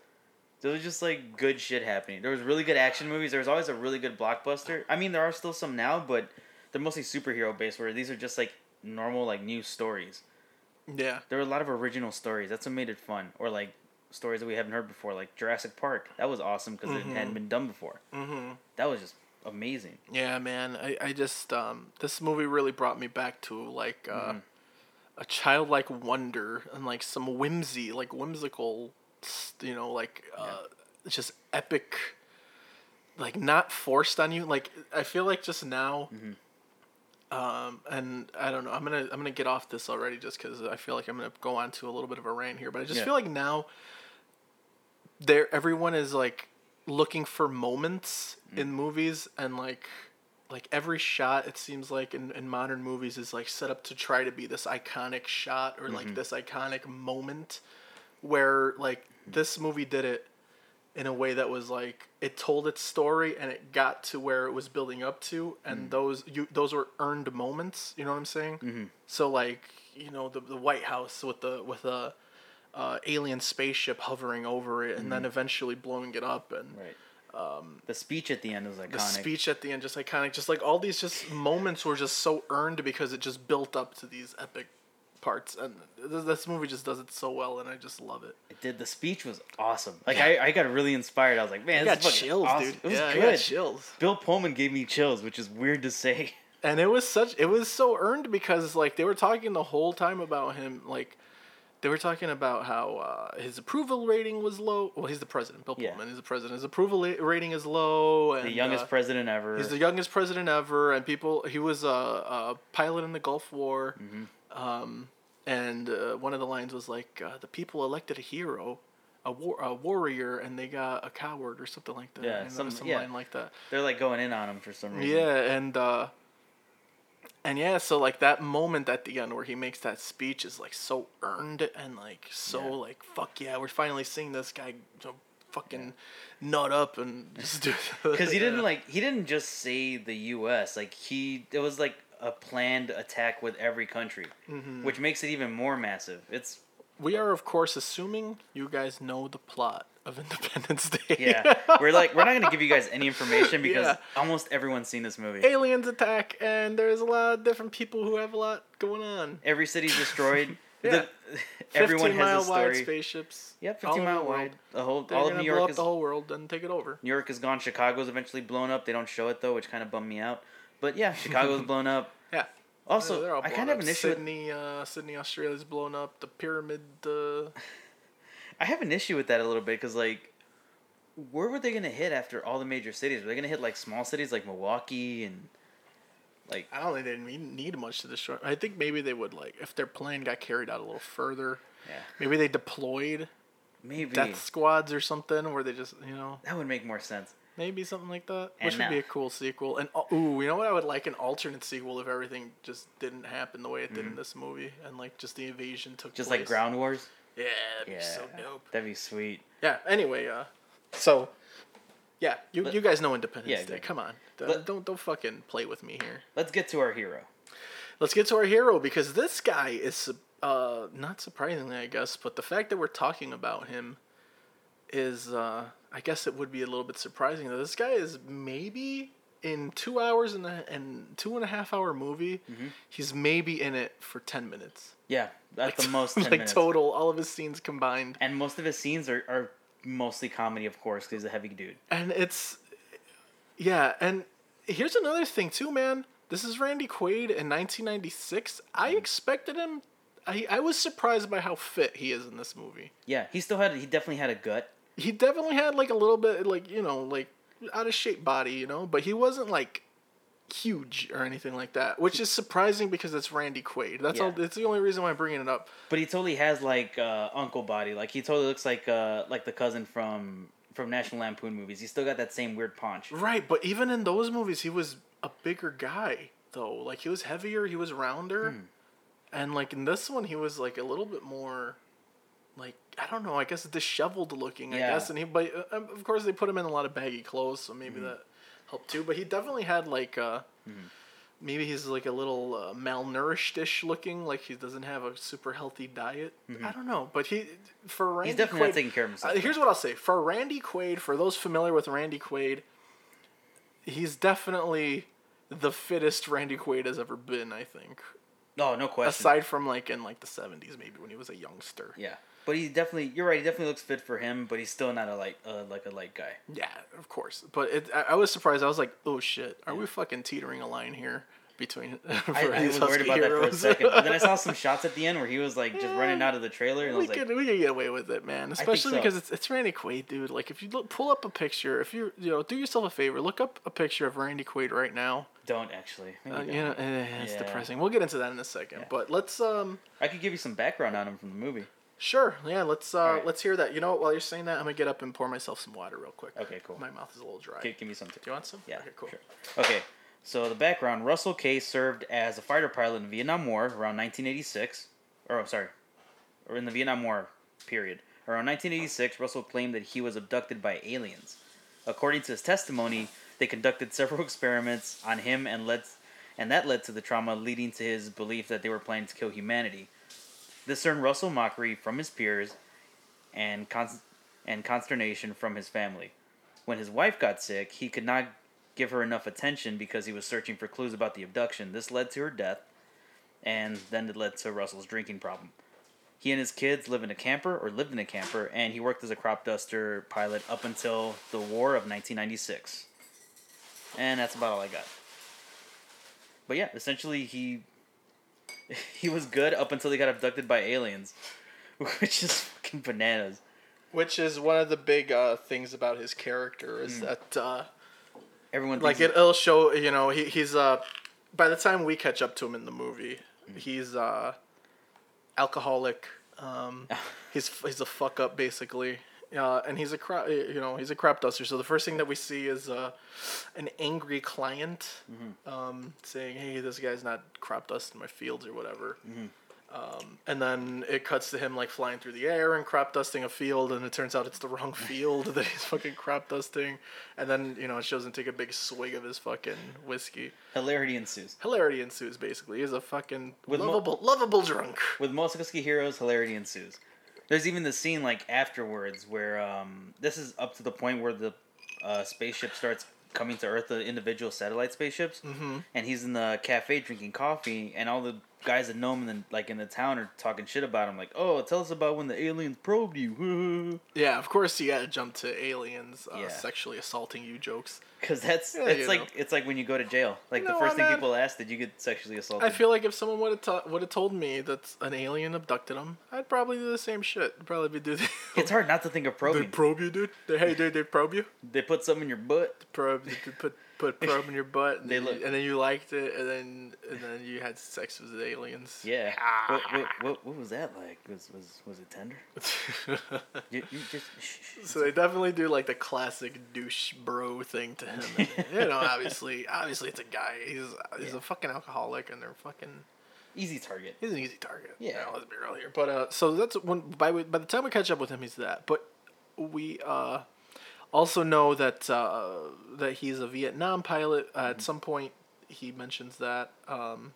[SPEAKER 2] There was just like good shit happening. There was really good action movies. There was always a really good blockbuster. I mean, there are still some now, but they're mostly superhero based. Where these are just like normal like new stories.
[SPEAKER 1] Yeah.
[SPEAKER 2] There were a lot of original stories. That's what made it fun. Or like stories that we haven't heard before, like Jurassic Park. That was awesome because it hadn't been done before. Mm-hmm. That was just amazing.
[SPEAKER 1] Yeah, man. I, I just um this movie really brought me back to like uh a childlike wonder and like some whimsy, like whimsical, s- you know, like uh just epic like not forced on you. Like I feel like just now um and I don't know. I'm going to I'm going to get off this already just cuz I feel like I'm going to go on to a little bit of a rant here, but I just
[SPEAKER 2] Yeah.
[SPEAKER 1] feel like now there everyone is like looking for moments in movies and like like every shot it seems like in, in modern movies is like set up to try to be this iconic shot or like this iconic moment where like this movie did it in a way that was like it told its story and it got to where it was building up to and those you those were earned moments you know what i'm saying mm-hmm. so like you know the, the white house with the with a uh, alien spaceship hovering over it and then eventually blowing it up and
[SPEAKER 2] Right. Um, the speech at the end was iconic.
[SPEAKER 1] the speech at the end just iconic just like all these just moments were just so earned because it just built up to these epic parts and th- this movie just does it so well and i just love it
[SPEAKER 2] It did the speech was awesome. Like I, I got really inspired. I was like, man,
[SPEAKER 1] I
[SPEAKER 2] this is fucking awesome. It was
[SPEAKER 1] yeah I
[SPEAKER 2] good.
[SPEAKER 1] got chills
[SPEAKER 2] Bill Pullman gave me chills, which is weird to say.
[SPEAKER 1] and it was such it was so earned because like they were talking the whole time about him like they were talking about how uh, his approval rating was low well he's the president bill
[SPEAKER 2] Yeah.
[SPEAKER 1] pullman is the president his approval la- rating is low and
[SPEAKER 2] The youngest
[SPEAKER 1] uh,
[SPEAKER 2] president ever.
[SPEAKER 1] He's the youngest president ever, and people. He was a, a pilot in the Gulf War,
[SPEAKER 2] Mm-hmm.
[SPEAKER 1] um, and uh, one of the lines was like, uh, "The people elected a hero, a war, a warrior, and they got a coward or something like that."
[SPEAKER 2] Yeah,
[SPEAKER 1] and there
[SPEAKER 2] some-
[SPEAKER 1] was some
[SPEAKER 2] yeah.
[SPEAKER 1] line like that.
[SPEAKER 2] They're like going in on him for some reason.
[SPEAKER 1] Yeah, and uh, and yeah, so like that moment at the end where he makes that speech is like so earned and like so
[SPEAKER 2] Yeah.
[SPEAKER 1] like fuck yeah, we're finally seeing this guy you know, fucking nut up and just do
[SPEAKER 2] because he didn't
[SPEAKER 1] Yeah.
[SPEAKER 2] like he didn't just say the U.S. Like he it was like a planned attack with every country,
[SPEAKER 1] Mm-hmm.
[SPEAKER 2] which makes it even more massive. It's
[SPEAKER 1] We are, of course, assuming you guys know the plot of Independence Day.
[SPEAKER 2] yeah, we're like we're not gonna give you guys any information because
[SPEAKER 1] Yeah.
[SPEAKER 2] almost everyone's seen this movie.
[SPEAKER 1] Aliens attack, and there's a lot of different people who have a lot going on.
[SPEAKER 2] Every city's destroyed.
[SPEAKER 1] Yeah.
[SPEAKER 2] The, everyone
[SPEAKER 1] 15 mile
[SPEAKER 2] has a
[SPEAKER 1] wide
[SPEAKER 2] story.
[SPEAKER 1] spaceships.
[SPEAKER 2] Yeah,
[SPEAKER 1] all over
[SPEAKER 2] fifteen mile
[SPEAKER 1] the world.
[SPEAKER 2] wide. The whole
[SPEAKER 1] They're
[SPEAKER 2] all of
[SPEAKER 1] gonna
[SPEAKER 2] New
[SPEAKER 1] blow
[SPEAKER 2] York
[SPEAKER 1] up
[SPEAKER 2] is
[SPEAKER 1] the whole world and take it over.
[SPEAKER 2] New York is gone. Chicago's eventually blown up. They don't show it though, which kind of bummed me out. But yeah, Chicago's blown up.
[SPEAKER 1] Yeah.
[SPEAKER 2] Also,
[SPEAKER 1] they're all
[SPEAKER 2] I
[SPEAKER 1] blown
[SPEAKER 2] kind of
[SPEAKER 1] up.
[SPEAKER 2] have an issue. With,
[SPEAKER 1] Sydney, uh, Sydney, Australia's blown up. The pyramid. Uh,
[SPEAKER 2] I have an issue with that a little bit because like, where were they gonna hit after all the major cities? Were they gonna hit like small cities like Milwaukee and like?
[SPEAKER 1] I don't think they need, need much to destroy. I think maybe they would like if their plan got carried out a little further.
[SPEAKER 2] Yeah,
[SPEAKER 1] Maybe they deployed
[SPEAKER 2] maybe
[SPEAKER 1] death squads or something, where they just you know.
[SPEAKER 2] that would make more sense.
[SPEAKER 1] Maybe something like that,
[SPEAKER 2] And
[SPEAKER 1] which would be
[SPEAKER 2] now-
[SPEAKER 1] a cool sequel. And uh, ooh, you know what? I would like an alternate sequel if everything just didn't happen the way it did in this movie, and like just the invasion took
[SPEAKER 2] Mm-hmm. Just
[SPEAKER 1] place.
[SPEAKER 2] like Ground Wars.
[SPEAKER 1] Yeah, that'd
[SPEAKER 2] Yeah,
[SPEAKER 1] be so dope.
[SPEAKER 2] that'd be sweet.
[SPEAKER 1] Yeah. Anyway, uh, so yeah, you
[SPEAKER 2] But-
[SPEAKER 1] you guys know Independence
[SPEAKER 2] Yeah,
[SPEAKER 1] Day.
[SPEAKER 2] exactly.
[SPEAKER 1] Come on, D-
[SPEAKER 2] But-
[SPEAKER 1] don't don't fucking play with me here.
[SPEAKER 2] Let's get to our hero.
[SPEAKER 1] Let's get to our hero because this guy is su- uh not surprisingly, I guess, but the fact that we're talking about him is uh I guess it would be a little bit surprising that this guy is maybe in two hours and a, and two and a half hour movie,
[SPEAKER 2] Mm-hmm.
[SPEAKER 1] he's maybe in it for ten minutes.
[SPEAKER 2] Yeah, at the most ten
[SPEAKER 1] like
[SPEAKER 2] minutes.
[SPEAKER 1] total, all of his scenes combined,
[SPEAKER 2] And most of his scenes are, are mostly comedy, of course, because he's a heavy dude.
[SPEAKER 1] and it's yeah. And here's another thing too, man. This is Randy Quaid in 1996. I expected him. I, I was surprised by how fit he is in this movie.
[SPEAKER 2] Yeah, he still had he definitely had a gut.
[SPEAKER 1] he definitely had like a little bit like you know like out of shape body you know but he wasn't like huge or anything like that which is surprising because it's randy quaid that's all
[SPEAKER 2] Yeah.
[SPEAKER 1] that's the only reason why i'm bringing it up
[SPEAKER 2] But he totally has like uh, uncle body. Like he totally looks like uh, like the cousin from from National Lampoon movies. He's still got that same weird paunch.
[SPEAKER 1] right but even in those movies he was a bigger guy though like he was heavier he was rounder
[SPEAKER 2] Hmm.
[SPEAKER 1] and like in this one he was like a little bit more like i don't know i guess disheveled looking i
[SPEAKER 2] Yeah.
[SPEAKER 1] guess and he but uh, um, of course they put him in a lot of baggy clothes so maybe
[SPEAKER 2] Hmm.
[SPEAKER 1] that helped too but he definitely had like uh maybe he's like a little uh, malnourished-ish looking like he doesn't have a super healthy diet i don't know but he for randy
[SPEAKER 2] Hmm. He's definitely
[SPEAKER 1] Quaid-
[SPEAKER 2] not taking care of
[SPEAKER 1] uh,
[SPEAKER 2] himself.
[SPEAKER 1] here's what I'll say for Randy Quaid. For those familiar with Randy Quaid, he's definitely the fittest Randy Quaid has ever been. I think,
[SPEAKER 2] Oh, no, no question.
[SPEAKER 1] aside from like in like the '70s, maybe when he was a youngster.
[SPEAKER 2] Yeah, but he definitely you're right. He definitely looks fit for him, but he's still not a light uh, like a light guy.
[SPEAKER 1] Yeah, of course. But it, I, I was surprised. I was like, "Oh shit, are we fucking teetering a line here between?" for
[SPEAKER 2] I, I
[SPEAKER 1] these
[SPEAKER 2] was worried
[SPEAKER 1] Husky
[SPEAKER 2] about that for a
[SPEAKER 1] heroes?
[SPEAKER 2] second, but then I saw some shots at the end where he was like just
[SPEAKER 1] Yeah.
[SPEAKER 2] running out of the trailer, and I
[SPEAKER 1] we
[SPEAKER 2] was like,
[SPEAKER 1] could we could get away with it, man. Especially
[SPEAKER 2] so.
[SPEAKER 1] because it's it's Randy Quaid, dude. Like if you look, pull up a picture, if you you know do yourself a favor, look up a picture of Randy Quaid right now.
[SPEAKER 2] "Don't actually." Maybe
[SPEAKER 1] Uh,
[SPEAKER 2] don't.
[SPEAKER 1] you know, eh, it's
[SPEAKER 2] Yeah.
[SPEAKER 1] depressing. We'll get into that in a second,
[SPEAKER 2] Yeah.
[SPEAKER 1] but let's um
[SPEAKER 2] I could give you some background on him from the movie.
[SPEAKER 1] Sure. Yeah. Let's uh,
[SPEAKER 2] Alright.
[SPEAKER 1] let's hear that. You know what? While you're saying that, I'm gonna get up and pour myself some water real quick.
[SPEAKER 2] Okay, cool.
[SPEAKER 1] My mouth is a little dry.
[SPEAKER 2] Give, give me something.
[SPEAKER 1] Do you want some?
[SPEAKER 2] Yeah.
[SPEAKER 1] Okay, cool.
[SPEAKER 2] sure. Okay. So the background: Russell K served as a fighter pilot in the Vietnam War around 1986, or I'm sorry, or in the Vietnam War period. Around 1986, Russell claimed that he was abducted by aliens. According to his testimony, they conducted several experiments on him and led, and that led to the trauma, leading to his belief that they were planning to kill humanity. This earned Russell mockery from his peers, and const- and consternation from his family. When his wife got sick, he could not give her enough attention because he was searching for clues about the abduction. This led to her death, and then it led to Russell's drinking problem. He and his kids live in a camper, or lived in a camper, and he worked as a crop duster pilot up until the war of 1996. And that's about all I got. But yeah, essentially he he was good up until he got abducted by aliens, which is fucking bananas.
[SPEAKER 1] Which is one of the big uh, things about his character is
[SPEAKER 2] Hmm.
[SPEAKER 1] that uh,
[SPEAKER 2] Everyone
[SPEAKER 1] like
[SPEAKER 2] thinks
[SPEAKER 1] it, it'll show. You know, he, he's uh, by the time we catch up to him in the movie, he's uh, alcoholic. Um, he's he's a fuck up basically. Uh, and he's a crap, you know, he's a crap duster. So the first thing that we see is uh, an angry client um, saying, "Hey, this guy's not crop dusting my fields or whatever." Um, and then it cuts to him like flying through the air and crop dusting a field, and it turns out it's the wrong field that he's fucking crop dusting. And then you know it shows him take a big swig of his fucking whiskey.
[SPEAKER 2] hilarity ensues.
[SPEAKER 1] Hilarity ensues. Basically, he's a fucking
[SPEAKER 2] With mo-
[SPEAKER 1] lovable, lovable drunk.
[SPEAKER 2] with most Husky heroes, hilarity ensues. There's even the scene like afterwards where um, this is up to the point where the uh, spaceship starts coming to Earth, the individual satellite spaceships, mm-hmm. and he's in the cafe drinking coffee, and all the guys that know him in the, like in the town are talking shit about him, like, "Oh, tell us about when the aliens probed you,"
[SPEAKER 1] Yeah, of course you gotta jump to aliens uh,
[SPEAKER 2] Yeah.
[SPEAKER 1] sexually assaulting you jokes.
[SPEAKER 2] because that's
[SPEAKER 1] Yeah,
[SPEAKER 2] it's
[SPEAKER 1] you
[SPEAKER 2] like
[SPEAKER 1] know.
[SPEAKER 2] it's like when you go to jail, like the
[SPEAKER 1] No,
[SPEAKER 2] first
[SPEAKER 1] I'm
[SPEAKER 2] thing
[SPEAKER 1] not-
[SPEAKER 2] people ask, did you get sexually assaulted?
[SPEAKER 1] I feel like if someone would have ta- would have told me that an alien abducted him, I'd probably do the same shit. I'd probably do the.
[SPEAKER 2] it's hard not to think of
[SPEAKER 1] they
[SPEAKER 2] probing.
[SPEAKER 1] probe you, dude. They, hey, dude, they probe you.
[SPEAKER 2] they put something in your butt.
[SPEAKER 1] probe you could put put probe in your butt and,
[SPEAKER 2] They
[SPEAKER 1] then you-
[SPEAKER 2] look-
[SPEAKER 1] and then you liked it and then and then you had sex with the aliens
[SPEAKER 2] Yeah.
[SPEAKER 1] Ah.
[SPEAKER 2] what, what, what, what was that like? Was was was it tender? You, you just
[SPEAKER 1] so they definitely do like the classic douche bro thing to him And, you know obviously obviously it's a guy he's he's
[SPEAKER 2] Yeah.
[SPEAKER 1] a fucking alcoholic and they're fucking
[SPEAKER 2] easy target.
[SPEAKER 1] he's an easy target you
[SPEAKER 2] Yeah.
[SPEAKER 1] know, let's be real here but uh so that's when by by the time we catch up with him he's that but we uh also know that uh, that he's a Vietnam pilot. Uh,
[SPEAKER 2] Mm-hmm.
[SPEAKER 1] At some point, he mentions that. Um,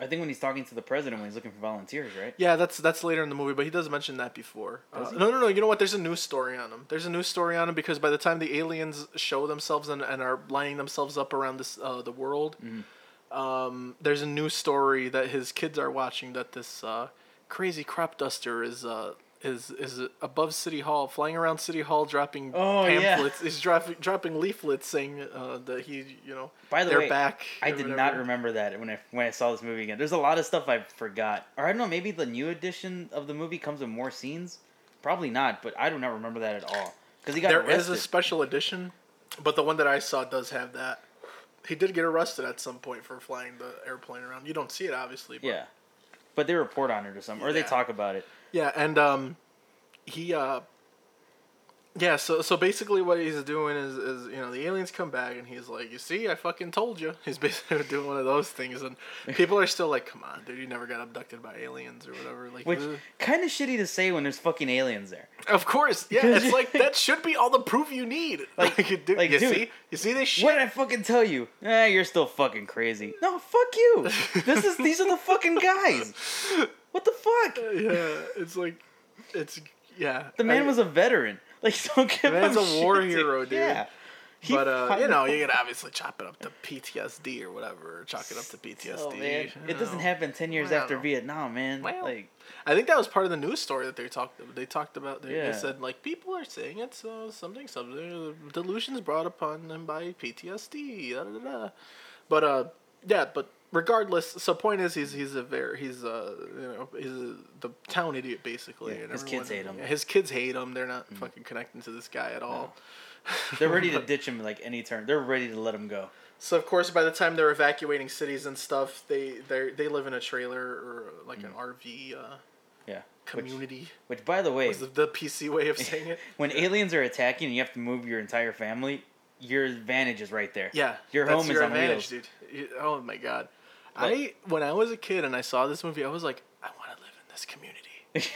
[SPEAKER 2] I think when he's talking to the president when he's looking for volunteers, right?
[SPEAKER 1] Yeah, that's that's later in the movie, but he does mention that before. Uh,
[SPEAKER 2] Does he?
[SPEAKER 1] no, no, no. You know what? There's a news story on him. There's a news story on him because by the time the aliens show themselves and, and are lining themselves up around this uh, the world,
[SPEAKER 2] Mm-hmm.
[SPEAKER 1] um, there's a news story that his kids are watching that this uh, crazy crop duster is. Uh, is is above City Hall, flying around City Hall, dropping
[SPEAKER 2] Oh, yeah.
[SPEAKER 1] pamphlets. He's dropping dropping leaflets saying uh, that he, you know,
[SPEAKER 2] By the
[SPEAKER 1] they're
[SPEAKER 2] way,
[SPEAKER 1] back.
[SPEAKER 2] I
[SPEAKER 1] or
[SPEAKER 2] did not
[SPEAKER 1] whatever.
[SPEAKER 2] remember that when I when I saw this movie again. There's a lot of stuff I forgot, or I don't know. Maybe the new edition of the movie comes with more scenes. Probably not, but I do not remember that at all because he got
[SPEAKER 1] There is
[SPEAKER 2] arrested.
[SPEAKER 1] a special edition, but the one that I saw does have that. He did get arrested at some point for flying the airplane around. You don't see it obviously. But
[SPEAKER 2] yeah, but they report on it or something, or they
[SPEAKER 1] Yeah.
[SPEAKER 2] talk about it.
[SPEAKER 1] Yeah, and um, he uh, yeah. So so basically, what he's doing is is you know the aliens come back and he's like, you see, I fucking told you. He's basically doing one of those things, and people are still like, come on, dude, you never got abducted by aliens or whatever. Like,
[SPEAKER 2] Which
[SPEAKER 1] ugh.
[SPEAKER 2] kind of shitty to say when there's fucking aliens there.
[SPEAKER 1] of course, yeah. It's like that should be all the proof you need.
[SPEAKER 2] Like-
[SPEAKER 1] Like, dude,
[SPEAKER 2] like,
[SPEAKER 1] you
[SPEAKER 2] dude,
[SPEAKER 1] see, you see this shit.
[SPEAKER 2] What did I fucking tell you? Eh, you're still fucking crazy. No, fuck you. This is these are the fucking guys. What the fuck?
[SPEAKER 1] yeah, it's like, it's yeah.
[SPEAKER 2] The man
[SPEAKER 1] I-
[SPEAKER 2] was a veteran. Like don't give
[SPEAKER 1] man's
[SPEAKER 2] him
[SPEAKER 1] a war
[SPEAKER 2] shit,
[SPEAKER 1] hero, dude.
[SPEAKER 2] Yeah. He
[SPEAKER 1] but uh,
[SPEAKER 2] fucking-
[SPEAKER 1] you know, you could obviously chop it up to PTSD or whatever, or chalk it up to PTSD.
[SPEAKER 2] Oh, man.
[SPEAKER 1] you
[SPEAKER 2] It doesn't
[SPEAKER 1] know.
[SPEAKER 2] happen ten years
[SPEAKER 1] I don't
[SPEAKER 2] after
[SPEAKER 1] know.
[SPEAKER 2] Vietnam, man.
[SPEAKER 1] Well,
[SPEAKER 2] like
[SPEAKER 1] I think that was part of the news story that they talked. They talked about. They,
[SPEAKER 2] Yeah.
[SPEAKER 1] they said like people are saying it's uh, something, something uh, delusions brought upon them by PTSD. Da, da, da, da. But uh, yeah. But regardless, so point is, he's he's a very he's uh you know he's a, the town idiot basically.
[SPEAKER 2] Yeah,
[SPEAKER 1] and
[SPEAKER 2] his kids
[SPEAKER 1] everyone-
[SPEAKER 2] hate him. Mm.
[SPEAKER 1] His kids hate him. They're not fucking connecting to this guy at all.
[SPEAKER 2] they're ready to ditch him like any turn. They're ready to let him go.
[SPEAKER 1] So of course, by the time they're
[SPEAKER 2] Mm.
[SPEAKER 1] evacuating cities and stuff, they they they live in a trailer or like an RV uh,
[SPEAKER 2] Yeah. Which,
[SPEAKER 1] Community
[SPEAKER 2] which, by the way,
[SPEAKER 1] was the, the PC way of saying it.
[SPEAKER 2] when aliens are attacking and you have to move your entire family, your advantage is right there.
[SPEAKER 1] Yeah,
[SPEAKER 2] Your
[SPEAKER 1] that's
[SPEAKER 2] home is
[SPEAKER 1] your
[SPEAKER 2] on
[SPEAKER 1] advantage,
[SPEAKER 2] wheels.
[SPEAKER 1] dude. You- Oh my god, I
[SPEAKER 2] Like-
[SPEAKER 1] when I was a kid and I saw this movie, I was like, I want to live in this community.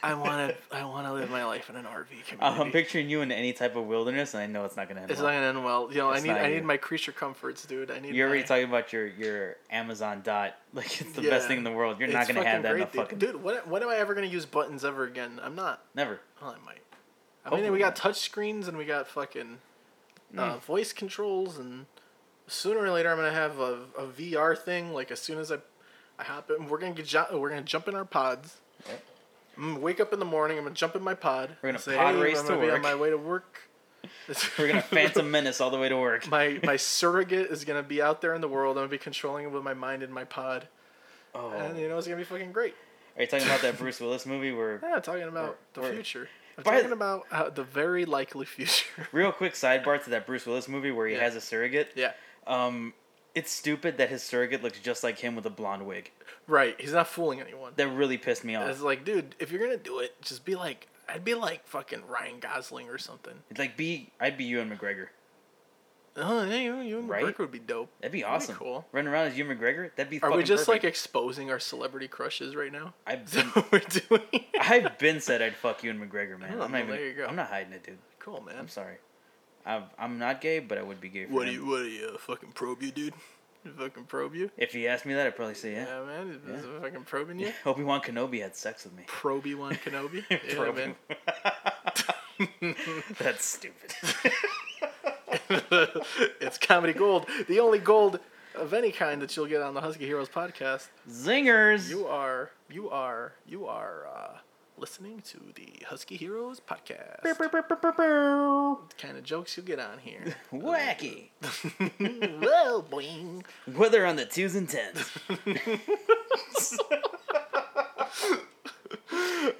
[SPEAKER 1] I want to. I want to live my life in an RV community.
[SPEAKER 2] I'm picturing you in any type of wilderness, and I know it's not gonna end.
[SPEAKER 1] it's
[SPEAKER 2] well.
[SPEAKER 1] not gonna end well. You know, I
[SPEAKER 2] It's
[SPEAKER 1] need.
[SPEAKER 2] not
[SPEAKER 1] I
[SPEAKER 2] you.
[SPEAKER 1] need my creature comforts, dude. I need.
[SPEAKER 2] You're already
[SPEAKER 1] my-
[SPEAKER 2] talking about your your Amazon Dot. Like it's the
[SPEAKER 1] Yeah.
[SPEAKER 2] best thing in the world. You're not
[SPEAKER 1] It's
[SPEAKER 2] gonna
[SPEAKER 1] fucking
[SPEAKER 2] have that in a
[SPEAKER 1] great, dude.
[SPEAKER 2] fucking
[SPEAKER 1] Dude, when, when am I ever gonna use buttons ever again? I'm not.
[SPEAKER 2] never.
[SPEAKER 1] Well, I might. I
[SPEAKER 2] Hopefully
[SPEAKER 1] mean, we got
[SPEAKER 2] not. Mm.
[SPEAKER 1] touch screens and we got fucking uh, voice controls, and sooner or later I'm gonna have a, a VR thing. Like as soon as I, I hop in, we're gonna get jo- we're gonna jump in our pods.
[SPEAKER 2] Yep.
[SPEAKER 1] I'm gonna wake up in the morning. I'm gonna jump in my pod.
[SPEAKER 2] We're gonna
[SPEAKER 1] and say,
[SPEAKER 2] pod
[SPEAKER 1] "Hey,
[SPEAKER 2] race
[SPEAKER 1] I'm
[SPEAKER 2] to
[SPEAKER 1] gonna be on
[SPEAKER 2] work."
[SPEAKER 1] my way to work.
[SPEAKER 2] We're gonna Phantom Menace all the way to work.
[SPEAKER 1] my my surrogate is gonna be out there in the world. I'm gonna be controlling it with my mind in my pod,
[SPEAKER 2] Oh,
[SPEAKER 1] and you know it's gonna be fucking great.
[SPEAKER 2] are you talking about that Bruce Willis movie where?
[SPEAKER 1] Yeah, talking about the
[SPEAKER 2] Or-
[SPEAKER 1] future. I'm
[SPEAKER 2] By-
[SPEAKER 1] talking about uh, the very likely future.
[SPEAKER 2] Real quick sidebar to that Bruce Willis movie where he
[SPEAKER 1] Yeah.
[SPEAKER 2] has a surrogate.
[SPEAKER 1] yeah.
[SPEAKER 2] Um, it's stupid that his surrogate looks just like him with a blonde wig.
[SPEAKER 1] Right. He's not fooling anyone.
[SPEAKER 2] That really pissed me off.
[SPEAKER 1] It's like, dude, if you're gonna do it, just be like, I'd be like fucking Ryan Gosling or something.
[SPEAKER 2] It's like be I'd be Ewan McGregor.
[SPEAKER 1] Oh, yeah, you, you and
[SPEAKER 2] Right?
[SPEAKER 1] Burke would be dope.
[SPEAKER 2] That'd be
[SPEAKER 1] That'd be
[SPEAKER 2] awesome.
[SPEAKER 1] cool.
[SPEAKER 2] Running around as Ewan McGregor. That'd be.
[SPEAKER 1] Are
[SPEAKER 2] fucking
[SPEAKER 1] we just
[SPEAKER 2] perfect.
[SPEAKER 1] like exposing our celebrity crushes right now?
[SPEAKER 2] I've
[SPEAKER 1] Is that
[SPEAKER 2] been,
[SPEAKER 1] what we're doing?
[SPEAKER 2] I've been said I'd fuck Ewan McGregor, man.
[SPEAKER 1] Oh,
[SPEAKER 2] I'm
[SPEAKER 1] well,
[SPEAKER 2] not even.
[SPEAKER 1] there you go.
[SPEAKER 2] I'm not hiding it, dude.
[SPEAKER 1] cool, man.
[SPEAKER 2] I'm sorry. I'm I'm not gay, but I would be gay for
[SPEAKER 1] What do
[SPEAKER 2] him.
[SPEAKER 1] you? What do you? Uh, fucking probe you, dude? Fucking probe you?
[SPEAKER 2] If he asked me that, I'd probably say yeah.
[SPEAKER 1] Yeah, man. Is
[SPEAKER 2] Yeah.
[SPEAKER 1] it fucking probing you?
[SPEAKER 2] Obi Wan Kenobi had sex with me.
[SPEAKER 1] Probe you on Kenobi? yeah,
[SPEAKER 2] Probe
[SPEAKER 1] man.
[SPEAKER 2] him. That's stupid.
[SPEAKER 1] it's comedy gold. The only gold of any kind that you'll get on the Husky Heroes podcast.
[SPEAKER 2] Zingers.
[SPEAKER 1] You are, you are, you are uh, listening to the Husky Heroes podcast. kind of jokes you get on here.
[SPEAKER 2] Wacky.
[SPEAKER 1] Whoa, boing.
[SPEAKER 2] Weather on the twos and tens.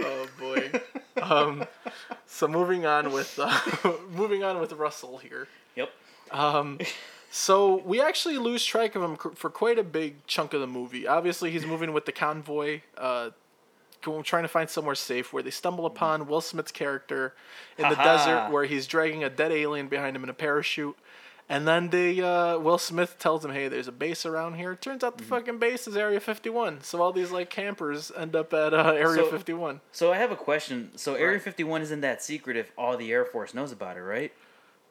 [SPEAKER 1] Oh boy. Um, so moving on with uh, moving on with Russell here.
[SPEAKER 2] Yep.
[SPEAKER 1] Um, so we actually lose track of him cr- for quite a big chunk of the movie. Obviously, he's moving with the convoy, uh, going, trying to find somewhere safe. Where they stumble upon Will Smith's character in the
[SPEAKER 2] Ha-ha.
[SPEAKER 1] desert, where he's dragging a dead alien behind him in a parachute. And then they, uh, Will Smith tells him, "Hey, there's a base around here." Turns out the fucking base is Area 51. So all these like campers end up at uh, Area
[SPEAKER 2] So-
[SPEAKER 1] 51.
[SPEAKER 2] So I have a question. So Area
[SPEAKER 1] Right.
[SPEAKER 2] 51 isn't that secret if all the Air Force knows about it, right?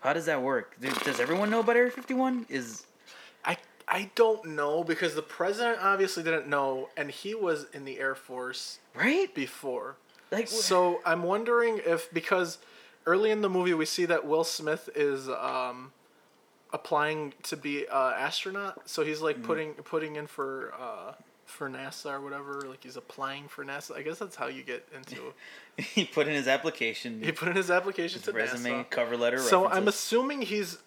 [SPEAKER 2] How does that work? Do- Does everyone know about Area 51? Is
[SPEAKER 1] I I don't know because the president obviously didn't know, and he was in the Air Force
[SPEAKER 2] right?
[SPEAKER 1] before.
[SPEAKER 2] Like
[SPEAKER 1] So I'm wondering if because early in the movie we see that Will Smith is um, applying to be an astronaut, so he's like
[SPEAKER 2] Mm-hmm.
[SPEAKER 1] putting putting in for uh, for NASA or whatever. Like he's applying for NASA. I guess that's how you get into.
[SPEAKER 2] he put in his application,
[SPEAKER 1] he put in his application
[SPEAKER 2] his
[SPEAKER 1] to
[SPEAKER 2] resume,
[SPEAKER 1] NASA.
[SPEAKER 2] cover letter.
[SPEAKER 1] So I'm
[SPEAKER 2] references.
[SPEAKER 1] assuming he's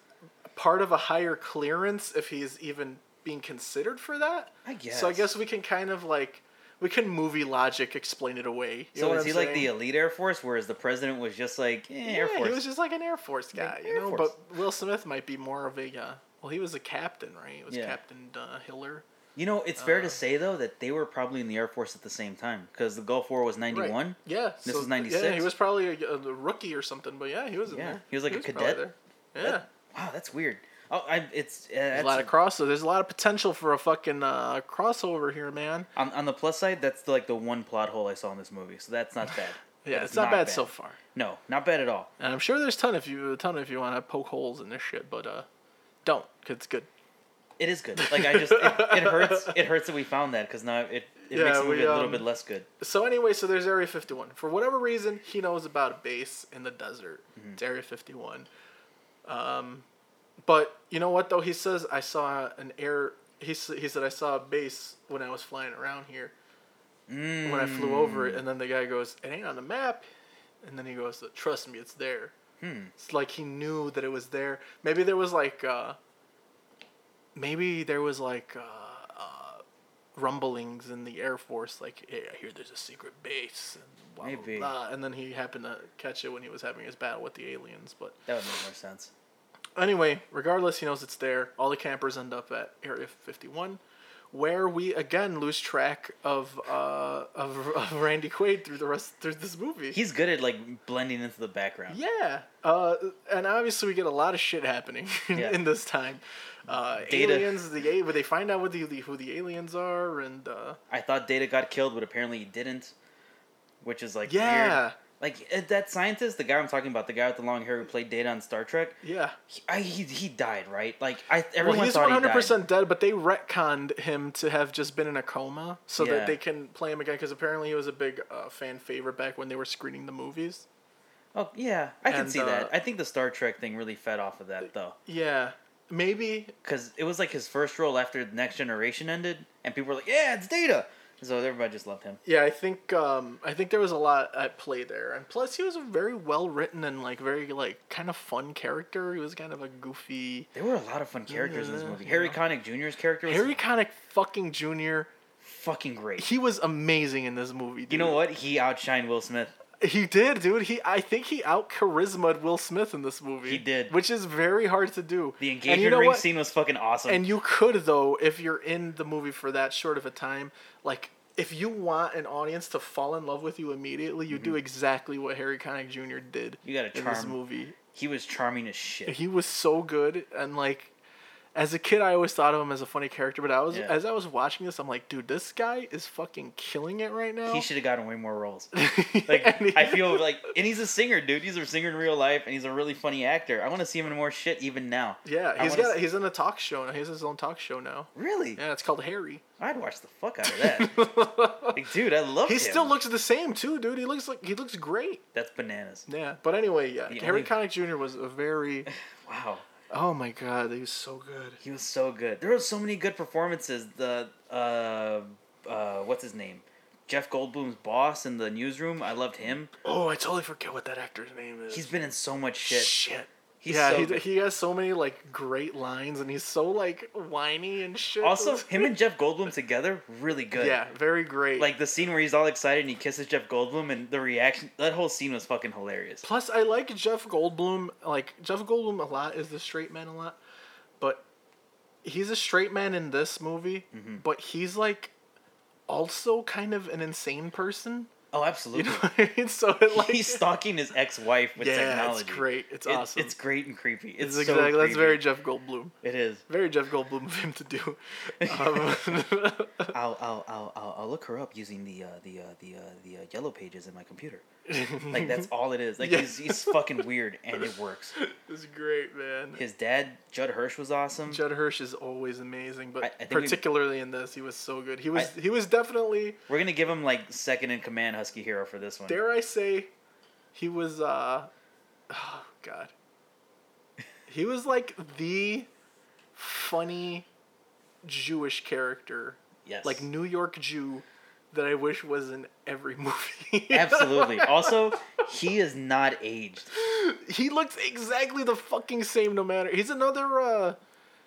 [SPEAKER 1] part of a higher clearance if he's even being considered for that.
[SPEAKER 2] I
[SPEAKER 1] So I
[SPEAKER 2] guess.
[SPEAKER 1] guess we can kind of like we can movie logic explain it away. You know
[SPEAKER 2] so
[SPEAKER 1] what
[SPEAKER 2] is
[SPEAKER 1] I'm
[SPEAKER 2] he like the
[SPEAKER 1] saying?
[SPEAKER 2] elite Air Force, whereas the president was just like eh, Air
[SPEAKER 1] yeah,
[SPEAKER 2] Force?
[SPEAKER 1] He was just like an Air Force guy, you
[SPEAKER 2] Air
[SPEAKER 1] know.
[SPEAKER 2] Force.
[SPEAKER 1] But Will Smith might be more of a uh, well, he was a captain, right? It was
[SPEAKER 2] Yeah.
[SPEAKER 1] Captain uh, Hiller.
[SPEAKER 2] you know, it's fair
[SPEAKER 1] Uh,
[SPEAKER 2] to say though that they were probably in the Air Force at the same time because the Gulf War was ninety one.
[SPEAKER 1] Right. Yeah.
[SPEAKER 2] This
[SPEAKER 1] so,
[SPEAKER 2] is 96.
[SPEAKER 1] Yeah, he was probably a, a rookie or something, but yeah, he was in
[SPEAKER 2] Yeah,
[SPEAKER 1] there.
[SPEAKER 2] he was like a
[SPEAKER 1] probably
[SPEAKER 2] cadet.
[SPEAKER 1] there. Yeah.
[SPEAKER 2] Wow, that's weird. Oh, I, it's uh,
[SPEAKER 1] There's
[SPEAKER 2] that's,
[SPEAKER 1] a lot of crossover. There's a lot of potential for a fucking uh, crossover here, man.
[SPEAKER 2] on, on the plus side. That's like the one plot hole I saw in this movie, so that's not bad.
[SPEAKER 1] Yeah,
[SPEAKER 2] That
[SPEAKER 1] it's,
[SPEAKER 2] is
[SPEAKER 1] not, bad, so far.
[SPEAKER 2] No, not bad at all.
[SPEAKER 1] And I'm sure there's ton if you a ton if you want to poke holes in this shit, but uh, don't 'cause it's good.
[SPEAKER 2] It is good. Like I just, it, it hurts. It hurts that we found that because now it, it
[SPEAKER 1] Yeah,
[SPEAKER 2] makes the
[SPEAKER 1] we,
[SPEAKER 2] movie a little
[SPEAKER 1] um,
[SPEAKER 2] bit less good.
[SPEAKER 1] So anyway, so there's Area 51. For whatever reason, he knows about a base in the desert. It's Area 51. Um, but you know what though? He says I saw an air. He s- he said I saw a base when I was flying around here. When I flew
[SPEAKER 2] Mm.
[SPEAKER 1] over it, and then the guy goes, "It ain't on the map." And then he goes, "Trust me, it's there." It's like he knew that it was there. Maybe there was like, uh, maybe there was like. Uh, rumblings in the Air Force, like hey, I hear there's a secret base, and blah,
[SPEAKER 2] Maybe.
[SPEAKER 1] blah blah. And then he happened to catch it when he was having his battle with the aliens. But
[SPEAKER 2] That would make more sense.
[SPEAKER 1] anyway, regardless, he knows it's there. All the campers end up at Area 51, where we again lose track of uh, of, of Randy Quaid through the rest through this movie.
[SPEAKER 2] He's good at like blending into the background.
[SPEAKER 1] yeah, uh, and obviously we get a lot of shit happening in,
[SPEAKER 2] Yeah.
[SPEAKER 1] in this time. Uh,
[SPEAKER 2] Data.
[SPEAKER 1] aliens, the a- where they find out what the, the who the aliens are, and uh,
[SPEAKER 2] I thought Data got killed, but apparently he didn't, which is like
[SPEAKER 1] yeah,
[SPEAKER 2] weird. Like uh, that scientist, the guy I'm talking about, the guy with the long hair who played Data on Star Trek,
[SPEAKER 1] yeah.
[SPEAKER 2] he, I, he, he died, right? Like I everyone
[SPEAKER 1] well, he's
[SPEAKER 2] thought
[SPEAKER 1] one
[SPEAKER 2] he died.
[SPEAKER 1] hundred percent dead, but they retconned him to have just been in a coma so
[SPEAKER 2] Yeah.
[SPEAKER 1] that they can play him again because apparently he was a big uh, fan favorite back when they were screening the movies.
[SPEAKER 2] Oh yeah, I can
[SPEAKER 1] And,
[SPEAKER 2] see
[SPEAKER 1] uh,
[SPEAKER 2] that. I think the Star Trek thing really fed off of that though,
[SPEAKER 1] Yeah, maybe
[SPEAKER 2] because it was like his first role after Next Generation ended, and people were like, "Yeah, it's Data," so everybody just loved him.
[SPEAKER 1] Yeah, I think um, I think there was a lot at play there, and plus he was a very well written and like very like kind of fun character. He was kind of a goofy
[SPEAKER 2] There were a lot of fun characters in this
[SPEAKER 1] Yeah,
[SPEAKER 2] movie.
[SPEAKER 1] yeah.
[SPEAKER 2] Harry Connick Jr.'s character was
[SPEAKER 1] Harry Connick fucking Jr.
[SPEAKER 2] fucking great.
[SPEAKER 1] He was amazing in this movie. Dude.
[SPEAKER 2] You know what? He outshined Will Smith.
[SPEAKER 1] He did, dude. He I think he out charismaed Will Smith in this movie.
[SPEAKER 2] He did.
[SPEAKER 1] which is very hard to do.
[SPEAKER 2] The
[SPEAKER 1] And
[SPEAKER 2] engagement
[SPEAKER 1] you know
[SPEAKER 2] ring
[SPEAKER 1] what?
[SPEAKER 2] scene was fucking awesome.
[SPEAKER 1] And you could though, if you're in the movie for that short of a time, like if you want an audience to fall in love with you immediately, you do exactly what Harry Connick Jr. did.
[SPEAKER 2] Mm-hmm. You gotta
[SPEAKER 1] in this
[SPEAKER 2] charm.
[SPEAKER 1] movie.
[SPEAKER 2] he was charming as shit.
[SPEAKER 1] He was so good, and like, as a kid, I always thought of him as a funny character. But I was
[SPEAKER 2] Yeah.
[SPEAKER 1] as I was watching this, I'm like, dude, this guy is fucking killing it right now.
[SPEAKER 2] He should have gotten way more roles. Like
[SPEAKER 1] And he-
[SPEAKER 2] I feel like, and he's a singer, dude. He's a singer in real life, and he's a really funny actor. I want to see him in more shit, even now.
[SPEAKER 1] Yeah,
[SPEAKER 2] I
[SPEAKER 1] he's
[SPEAKER 2] wanna
[SPEAKER 1] got
[SPEAKER 2] see-
[SPEAKER 1] he's in a talk show now. He has his own talk show now.
[SPEAKER 2] Really?
[SPEAKER 1] Yeah, it's called Harry.
[SPEAKER 2] I'd watch the fuck out of that. like, dude, I love
[SPEAKER 1] He
[SPEAKER 2] him.
[SPEAKER 1] still looks the same too, dude. He looks like he looks great.
[SPEAKER 2] That's bananas.
[SPEAKER 1] Yeah, but anyway, yeah,
[SPEAKER 2] The
[SPEAKER 1] Harry
[SPEAKER 2] only-
[SPEAKER 1] Connick Jr. was a very.
[SPEAKER 2] Wow,
[SPEAKER 1] Oh my god, he was so good.
[SPEAKER 2] he was so good. There were so many good performances. The uh, uh, what's his name? Jeff Goldblum's boss in the newsroom. I loved him.
[SPEAKER 1] Oh, I totally forget what that actor's name is.
[SPEAKER 2] He's been in so much shit. He's
[SPEAKER 1] yeah,
[SPEAKER 2] so
[SPEAKER 1] he,
[SPEAKER 2] good.
[SPEAKER 1] he has so many like great lines, and he's so like whiny and shit.
[SPEAKER 2] Also, him and Jeff Goldblum together, really good.
[SPEAKER 1] yeah, very great.
[SPEAKER 2] Like the scene where he's all excited and he kisses Jeff Goldblum and the reaction. That whole scene was fucking hilarious.
[SPEAKER 1] plus, I like Jeff Goldblum. Like Jeff Goldblum a lot is the straight man a lot, but he's a straight man in this movie.
[SPEAKER 2] Mm-hmm.
[SPEAKER 1] But he's like also kind of an insane person.
[SPEAKER 2] Oh,
[SPEAKER 1] You
[SPEAKER 2] absolutely.
[SPEAKER 1] know what I mean? So it like
[SPEAKER 2] he's stalking his ex-wife with
[SPEAKER 1] yeah,
[SPEAKER 2] technology.
[SPEAKER 1] it's great. It's
[SPEAKER 2] It-
[SPEAKER 1] awesome.
[SPEAKER 2] It's great and creepy. It's,
[SPEAKER 1] It's
[SPEAKER 2] so
[SPEAKER 1] exactly that's
[SPEAKER 2] creepy.
[SPEAKER 1] very Jeff Goldblum.
[SPEAKER 2] It is.
[SPEAKER 1] Very Jeff Goldblum of him to do. Um,
[SPEAKER 2] I'll, I'll, I'll, I'll, I'll look her up using the uh, the uh, the uh, the uh, yellow pages in my computer. Like that's all it is. Like
[SPEAKER 1] Yeah.
[SPEAKER 2] he's, he's fucking weird and it works.
[SPEAKER 1] it's great, man.
[SPEAKER 2] His dad, Judd Hirsch, was awesome.
[SPEAKER 1] Judd Hirsch is always amazing, but
[SPEAKER 2] I- I think we-
[SPEAKER 1] particularly in this, he was so good. He was he was definitely
[SPEAKER 2] We're gonna give him like second in command Husky Hero for this one.
[SPEAKER 1] dare I say, he was uh, oh god, he was like the funny Jewish character,
[SPEAKER 2] yes.
[SPEAKER 1] like New York Jew, that I wish was in every movie.
[SPEAKER 2] Absolutely. Also, he is not aged.
[SPEAKER 1] He looks exactly the fucking same no matter. He's another uh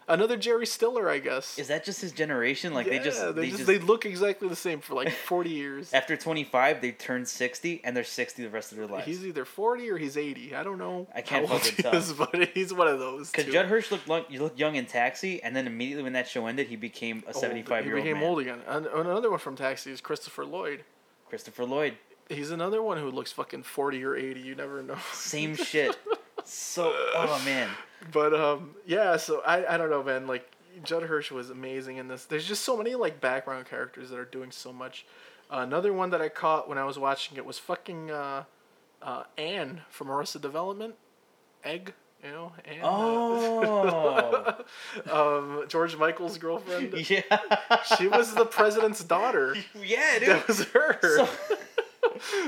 [SPEAKER 1] another Jerry Stiller, I guess.
[SPEAKER 2] Is that just his generation? Like they just
[SPEAKER 1] Yeah,
[SPEAKER 2] they, just,
[SPEAKER 1] they look exactly the same for like 40 years.
[SPEAKER 2] after twenty five they turn sixty and they're sixty the rest of their lives.
[SPEAKER 1] He's either 40 or he's 80. I don't know.
[SPEAKER 2] I can't
[SPEAKER 1] how old
[SPEAKER 2] fucking
[SPEAKER 1] he
[SPEAKER 2] tell.
[SPEAKER 1] is, but he's one of those.
[SPEAKER 2] Because
[SPEAKER 1] too.
[SPEAKER 2] Judd Hirsch looked long, you looked young in Taxi, and then immediately when that show ended, he became a
[SPEAKER 1] Old.
[SPEAKER 2] seventy five year
[SPEAKER 1] Oh, He
[SPEAKER 2] old
[SPEAKER 1] became
[SPEAKER 2] man.
[SPEAKER 1] old again. An- Another one from Taxi is Christopher Lloyd.
[SPEAKER 2] Christopher Lloyd,
[SPEAKER 1] He's another one who looks fucking 40 or 80. You never know.
[SPEAKER 2] same shit. So, oh man,
[SPEAKER 1] But um, yeah. So I I don't know, man. Like Judd Hirsch was amazing in this. There's just so many like background characters that are doing so much. Uh, another one that I caught when I was watching it was fucking uh, uh, Anne from Arrested Development, Egg. You know, Anne. uh,
[SPEAKER 2] oh
[SPEAKER 1] um, George Michael's girlfriend.
[SPEAKER 2] yeah,
[SPEAKER 1] She was the president's daughter.
[SPEAKER 2] yeah, dude.
[SPEAKER 1] That was her.
[SPEAKER 2] So-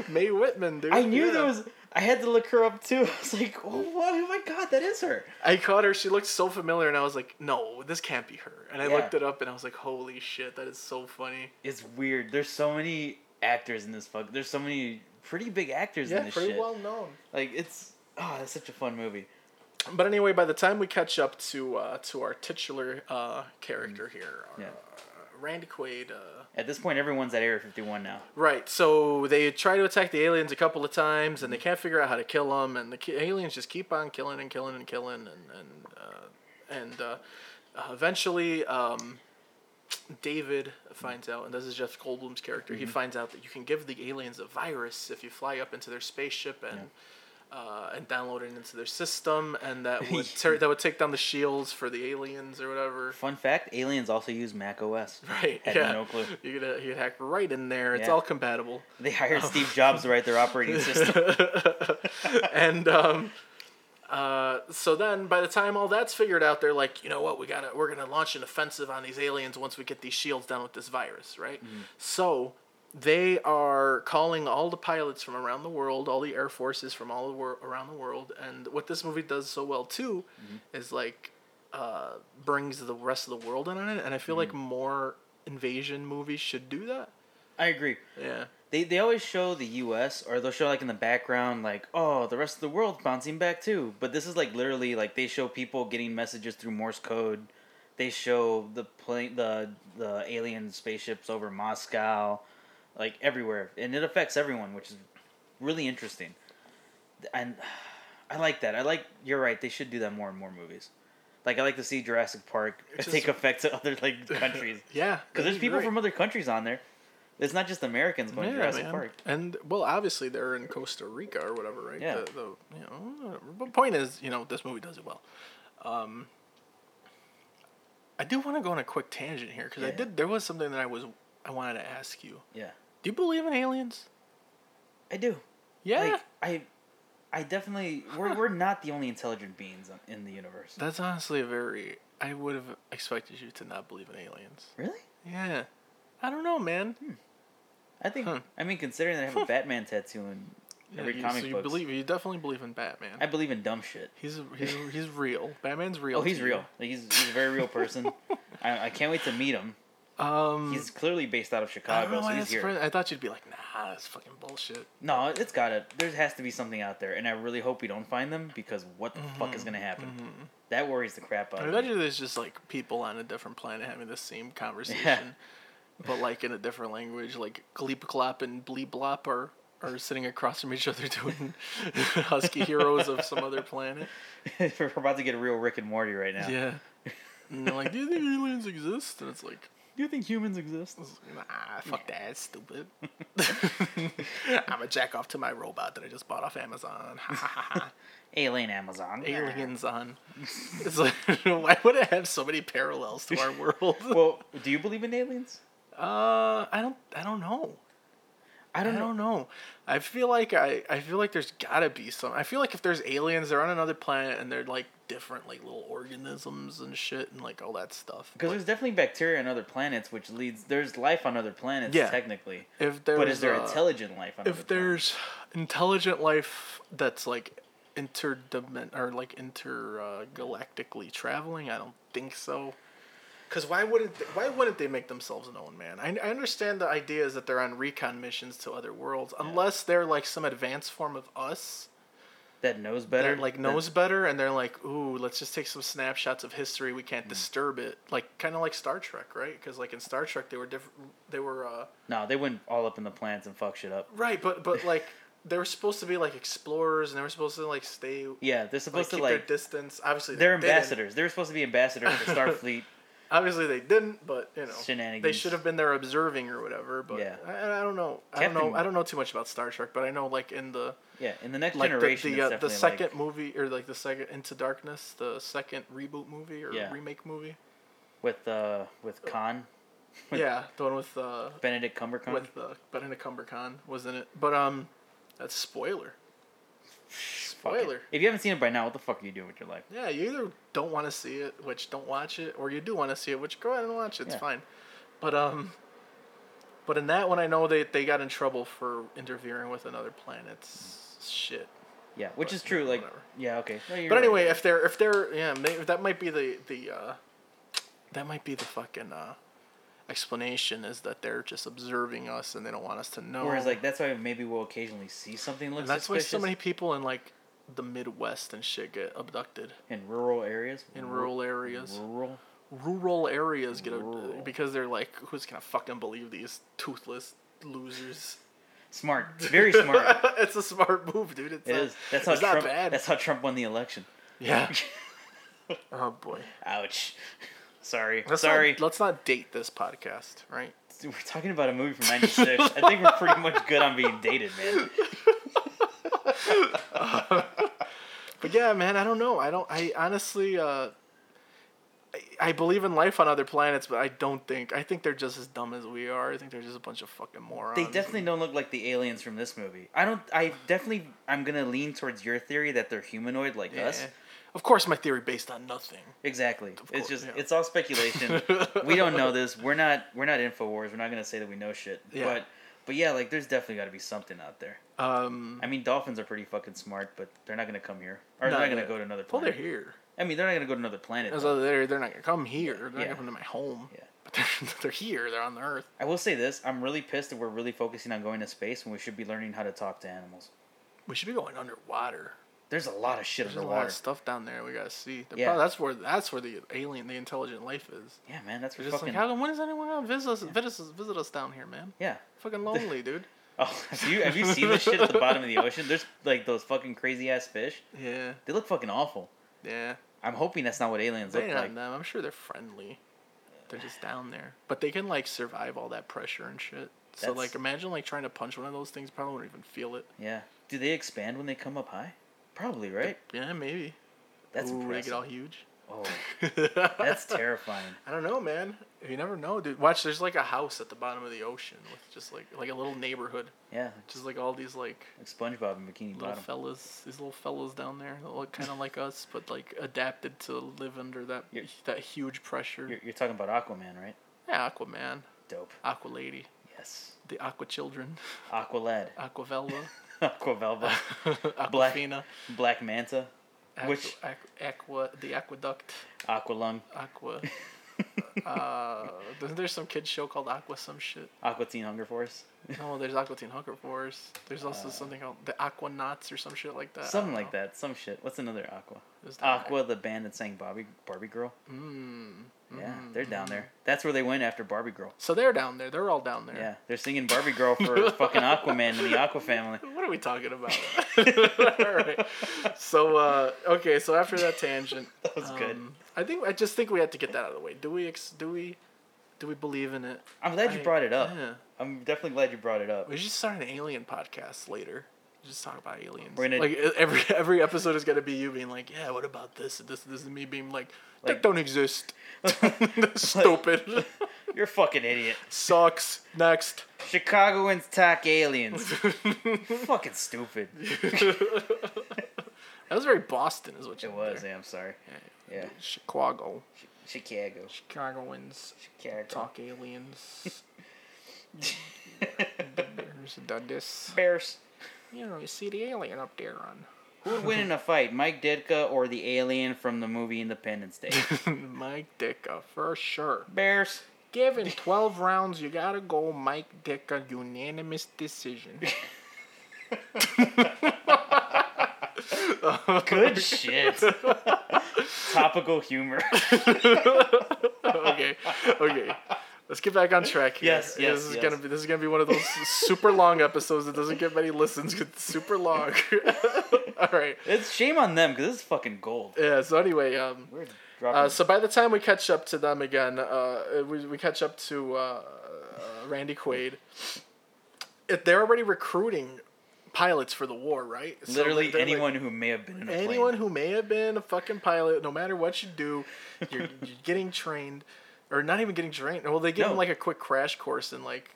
[SPEAKER 1] May Whitman, dude.
[SPEAKER 2] I knew
[SPEAKER 1] yeah.
[SPEAKER 2] there was. I had to look her up too. I was like, oh, what? oh my god, that is her.
[SPEAKER 1] I caught her. She looked so familiar, and I was like, "No, this can't be her." And I
[SPEAKER 2] Yeah.
[SPEAKER 1] looked it up, and I was like, "Holy shit, that is so funny."
[SPEAKER 2] It's weird. There's so many actors in this fuck. There's so many pretty big actors in
[SPEAKER 1] Yeah,
[SPEAKER 2] this
[SPEAKER 1] pretty
[SPEAKER 2] shit.
[SPEAKER 1] well known.
[SPEAKER 2] Like it's oh, that's such a fun movie.
[SPEAKER 1] But anyway, by the time we catch up to uh, to our titular uh, character here, our,
[SPEAKER 2] Mm. Yeah.
[SPEAKER 1] uh, Randy Quaid. Uh,
[SPEAKER 2] At this point, everyone's at Area 51 now.
[SPEAKER 1] Right. So they try to attack the aliens a couple of times, and they can't figure out how to kill them. And the ki- aliens just keep on killing and killing and killing, and and uh, and uh, uh, eventually, um, David finds out, and this is Jeff Goldblum's character.
[SPEAKER 2] Mm-hmm.
[SPEAKER 1] He finds out that you can give the aliens a virus if you fly up into their spaceship and uh, and download it into their system, and that would ter- that would take down the shields for the aliens or whatever.
[SPEAKER 2] Fun fact: aliens also use Mac OS.
[SPEAKER 1] Right?
[SPEAKER 2] Had
[SPEAKER 1] yeah.
[SPEAKER 2] no clue.
[SPEAKER 1] You could you could hack right in there. It's
[SPEAKER 2] Yeah.
[SPEAKER 1] all compatible.
[SPEAKER 2] They hired Steve Jobs to write their operating system.
[SPEAKER 1] and um, uh, so then by the time all that's figured out, they're like, you know what, we gotta we're gonna launch an offensive on these aliens once we get these shields down with this virus, right?
[SPEAKER 2] Mm.
[SPEAKER 1] So they are calling all the pilots from around the world, all the air forces from all the wor- around the world, and what this movie does so well too
[SPEAKER 2] Mm-hmm.
[SPEAKER 1] is like uh, brings the rest of the world in on it, and I feel like
[SPEAKER 2] Mm-hmm.
[SPEAKER 1] more invasion movies should do that.
[SPEAKER 2] I agree.
[SPEAKER 1] Yeah.
[SPEAKER 2] They, they always show the U.S. or they'll show like in the background like oh the rest of the world bouncing back too. But this is like literally like they show people getting messages through Morse code. They show the plane the the alien spaceships over Moscow, like everywhere, and it affects everyone, which is really interesting. And I like that. I like you're right. They should do that more in more movies. Like I like to see Jurassic Park
[SPEAKER 1] It's
[SPEAKER 2] take
[SPEAKER 1] just-
[SPEAKER 2] effect to other like countries.
[SPEAKER 1] Yeah.
[SPEAKER 2] Because there's
[SPEAKER 1] that'd be
[SPEAKER 2] people
[SPEAKER 1] great.
[SPEAKER 2] from other countries on there. It's not just Americans going to Jurassic
[SPEAKER 1] man.
[SPEAKER 2] Park.
[SPEAKER 1] And well, obviously they're in Costa Rica or whatever, right?
[SPEAKER 2] Yeah.
[SPEAKER 1] The, the, you know, whatever. but point is, you know, this movie does it well. Um, I do want to go on a quick tangent here because I
[SPEAKER 2] Yeah.
[SPEAKER 1] did. There was something that I was I wanted to ask you.
[SPEAKER 2] Yeah,
[SPEAKER 1] Do you believe in aliens?
[SPEAKER 2] I do.
[SPEAKER 1] Yeah.
[SPEAKER 2] Like, I, I definitely we're we're not the only intelligent beings on- in the universe.
[SPEAKER 1] That's honestly a very. I would have expected you to not believe in aliens.
[SPEAKER 2] really?
[SPEAKER 1] Yeah. I don't know, man.
[SPEAKER 2] I think.
[SPEAKER 1] Huh.
[SPEAKER 2] I mean, considering that I have a Batman tattoo and
[SPEAKER 1] Yeah,
[SPEAKER 2] every
[SPEAKER 1] you,
[SPEAKER 2] comic
[SPEAKER 1] so you
[SPEAKER 2] book,
[SPEAKER 1] believe you definitely believe in Batman.
[SPEAKER 2] I believe in dumb shit.
[SPEAKER 1] he's he's he's real. Batman's real.
[SPEAKER 2] oh, he's
[SPEAKER 1] to you.
[SPEAKER 2] real. Like, he's he's a very real person. I, I can't wait to meet him.
[SPEAKER 1] Um,
[SPEAKER 2] He's clearly based out of
[SPEAKER 1] I don't
[SPEAKER 2] Chicago,
[SPEAKER 1] know
[SPEAKER 2] so
[SPEAKER 1] why
[SPEAKER 2] he's
[SPEAKER 1] that's
[SPEAKER 2] here.
[SPEAKER 1] friend- I thought you'd be like, nah, that's fucking bullshit.
[SPEAKER 2] No, it's got to There has to be something out there, and I really hope we don't find them because what the fuck
[SPEAKER 1] Mm-hmm.
[SPEAKER 2] is gonna happen? That worries the crap out
[SPEAKER 1] I
[SPEAKER 2] of me.
[SPEAKER 1] imagine there's just like people on a different planet having the same conversation, but like in a different language. Like Gleep Glop and Bleep Blop are, are sitting across from each other doing husky heroes of some other planet.
[SPEAKER 2] We're about to get real Rick and Morty right now.
[SPEAKER 1] Yeah. And they're like, do you think aliens exist? And it's like,
[SPEAKER 2] Do you think humans exist?
[SPEAKER 1] nah, fuck that, it's stupid. I'm a jack off to my robot that I just bought off Amazon.
[SPEAKER 2] Alien Amazon.
[SPEAKER 1] aliens on. It's like, why would it have so many parallels to our world?
[SPEAKER 2] Well, do you believe in aliens?
[SPEAKER 1] Uh, I don't. I don't know. I don't, know. I feel like I. I feel like there's gotta be some. I feel like if there's aliens, they're on another planet and they're like different, like little organisms and shit and like all that stuff.
[SPEAKER 2] Because there's definitely bacteria on other planets, which leads there's life on other planets
[SPEAKER 1] Yeah.
[SPEAKER 2] technically.
[SPEAKER 1] If there's,
[SPEAKER 2] but is there
[SPEAKER 1] uh,
[SPEAKER 2] intelligent life on? other
[SPEAKER 1] If there's intelligent life that's like interdimen or like intergalactically traveling, I don't think so. Because why wouldn't they, why wouldn't they make themselves known, man? I, I understand the idea is that they're on recon missions to other worlds, unless they're like some advanced form of us
[SPEAKER 2] planets? that knows better,
[SPEAKER 1] that like
[SPEAKER 2] than-
[SPEAKER 1] knows better, and they're like, ooh, let's just take some snapshots of history. We
[SPEAKER 2] Hmm.
[SPEAKER 1] can't disturb it, like kind of like Star Trek, right? Because like in Star Trek, they were different. They were uh,
[SPEAKER 2] no, they went all up in the planets and fuck shit up.
[SPEAKER 1] Right, but but like they were supposed to be like explorers, and they were supposed to like stay,
[SPEAKER 2] Yeah, they're
[SPEAKER 1] like
[SPEAKER 2] supposed
[SPEAKER 1] keep
[SPEAKER 2] to
[SPEAKER 1] their
[SPEAKER 2] like
[SPEAKER 1] distance. Obviously, they
[SPEAKER 2] they're
[SPEAKER 1] didn't.
[SPEAKER 2] ambassadors. They're supposed to be ambassadors for Starfleet.
[SPEAKER 1] Obviously, they didn't, but you know, they
[SPEAKER 2] Shenanigans.
[SPEAKER 1] should have been there observing or whatever. But
[SPEAKER 2] Yeah.
[SPEAKER 1] I, I don't know. I don't know.
[SPEAKER 2] Captain-
[SPEAKER 1] I don't know too much about Star Trek, but I know like in the
[SPEAKER 2] yeah, in the next
[SPEAKER 1] like the-
[SPEAKER 2] generation,
[SPEAKER 1] the,
[SPEAKER 2] it's
[SPEAKER 1] uh, the
[SPEAKER 2] definitely,
[SPEAKER 1] second
[SPEAKER 2] like-
[SPEAKER 1] movie or like the second Into Darkness, the second reboot movie or
[SPEAKER 2] Yeah.
[SPEAKER 1] remake movie.
[SPEAKER 2] with uh with Khan
[SPEAKER 1] yeah, the one with uh
[SPEAKER 2] Benedict Cumberbatch.
[SPEAKER 1] with uh, Benedict Cumbercon was in it, but um, that's spoiler.
[SPEAKER 2] Fuck it.
[SPEAKER 1] Spoiler.
[SPEAKER 2] If you haven't seen it by now, what the fuck are you doing with your life?
[SPEAKER 1] Yeah, you either don't want to see it, which don't watch it, or you do want to see it, which go ahead and watch it. It's
[SPEAKER 2] Yeah.
[SPEAKER 1] fine. But um, but in that one, I know they they got in trouble for interfering with another planet's shit.
[SPEAKER 2] Yeah, which is
[SPEAKER 1] yeah,
[SPEAKER 2] true. Like,
[SPEAKER 1] whatever.
[SPEAKER 2] yeah, okay. No, you're
[SPEAKER 1] But
[SPEAKER 2] right.
[SPEAKER 1] anyway, if they're if they're yeah, may that might be the the uh, that might be the fucking uh, explanation is that they're just observing us and they don't want us to know.
[SPEAKER 2] whereas like that's why maybe we'll occasionally see something looks
[SPEAKER 1] um, and that's why
[SPEAKER 2] suspicious
[SPEAKER 1] so many people in like the Midwest and shit get abducted
[SPEAKER 2] in rural areas.
[SPEAKER 1] in
[SPEAKER 2] Ru-
[SPEAKER 1] rural areas.
[SPEAKER 2] Rural.
[SPEAKER 1] rural areas get a,
[SPEAKER 2] Rural.
[SPEAKER 1] because they're like, who's gonna fucking believe these toothless losers?
[SPEAKER 2] Smart. Very smart.
[SPEAKER 1] it's a smart move, dude. It's
[SPEAKER 2] it
[SPEAKER 1] not,
[SPEAKER 2] is. That's how
[SPEAKER 1] it's
[SPEAKER 2] Trump.
[SPEAKER 1] not bad.
[SPEAKER 2] That's how Trump won the election.
[SPEAKER 1] yeah. oh boy.
[SPEAKER 2] Ouch. Sorry.
[SPEAKER 1] Let's
[SPEAKER 2] Sorry.
[SPEAKER 1] Not, let's not date this podcast, right?
[SPEAKER 2] Dude, we're talking about a movie from 96. I think we're pretty much good on being dated, man.
[SPEAKER 1] But yeah, man, I don't know. I don't. I honestly, uh, I, I believe in life on other planets, but I don't think. I think they're just as dumb as we are. I think they're just a bunch of fucking morons.
[SPEAKER 2] They definitely don't look like the aliens from this movie. I don't. I definitely. I'm gonna lean towards your theory that they're humanoid like
[SPEAKER 1] Yeah.
[SPEAKER 2] us.
[SPEAKER 1] Of course, my theory based on nothing.
[SPEAKER 2] Exactly.
[SPEAKER 1] course,
[SPEAKER 2] it's just.
[SPEAKER 1] yeah.
[SPEAKER 2] It's all speculation. we don't know this. We're not. We're not Infowars. We're not gonna say that we know shit.
[SPEAKER 1] Yeah.
[SPEAKER 2] But. But yeah, like there's definitely got to be something out there.
[SPEAKER 1] Um,
[SPEAKER 2] I mean, dolphins are pretty fucking smart, but they're not gonna come here, or
[SPEAKER 1] Not
[SPEAKER 2] they're not gonna
[SPEAKER 1] yet.
[SPEAKER 2] go to another
[SPEAKER 1] well, they're
[SPEAKER 2] planet.
[SPEAKER 1] here.
[SPEAKER 2] I mean, they're not gonna go to another planet.
[SPEAKER 1] As
[SPEAKER 2] though.
[SPEAKER 1] though they're they're not gonna come here. They're not
[SPEAKER 2] Yeah.
[SPEAKER 1] gonna come to my home.
[SPEAKER 2] Yeah.
[SPEAKER 1] But they're, they're here. They're on the Earth.
[SPEAKER 2] I will say this: I'm really pissed that we're really focusing on going to space when we should be learning how to talk to animals.
[SPEAKER 1] We should be going underwater.
[SPEAKER 2] There's a lot of shit
[SPEAKER 1] There's a
[SPEAKER 2] underwater.
[SPEAKER 1] lot of stuff down there we gotta see. They're
[SPEAKER 2] Yeah.
[SPEAKER 1] probably- that's where that's where the alien, the intelligent life is.
[SPEAKER 2] Yeah, man, that's
[SPEAKER 1] They're
[SPEAKER 2] fucking.
[SPEAKER 1] just like, how, when is anyone gonna visit us, visit us? Visit us down here, man.
[SPEAKER 2] yeah.
[SPEAKER 1] Fucking lonely, dude.
[SPEAKER 2] Oh, have you have you seen this shit at the bottom of the ocean? There's like those fucking crazy ass fish.
[SPEAKER 1] Yeah,
[SPEAKER 2] They look fucking awful.
[SPEAKER 1] yeah.
[SPEAKER 2] I'm hoping that's not what aliens
[SPEAKER 1] They
[SPEAKER 2] look
[SPEAKER 1] ain't
[SPEAKER 2] like.
[SPEAKER 1] on them. I'm sure they're friendly. They're just down there, but they can like survive all that pressure and shit. So
[SPEAKER 2] That's-
[SPEAKER 1] like, imagine like trying to punch one of those things. Probably wouldn't even feel it.
[SPEAKER 2] Yeah. Do they expand when they come up high? Probably, right?
[SPEAKER 1] Yeah, maybe.
[SPEAKER 2] That's
[SPEAKER 1] Ooh, they
[SPEAKER 2] impressive.
[SPEAKER 1] get all huge.
[SPEAKER 2] Oh, that's terrifying.
[SPEAKER 1] I don't know, man. You never know, dude. Watch, there's like a house at the bottom of the ocean with just like like a little neighborhood,
[SPEAKER 2] Yeah,
[SPEAKER 1] just like all these like
[SPEAKER 2] like SpongeBob and Bikini
[SPEAKER 1] little
[SPEAKER 2] Bottom.
[SPEAKER 1] fellas, these little fellas down there that look kind of like us, but like adapted to live under that
[SPEAKER 2] You're-
[SPEAKER 1] that huge pressure.
[SPEAKER 2] You're, you're talking about Aquaman, right?
[SPEAKER 1] Yeah, Aquaman,
[SPEAKER 2] Dope.
[SPEAKER 1] Aqua Lady,
[SPEAKER 2] Yes.
[SPEAKER 1] the Aqua Children,
[SPEAKER 2] Aqualad.
[SPEAKER 1] Aquavella,
[SPEAKER 2] Aquavelva. Black-
[SPEAKER 1] Aquafina,
[SPEAKER 2] Black Manta.
[SPEAKER 1] Aqua,
[SPEAKER 2] Which-
[SPEAKER 1] Aqu- Aqua, the Aqueduct,
[SPEAKER 2] Aqualung.
[SPEAKER 1] Aqua. uh, isn't there some kids show called Aqua some shit?
[SPEAKER 2] Aqua Teen Hunger Force.
[SPEAKER 1] No, Oh, there's Aqua Teen Hunger Force. There's also something called the Aquanauts or some shit like that. I
[SPEAKER 2] Uh,
[SPEAKER 1] don't
[SPEAKER 2] Something like
[SPEAKER 1] know.
[SPEAKER 2] that. Some shit. What's another Aqua?
[SPEAKER 1] There's that.
[SPEAKER 2] Aqua, the band that sang Bobby Barbie Girl.
[SPEAKER 1] Mm.
[SPEAKER 2] Yeah, they're
[SPEAKER 1] Mm-hmm.
[SPEAKER 2] down there. That's where they went after Barbie Girl.
[SPEAKER 1] So they're down there. They're all down there.
[SPEAKER 2] Yeah, they're singing Barbie Girl for fucking Aquaman and the Aqua family.
[SPEAKER 1] What are we talking about? all right. So uh, okay. So after that tangent,
[SPEAKER 2] That was good.
[SPEAKER 1] um, I think I just think we had to get that out of the way. Do we? Ex- do we? Do we believe in it?
[SPEAKER 2] I'm glad you
[SPEAKER 1] I-
[SPEAKER 2] brought it up.
[SPEAKER 1] Yeah.
[SPEAKER 2] I'm definitely glad you brought it up.
[SPEAKER 1] We should start an alien podcast later. Just talk about aliens.
[SPEAKER 2] We're gonna-
[SPEAKER 1] like e- every every episode is gonna be you being like, yeah, what about this and this and this and me being like, that
[SPEAKER 2] Like-
[SPEAKER 1] don't exist. Stupid.
[SPEAKER 2] You're a fucking idiot.
[SPEAKER 1] Sucks. Next.
[SPEAKER 2] Chicagoans talk aliens. fucking stupid.
[SPEAKER 1] That was very Boston, is what you
[SPEAKER 2] It
[SPEAKER 1] did
[SPEAKER 2] was.
[SPEAKER 1] there.
[SPEAKER 2] Yeah, I'm sorry. Yeah,
[SPEAKER 1] Chicago.
[SPEAKER 2] Chicago.
[SPEAKER 1] Chicagoans
[SPEAKER 2] Chicago.
[SPEAKER 1] talk aliens. There's a this.
[SPEAKER 2] Bears.
[SPEAKER 1] You know, you see the alien up there on
[SPEAKER 2] Who would win in a fight, Mike Ditka or the alien from the movie Independence Day?
[SPEAKER 1] Mike Ditka for sure.
[SPEAKER 2] Bears.
[SPEAKER 1] Given 12 rounds, you gotta go Mike Ditka, unanimous decision.
[SPEAKER 2] Good shit. Topical humor.
[SPEAKER 1] okay, okay. Let's get back on track here.
[SPEAKER 2] Yes, yes,
[SPEAKER 1] This is
[SPEAKER 2] yes.
[SPEAKER 1] gonna be this is gonna be one of those super long episodes that doesn't get many listens 'cause it's super long. All right.
[SPEAKER 2] It's shame on them because this is fucking gold.
[SPEAKER 1] Yeah. So anyway, um,
[SPEAKER 2] We're
[SPEAKER 1] uh,
[SPEAKER 2] dropping.
[SPEAKER 1] so by the time we catch up to them again, uh, we we catch up to uh, uh, Randy Quaid. If they're already recruiting pilots for the war, right? So
[SPEAKER 2] literally
[SPEAKER 1] they're like-
[SPEAKER 2] anyone who may have been in a plane.
[SPEAKER 1] anyone who may have been a fucking pilot, no matter what you do, you're, you're getting trained, or not even getting trained. Well, they give
[SPEAKER 2] No.
[SPEAKER 1] them like a quick crash course in like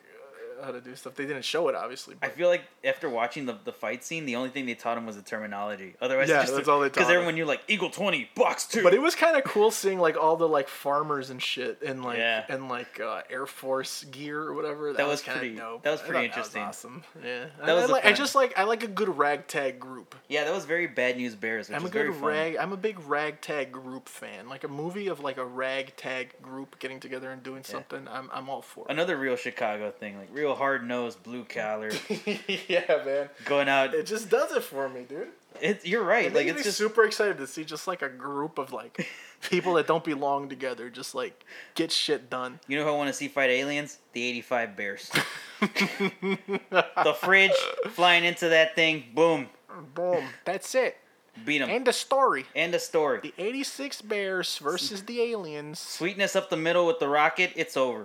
[SPEAKER 1] uh, how to do stuff. They didn't show it, obviously.
[SPEAKER 2] I
[SPEAKER 1] But
[SPEAKER 2] feel like after watching the, the fight scene, the only thing they taught him was the terminology. Otherwise,
[SPEAKER 1] Yeah,
[SPEAKER 2] just
[SPEAKER 1] that's all they taught
[SPEAKER 2] Because
[SPEAKER 1] him.
[SPEAKER 2] everyone knew like Eagle twenty, box two.
[SPEAKER 1] but it was kind of cool seeing like all the like farmers and shit and like
[SPEAKER 2] Yeah.
[SPEAKER 1] and like uh, Air Force gear or whatever. That,
[SPEAKER 2] That
[SPEAKER 1] was
[SPEAKER 2] was
[SPEAKER 1] kind
[SPEAKER 2] pretty-
[SPEAKER 1] of dope.
[SPEAKER 2] that was
[SPEAKER 1] I
[SPEAKER 2] pretty
[SPEAKER 1] thought
[SPEAKER 2] interesting.
[SPEAKER 1] awesome. Yeah,
[SPEAKER 2] That
[SPEAKER 1] I,
[SPEAKER 2] was a
[SPEAKER 1] like, I
[SPEAKER 2] fun-
[SPEAKER 1] just like I like a good ragtag group.
[SPEAKER 2] yeah, that was very bad news bears. Which
[SPEAKER 1] I'm a
[SPEAKER 2] was very
[SPEAKER 1] good
[SPEAKER 2] fun.
[SPEAKER 1] rag. I'm a big ragtag group fan. Like a movie of like a ragtag group getting together and doing something. I'm I'm all for it.
[SPEAKER 2] Another real Chicago thing, like real hard nosed blue collar
[SPEAKER 1] yeah, man.
[SPEAKER 2] going out.
[SPEAKER 1] It just does it for me, dude.
[SPEAKER 2] It's you're right.
[SPEAKER 1] It
[SPEAKER 2] Like
[SPEAKER 1] makes
[SPEAKER 2] it's
[SPEAKER 1] me
[SPEAKER 2] just
[SPEAKER 1] super excited to see just like a group of like people that don't belong together just like get shit done.
[SPEAKER 2] You know who I want to see fight aliens? The 85 Bears. the fridge flying into that thing, boom.
[SPEAKER 1] Boom. That's it.
[SPEAKER 2] Beat 'em.
[SPEAKER 1] And a story.
[SPEAKER 2] And a story.
[SPEAKER 1] The 86 Bears versus the aliens.
[SPEAKER 2] Sweetness up the middle with the rocket. It's over.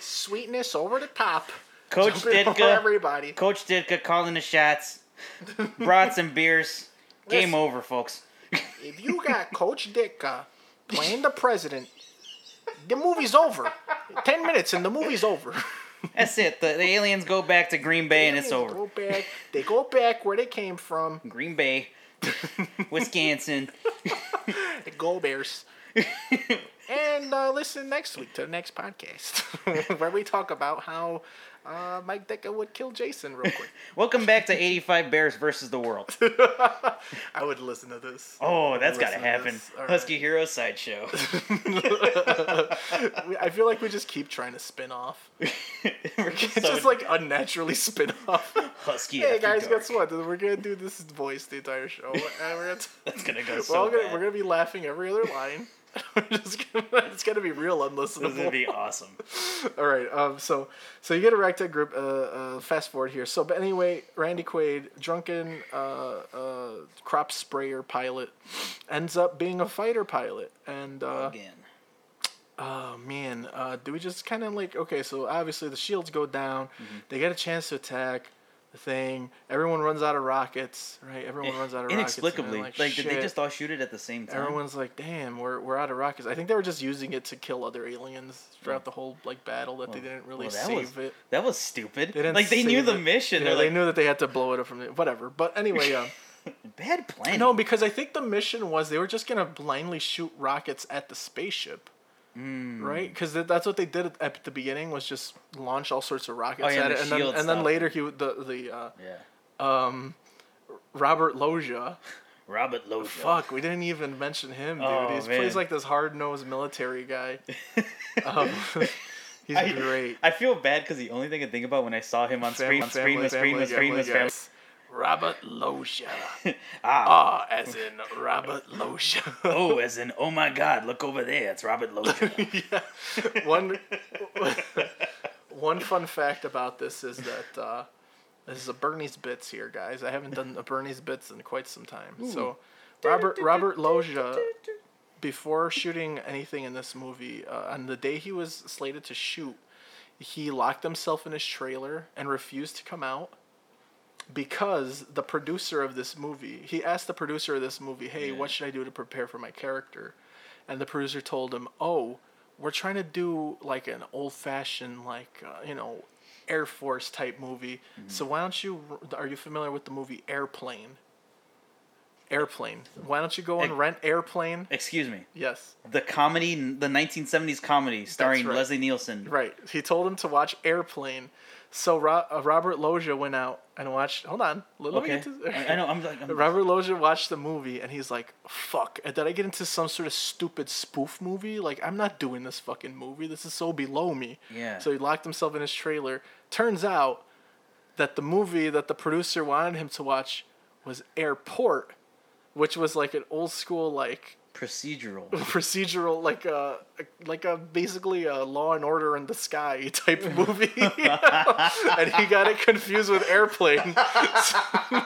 [SPEAKER 1] Sweetness over the top.
[SPEAKER 2] Coach
[SPEAKER 1] Jumping over
[SPEAKER 2] Ditka.
[SPEAKER 1] everybody.
[SPEAKER 2] Coach Ditka calling the shots. Brats and beers. Game
[SPEAKER 1] Listen.
[SPEAKER 2] over, folks.
[SPEAKER 1] If you got Coach Ditka playing the president, the movie's over. Ten minutes and the movie's over.
[SPEAKER 2] That's it. The, the aliens go back to Green Bay and it's
[SPEAKER 1] They
[SPEAKER 2] over.
[SPEAKER 1] Go back. They go back where they came from.
[SPEAKER 2] Green Bay, Wisconsin.
[SPEAKER 1] The Go Bears. and uh, listen next week to the next podcast where we talk about how uh, Mike Ditka would kill Jason real quick.
[SPEAKER 2] Welcome back to 85 Bears versus the world.
[SPEAKER 1] I would listen to this.
[SPEAKER 2] Oh, that's got to
[SPEAKER 1] Listen to
[SPEAKER 2] happen.
[SPEAKER 1] this. All right.
[SPEAKER 2] Husky Hero sideshow.
[SPEAKER 1] We- I feel like we just keep trying to spin off.
[SPEAKER 2] We're
[SPEAKER 1] It's just like unnaturally spin off.
[SPEAKER 2] Husky.
[SPEAKER 1] hey guys,
[SPEAKER 2] dark.
[SPEAKER 1] guess what? We're gonna do this voice the entire show, and we're gonna.
[SPEAKER 2] That's gonna go
[SPEAKER 1] we're,
[SPEAKER 2] so
[SPEAKER 1] all gonna,
[SPEAKER 2] bad.
[SPEAKER 1] we're gonna be laughing every other line. we're just gonna, it's gonna be real
[SPEAKER 2] This is gonna
[SPEAKER 1] unlistenable.
[SPEAKER 2] be awesome.
[SPEAKER 1] All right. Um. So so you get a ragtag group. Uh. uh fast forward here. So but anyway, Randy Quaid, drunken uh, uh crop sprayer pilot, ends up being a fighter pilot, and uh,
[SPEAKER 2] Again.
[SPEAKER 1] Oh man, uh, do we just kind of like okay? So obviously the shields go down.
[SPEAKER 2] Mm-hmm.
[SPEAKER 1] They get a chance to attack the thing. Everyone runs out of rockets, right? Everyone runs out of
[SPEAKER 2] Eh, Inexplicably.
[SPEAKER 1] rockets. and they're
[SPEAKER 2] like, did they
[SPEAKER 1] "Shit."
[SPEAKER 2] just all shoot it at the same time?
[SPEAKER 1] Everyone's like, damn, we're we're out of rockets. I think they were just using it to kill other aliens throughout the whole like battle that they didn't really
[SPEAKER 2] Mm. Well, that
[SPEAKER 1] save
[SPEAKER 2] was
[SPEAKER 1] it.
[SPEAKER 2] that was stupid.
[SPEAKER 1] They didn't
[SPEAKER 2] like they knew
[SPEAKER 1] save
[SPEAKER 2] the
[SPEAKER 1] it.
[SPEAKER 2] mission.
[SPEAKER 1] Yeah,
[SPEAKER 2] They're
[SPEAKER 1] they
[SPEAKER 2] like
[SPEAKER 1] knew that they had to blow it up from the, whatever. But anyway, um,
[SPEAKER 2] bad plan.
[SPEAKER 1] no, because I think the mission was they were just gonna blindly shoot rockets at the spaceship.
[SPEAKER 2] Hmm.
[SPEAKER 1] Right, because that's what they did at- at the beginning was just launch all sorts of rockets
[SPEAKER 2] Oh, yeah,
[SPEAKER 1] at
[SPEAKER 2] and
[SPEAKER 1] it,
[SPEAKER 2] the
[SPEAKER 1] and then
[SPEAKER 2] shield
[SPEAKER 1] and then
[SPEAKER 2] stuff.
[SPEAKER 1] later he would- the the uh,
[SPEAKER 2] Yeah.
[SPEAKER 1] Robert Loggia.
[SPEAKER 2] Robert Loja.
[SPEAKER 1] Fuck, we didn't even mention him, dude.
[SPEAKER 2] Oh,
[SPEAKER 1] He's he
[SPEAKER 2] man.
[SPEAKER 1] plays like this hard nosed military guy. um, he's
[SPEAKER 2] I,
[SPEAKER 1] great.
[SPEAKER 2] I feel bad because the only thing I think about when I saw him on screen, on screen, was screen, was screen, was family.
[SPEAKER 1] guys. Robert Loggia.
[SPEAKER 2] Ah,
[SPEAKER 1] Ah, as in Robert Loggia.
[SPEAKER 2] oh, as in, oh my God, look over there, it's Robert Loja.
[SPEAKER 1] yeah. One one fun fact about this is that uh, this is a Bernie's bits here, guys. I haven't done a Bernie's bits in quite some time. So Robert Robert Loggia, before shooting anything in this movie, uh, on the day he was slated to shoot, he locked himself in his trailer and refused to come out. Because the producer of this movie, he asked the producer of this movie, "Hey, what should I do to prepare for my character?" and the producer told him, "Oh, we're trying to do like an old-fashioned, like uh, you know, Air Force type movie. So why don't you? Are you familiar with the movie Airplane? Airplane. Why don't you go and
[SPEAKER 2] Ex-
[SPEAKER 1] rent Airplane?
[SPEAKER 2] Excuse me.
[SPEAKER 1] Yes,
[SPEAKER 2] The comedy, the 1970s comedy starring
[SPEAKER 1] right.
[SPEAKER 2] Leslie Nielsen.
[SPEAKER 1] right. He told him to watch Airplane. So Ro- uh, Robert Loggia went out and watched. Hold on, let, let me
[SPEAKER 2] Okay.
[SPEAKER 1] get to.
[SPEAKER 2] I, I know. I'm like, I'm,
[SPEAKER 1] Robert Loggia watched the movie and he's like, "Fuck! Did I get into some sort of stupid spoof movie? Like, I'm not doing this fucking movie. This is so below me."
[SPEAKER 2] Yeah.
[SPEAKER 1] So he locked himself in his trailer. Turns out that the movie that the producer wanted him to watch was Airport, which was like an old school like
[SPEAKER 2] procedural.
[SPEAKER 1] procedural like a like a basically a Law and Order in the Sky type movie, and he got it confused with Airplane.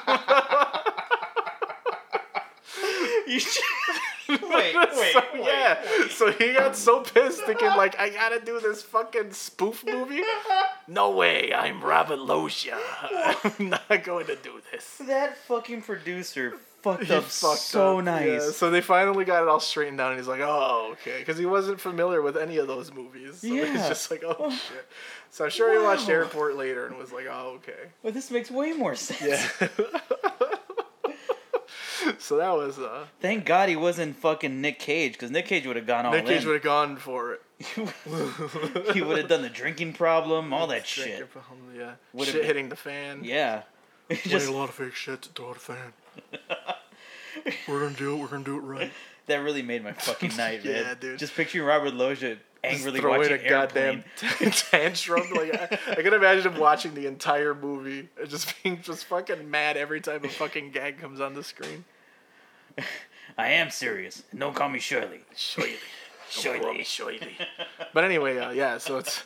[SPEAKER 2] You should- wait, wait,
[SPEAKER 1] so,
[SPEAKER 2] wait.
[SPEAKER 1] yeah. So he got so pissed thinking like I gotta do this fucking spoof movie. No way, I'm Robert Loggia. I'm not going to do this.
[SPEAKER 2] That fucking producer fucked
[SPEAKER 1] He
[SPEAKER 2] up
[SPEAKER 1] fucked
[SPEAKER 2] so
[SPEAKER 1] up.
[SPEAKER 2] nice.
[SPEAKER 1] Yeah, so they finally got it all straightened out, and he's like, "Oh, okay," because he wasn't familiar with any of those movies. So he's
[SPEAKER 2] Yeah.
[SPEAKER 1] just like, "Oh shit." So I'm sure he watched
[SPEAKER 2] Wow.
[SPEAKER 1] Airport later and was like, "Oh, okay."
[SPEAKER 2] Well, this makes way more sense.
[SPEAKER 1] So that was uh,
[SPEAKER 2] Thank God he wasn't fucking Nick Cage, because Nick Cage would have gone all
[SPEAKER 1] Nick Cage
[SPEAKER 2] in.
[SPEAKER 1] would have gone for it.
[SPEAKER 2] he would have done the drinking problem, all that
[SPEAKER 1] Drink
[SPEAKER 2] shit.
[SPEAKER 1] it from- um, Yeah,
[SPEAKER 2] Would've
[SPEAKER 1] shit
[SPEAKER 2] been-
[SPEAKER 1] hitting the fan.
[SPEAKER 2] Yeah.
[SPEAKER 1] Just
[SPEAKER 2] Just
[SPEAKER 1] a lot of fake shit to throw at a fan. we're gonna do it. We're gonna do it right.
[SPEAKER 2] that really made my fucking night,
[SPEAKER 1] Yeah,
[SPEAKER 2] man.
[SPEAKER 1] dude.
[SPEAKER 2] Just picturing Robert Loggia
[SPEAKER 1] Just
[SPEAKER 2] angrily
[SPEAKER 1] throw in
[SPEAKER 2] watching Airplane.
[SPEAKER 1] goddamn tantrum. Like I, I can imagine him watching the entire movie and just being just fucking mad every time a fucking gag comes on the screen.
[SPEAKER 2] I am serious. and Don't call me Shirley.
[SPEAKER 1] Shirley, Shoily, shoily. But anyway, uh, yeah, so it's.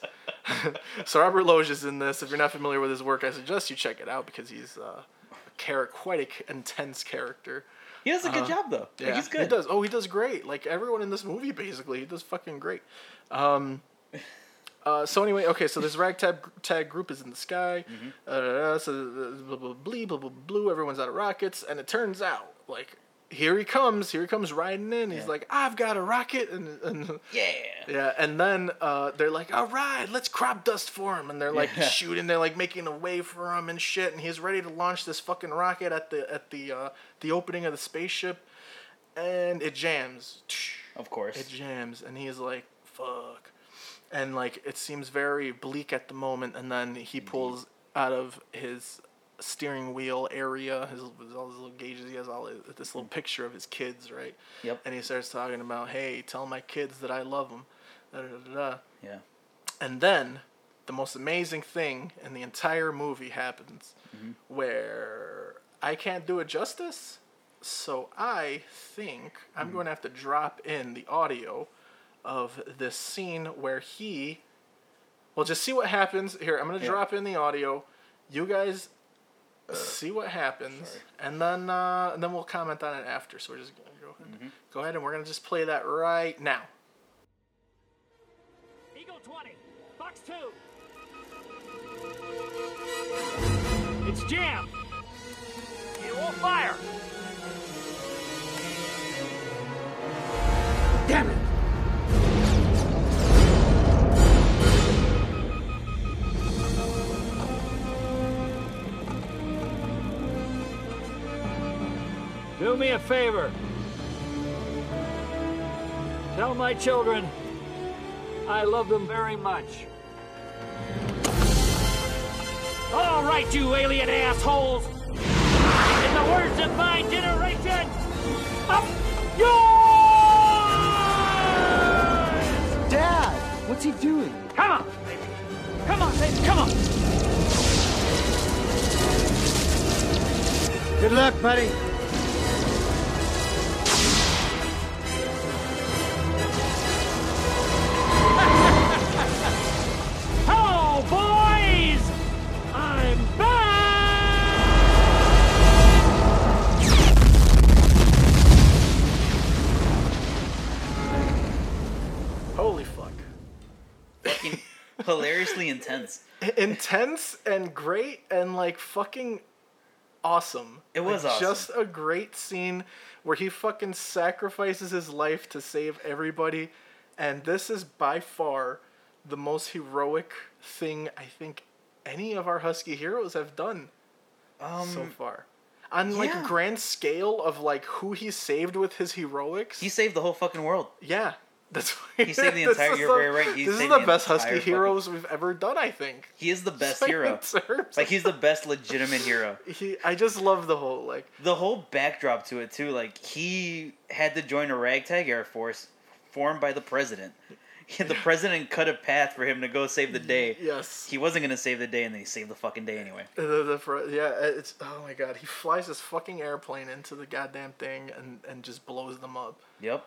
[SPEAKER 1] so Robert Loge is in this. If you're not familiar with his work, I suggest you check it out because he's uh, a char- quite an intense character.
[SPEAKER 2] He does a good job though. Like, he's good.
[SPEAKER 1] Uh-huh. He does. Oh, he does great. Like everyone in this movie, basically, he does fucking great. Um, uh, so anyway, okay. So this ragtag tag group is in the sky.
[SPEAKER 2] Mm-hmm.
[SPEAKER 1] Uh, so the- blah blah blee, blah blah blue. Everyone's out of rockets, and it turns out like here he comes. Here he comes riding in. He's
[SPEAKER 2] Yeah.
[SPEAKER 1] like, I've got a rocket, and and
[SPEAKER 2] Yeah.
[SPEAKER 1] yeah, and then uh, they're like, all right, let's crop dust for him, and they're like
[SPEAKER 2] Yeah.
[SPEAKER 1] shooting, they're like making a way for him and shit, and he's ready to launch this fucking rocket at the at the uh, the opening of the spaceship, and it jams.
[SPEAKER 2] Of course.
[SPEAKER 1] It jams, and he's like, fuck, and like it seems very bleak at the moment, and then he pulls out of his steering wheel area, his with all his little gauges, he has all his, this little picture of his kids, right?
[SPEAKER 2] Yep.
[SPEAKER 1] and he starts talking about, hey, tell my kids that I love them. Da, da, da, da, da.
[SPEAKER 2] yeah.
[SPEAKER 1] And then the most amazing thing in the entire movie happens
[SPEAKER 2] Mm-hmm.
[SPEAKER 1] where I can't do it justice. So I think I'm
[SPEAKER 2] Mm-hmm.
[SPEAKER 1] going to have to drop in the audio of this scene where he. Well, just see what happens. Here, I'm going to
[SPEAKER 2] Yeah. Uh,
[SPEAKER 1] drop in the audio. You guys. See what happens,
[SPEAKER 2] sorry.
[SPEAKER 1] and then uh, and then we'll comment on it after. So we're just gonna go ahead,
[SPEAKER 2] Mm-hmm.
[SPEAKER 1] go ahead, and we're gonna just play that right now.
[SPEAKER 4] Eagle 20, box 2. It's jammed. It won't fire.
[SPEAKER 1] Damn it!
[SPEAKER 4] Do me a favor. Tell my children I love them very much. All right, you alien assholes! In the words of my generation, up yours!
[SPEAKER 5] Dad, what's he doing?
[SPEAKER 4] Come on, baby. Come on, baby. Come on.
[SPEAKER 5] Good luck, buddy.
[SPEAKER 4] Hello, boys! I'm back!
[SPEAKER 1] Holy fuck!
[SPEAKER 2] Fucking hilariously intense.
[SPEAKER 1] intense and great and like fucking awesome.
[SPEAKER 2] It was
[SPEAKER 1] Like,
[SPEAKER 2] awesome.
[SPEAKER 1] just a great scene where he fucking sacrifices his life to save everybody, and this is by far the most heroic thing I think any of our husky heroes have done
[SPEAKER 2] Um,
[SPEAKER 1] so far. On like
[SPEAKER 2] yeah.
[SPEAKER 1] grand scale of like who he saved with his heroics,
[SPEAKER 2] he saved the whole fucking world.
[SPEAKER 1] yeah, that's why
[SPEAKER 2] He saved the
[SPEAKER 1] this
[SPEAKER 2] entire-
[SPEAKER 1] is
[SPEAKER 2] you're
[SPEAKER 1] the-
[SPEAKER 2] very right, he
[SPEAKER 1] This is
[SPEAKER 2] saved
[SPEAKER 1] the
[SPEAKER 2] the
[SPEAKER 1] best
[SPEAKER 2] entire
[SPEAKER 1] husky
[SPEAKER 2] fucking-
[SPEAKER 1] heroes we've ever done, I think.
[SPEAKER 2] He is the best
[SPEAKER 1] Like,
[SPEAKER 2] hero.
[SPEAKER 1] in terms
[SPEAKER 2] Like he's the best legitimate hero.
[SPEAKER 1] he i just love the whole like
[SPEAKER 2] The whole backdrop to it too, like he had to join a ragtag air force formed by the president. The president cut a path for him to go save the day.
[SPEAKER 1] yes
[SPEAKER 2] He wasn't gonna save the day, and then he saved the fucking day anyway.
[SPEAKER 1] the, the, fr- yeah it's oh my god he flies this fucking airplane into the goddamn thing and and just blows them up
[SPEAKER 2] Yep.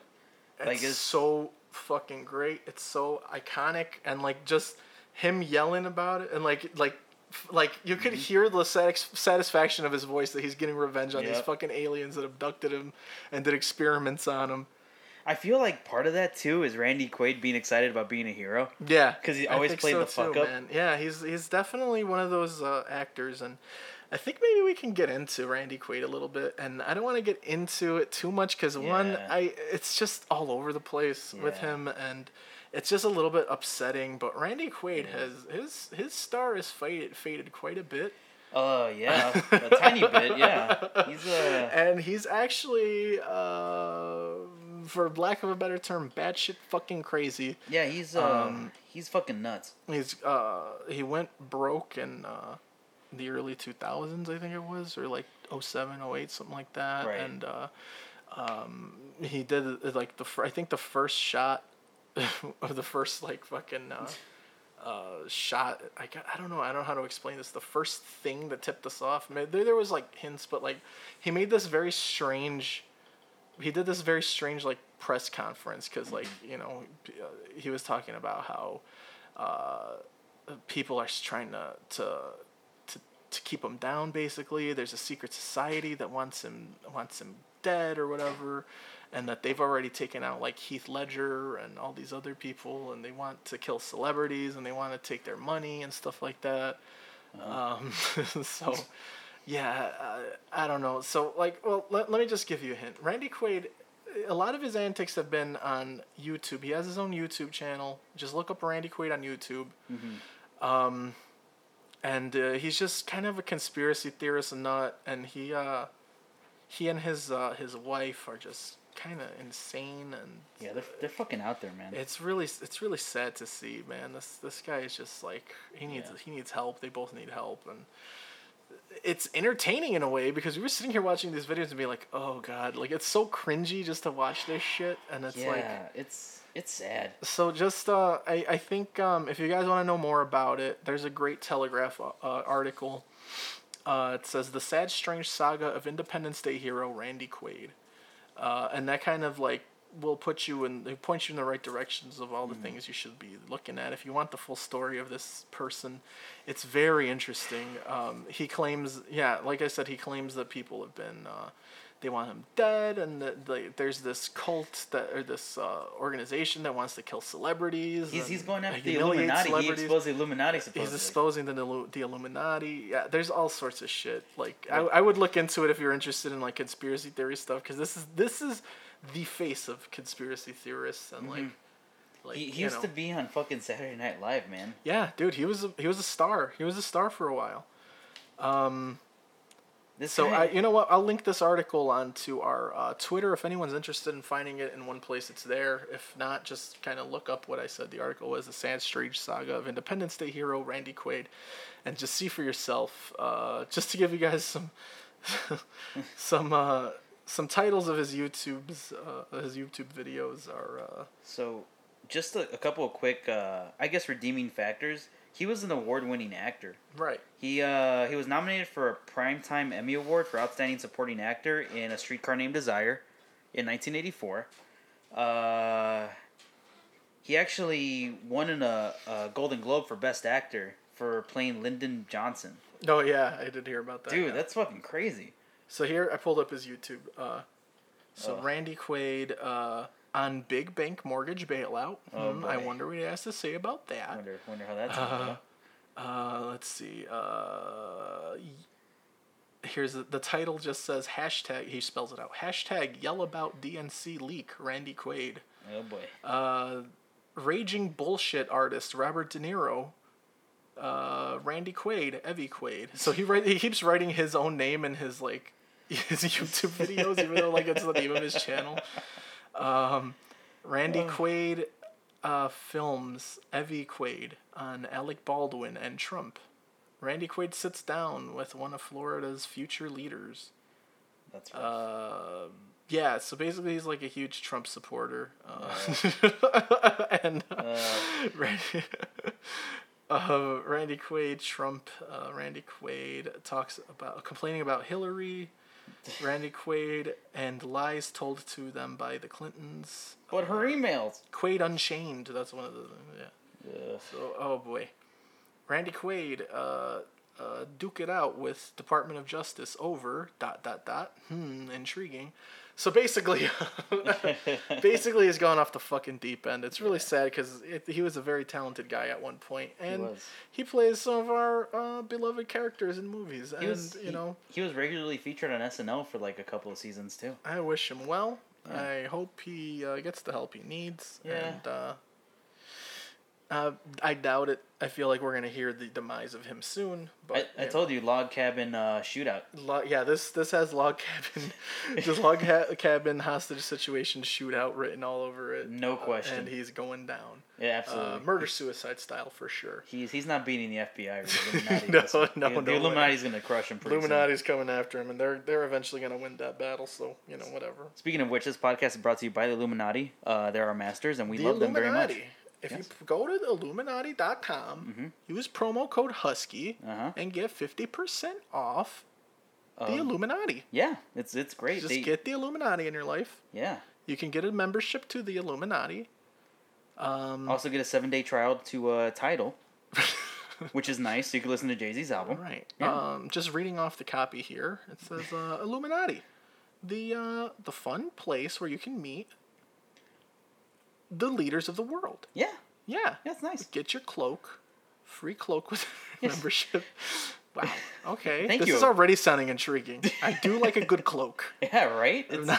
[SPEAKER 1] it's,
[SPEAKER 2] Like, it's-
[SPEAKER 1] so fucking great it's so iconic and like just him yelling about it and like like f- like you could
[SPEAKER 2] Mm-hmm.
[SPEAKER 1] hear the satis- satisfaction of his voice that he's getting revenge on these
[SPEAKER 2] Yep.
[SPEAKER 1] fucking aliens that abducted him and did experiments on him
[SPEAKER 2] I feel like part of that too is Randy Quaid being excited about being a hero.
[SPEAKER 1] Yeah,
[SPEAKER 2] 'Cause he
[SPEAKER 1] I
[SPEAKER 2] always
[SPEAKER 1] think
[SPEAKER 2] played the fuck up.
[SPEAKER 1] Yeah, he's he's definitely one of those uh, actors, and I think maybe we can get into Randy Quaid a little bit. And I don't want to get into it too much because one,
[SPEAKER 2] Yeah.
[SPEAKER 1] I it's just all over the place with
[SPEAKER 2] Yeah.
[SPEAKER 1] him, and it's just a little bit upsetting. But Randy Quaid has his his star is faded faded quite a bit.
[SPEAKER 2] Oh yeah, a tiny bit. Yeah, he's uh, a
[SPEAKER 1] and he's actually, uh, for lack of a better term, batshit fucking crazy.
[SPEAKER 2] yeah he's um, he's fucking nuts.
[SPEAKER 1] he's uh he went broke in uh the early 2000s i think it was or like 07 08 something like that
[SPEAKER 2] Right.
[SPEAKER 1] and uh um he did uh, like the fir- i think the first shot of the first like fucking uh uh, shot I, got, I don't know i don't know how to explain this the first thing that tipped us off ma- there, there was like hints but like he made this very strange he did this very strange like press conference because like you know uh, he was talking about how uh, people are s- trying to to to, to keep him down basically there's a secret society that wants him wants him dead or whatever and that they've already taken out like Heath Ledger and all these other people and they want to kill celebrities and they want to take their money and stuff like that um, so yeah uh, I don't know so like well let, let me just give you a hint Randy Quaid a lot of his antics have been on YouTube he has his own YouTube channel just look up Randy Quaid on YouTube Um, and uh, he's just kind of a conspiracy theorist and nut and he uh he and his uh his wife are just kind of insane and
[SPEAKER 2] Yeah, they're, they're fucking out there, man.
[SPEAKER 1] it's really it's really sad to see man this this guy is just like he needs
[SPEAKER 2] Yeah.
[SPEAKER 1] he needs help they both need help and it's entertaining in a way because we were sitting here watching these videos and be like oh god like it's so cringy just to watch this shit and it's
[SPEAKER 2] yeah,
[SPEAKER 1] like
[SPEAKER 2] it's it's sad.
[SPEAKER 1] so just uh, I, I think um, if you guys want to know more about it there's a great telegraph uh, article uh, it says the sad strange saga of independence day hero randy quaid uh, and that kind of like will put you in it points you in the right directions of
[SPEAKER 2] Hmm.
[SPEAKER 1] all the things you should be looking at if you want the full story of this person it's very interesting um, he claims yeah like i said he claims that people have been uh, they want him dead and that they, there's this cult that or this uh, organization that wants to kill celebrities
[SPEAKER 2] He's,
[SPEAKER 1] and
[SPEAKER 2] he's going after the
[SPEAKER 1] humiliate
[SPEAKER 2] Illuminati. He
[SPEAKER 1] celebrities.
[SPEAKER 2] exposed the Illuminati supposedly.
[SPEAKER 1] He's exposing the Illu- the Illuminati. Yeah, there's all sorts of shit. Like I, I would look into it if you're interested in like conspiracy theory stuff because this is this is the face of conspiracy theorists and like like
[SPEAKER 2] Mm-hmm. he he
[SPEAKER 1] you
[SPEAKER 2] used
[SPEAKER 1] know.
[SPEAKER 2] to be on fucking Saturday Night Live, man.
[SPEAKER 1] yeah, dude, he was a, he was a star. He was a star for a while.
[SPEAKER 2] This
[SPEAKER 1] So
[SPEAKER 2] guy-
[SPEAKER 1] I, you know what? I'll link this article onto our uh, Twitter if anyone's interested in finding it in one place. It's there. If not, just kind of look up what I said. The article was the Sand Strange Saga of Independence Day hero Randy Quaid, and just see for yourself. Uh, just to give you guys some some uh, some titles of his YouTube's uh, his YouTube videos are. Uh,
[SPEAKER 2] So, just a, a couple of quick, uh, I guess, redeeming factors. He was an award-winning actor.
[SPEAKER 1] right.
[SPEAKER 2] He uh, he was nominated for a Primetime Emmy Award for Outstanding Supporting Actor in A Streetcar Named Desire in 1984. Uh, he actually won an, a, a Golden Globe for Best Actor for playing Lyndon Johnson.
[SPEAKER 1] Oh yeah, I did hear about that.
[SPEAKER 2] Dude,
[SPEAKER 1] yeah.
[SPEAKER 2] that's fucking crazy.
[SPEAKER 1] So here I pulled up his YouTube. Uh, so
[SPEAKER 2] Oh.
[SPEAKER 1] Randy Quaid uh, on Big Bank Mortgage Bailout.
[SPEAKER 2] Oh,
[SPEAKER 1] Hmm, I
[SPEAKER 2] boy.
[SPEAKER 1] wonder what he has to say about that.
[SPEAKER 2] Wonder wonder how that's. gonna go.
[SPEAKER 1] Uh, let's see. Uh, y- here's the, the title. Just says hashtag. He spells it out. Hashtag yell about DNC leak. Randy Quaid.
[SPEAKER 2] oh boy.
[SPEAKER 1] Uh, raging bullshit artist Robert De Niro. Uh, Randy Quaid, Evie Quaid. So he write, he keeps writing his own name in his like his YouTube videos, even though like it's the name of his channel. Um, Randy Quaid uh, films Evie Quaid on Alec Baldwin and Trump. Randy Quaid sits down with one of Florida's future leaders.
[SPEAKER 2] That's rough.
[SPEAKER 1] Um yeah, so basically he's like a huge Trump supporter. Uh, and uh, Randy, uh, Randy Quaid, Trump, uh, Randy Quaid talks about complaining about Hillary, Randy Quaid, and lies told to them by the Clintons.
[SPEAKER 2] but her emails.
[SPEAKER 1] Quaid Unchained, that's one of the yeah.
[SPEAKER 2] Ugh.
[SPEAKER 1] So, oh boy. Randy Quaid, uh, uh, duke it out with Department of Justice over dot dot dot. Hmm, intriguing. So basically, basically, he's gone off the fucking deep end. It's really sad because he was a very talented guy at one point, and he,
[SPEAKER 2] was.
[SPEAKER 1] plays some of our uh, beloved characters in movies.
[SPEAKER 2] He
[SPEAKER 1] and
[SPEAKER 2] was,
[SPEAKER 1] you
[SPEAKER 2] he-
[SPEAKER 1] know,
[SPEAKER 2] he was regularly featured on SNL for like a couple of seasons too.
[SPEAKER 1] I wish him well. I hope he uh, gets the help he needs.
[SPEAKER 2] Yeah.
[SPEAKER 1] And uh, uh, I doubt it. I feel like we're gonna hear the demise of him soon.
[SPEAKER 2] I,
[SPEAKER 1] But
[SPEAKER 2] I told you log cabin uh, shootout.
[SPEAKER 1] Lo- yeah, this this has log cabin, this log ha- cabin hostage situation shootout written all over it.
[SPEAKER 2] No
[SPEAKER 1] Uh,
[SPEAKER 2] question.
[SPEAKER 1] and he's going down.
[SPEAKER 2] Yeah,
[SPEAKER 1] Uh,
[SPEAKER 2] absolutely.
[SPEAKER 1] murder suicide style for sure.
[SPEAKER 2] he's he's not beating the FBI or the Illuminati.
[SPEAKER 1] No,
[SPEAKER 2] this one.
[SPEAKER 1] no,
[SPEAKER 2] the,
[SPEAKER 1] no
[SPEAKER 2] The
[SPEAKER 1] way.
[SPEAKER 2] Illuminati's gonna crush him. Pretty soon.
[SPEAKER 1] Illuminati's coming after him, and they're they're eventually gonna win that battle. So you know whatever.
[SPEAKER 2] Speaking of which, this podcast is brought to you by the Illuminati. Uh, they're our masters, and we
[SPEAKER 1] The
[SPEAKER 2] love them very much.
[SPEAKER 1] Illuminati. If
[SPEAKER 2] Yes. Mm-hmm.
[SPEAKER 1] you p- go to Illuminati.com, use promo code Husky,
[SPEAKER 2] Uh-huh.
[SPEAKER 1] and get fifty percent off the Illuminati.
[SPEAKER 2] Um, Yeah, it's it's great.
[SPEAKER 1] Just
[SPEAKER 2] They-
[SPEAKER 1] get the Illuminati in your life.
[SPEAKER 2] yeah,
[SPEAKER 1] You can get a membership to the Illuminati. Um,
[SPEAKER 2] Also get a seven day trial to uh, Tidal, which is nice. So you can listen to Jay Z's album.
[SPEAKER 1] All right.
[SPEAKER 2] Yeah.
[SPEAKER 1] Um, just reading off the copy here. It says uh, Illuminati, the uh, the fun place where you can meet the leaders of the world.
[SPEAKER 2] yeah.
[SPEAKER 1] Yeah.
[SPEAKER 2] Yeah, it's nice.
[SPEAKER 1] Get your cloak, free cloak with
[SPEAKER 2] Yes.
[SPEAKER 1] membership. Wow. Okay.
[SPEAKER 2] Thank
[SPEAKER 1] this is
[SPEAKER 2] you.
[SPEAKER 1] already sounding intriguing. I do like a good cloak.
[SPEAKER 2] Yeah, right. It's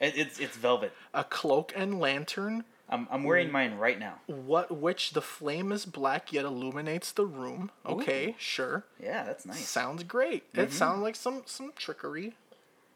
[SPEAKER 2] it- it's it's velvet.
[SPEAKER 1] A cloak and lantern,
[SPEAKER 2] I'm I'm
[SPEAKER 1] Mm.
[SPEAKER 2] wearing mine right now.
[SPEAKER 1] what which the flame is black yet illuminates the room. Okay, sure.
[SPEAKER 2] Yeah, that's nice. Mm-hmm.
[SPEAKER 1] Sounds great. It sounds like some some trickery,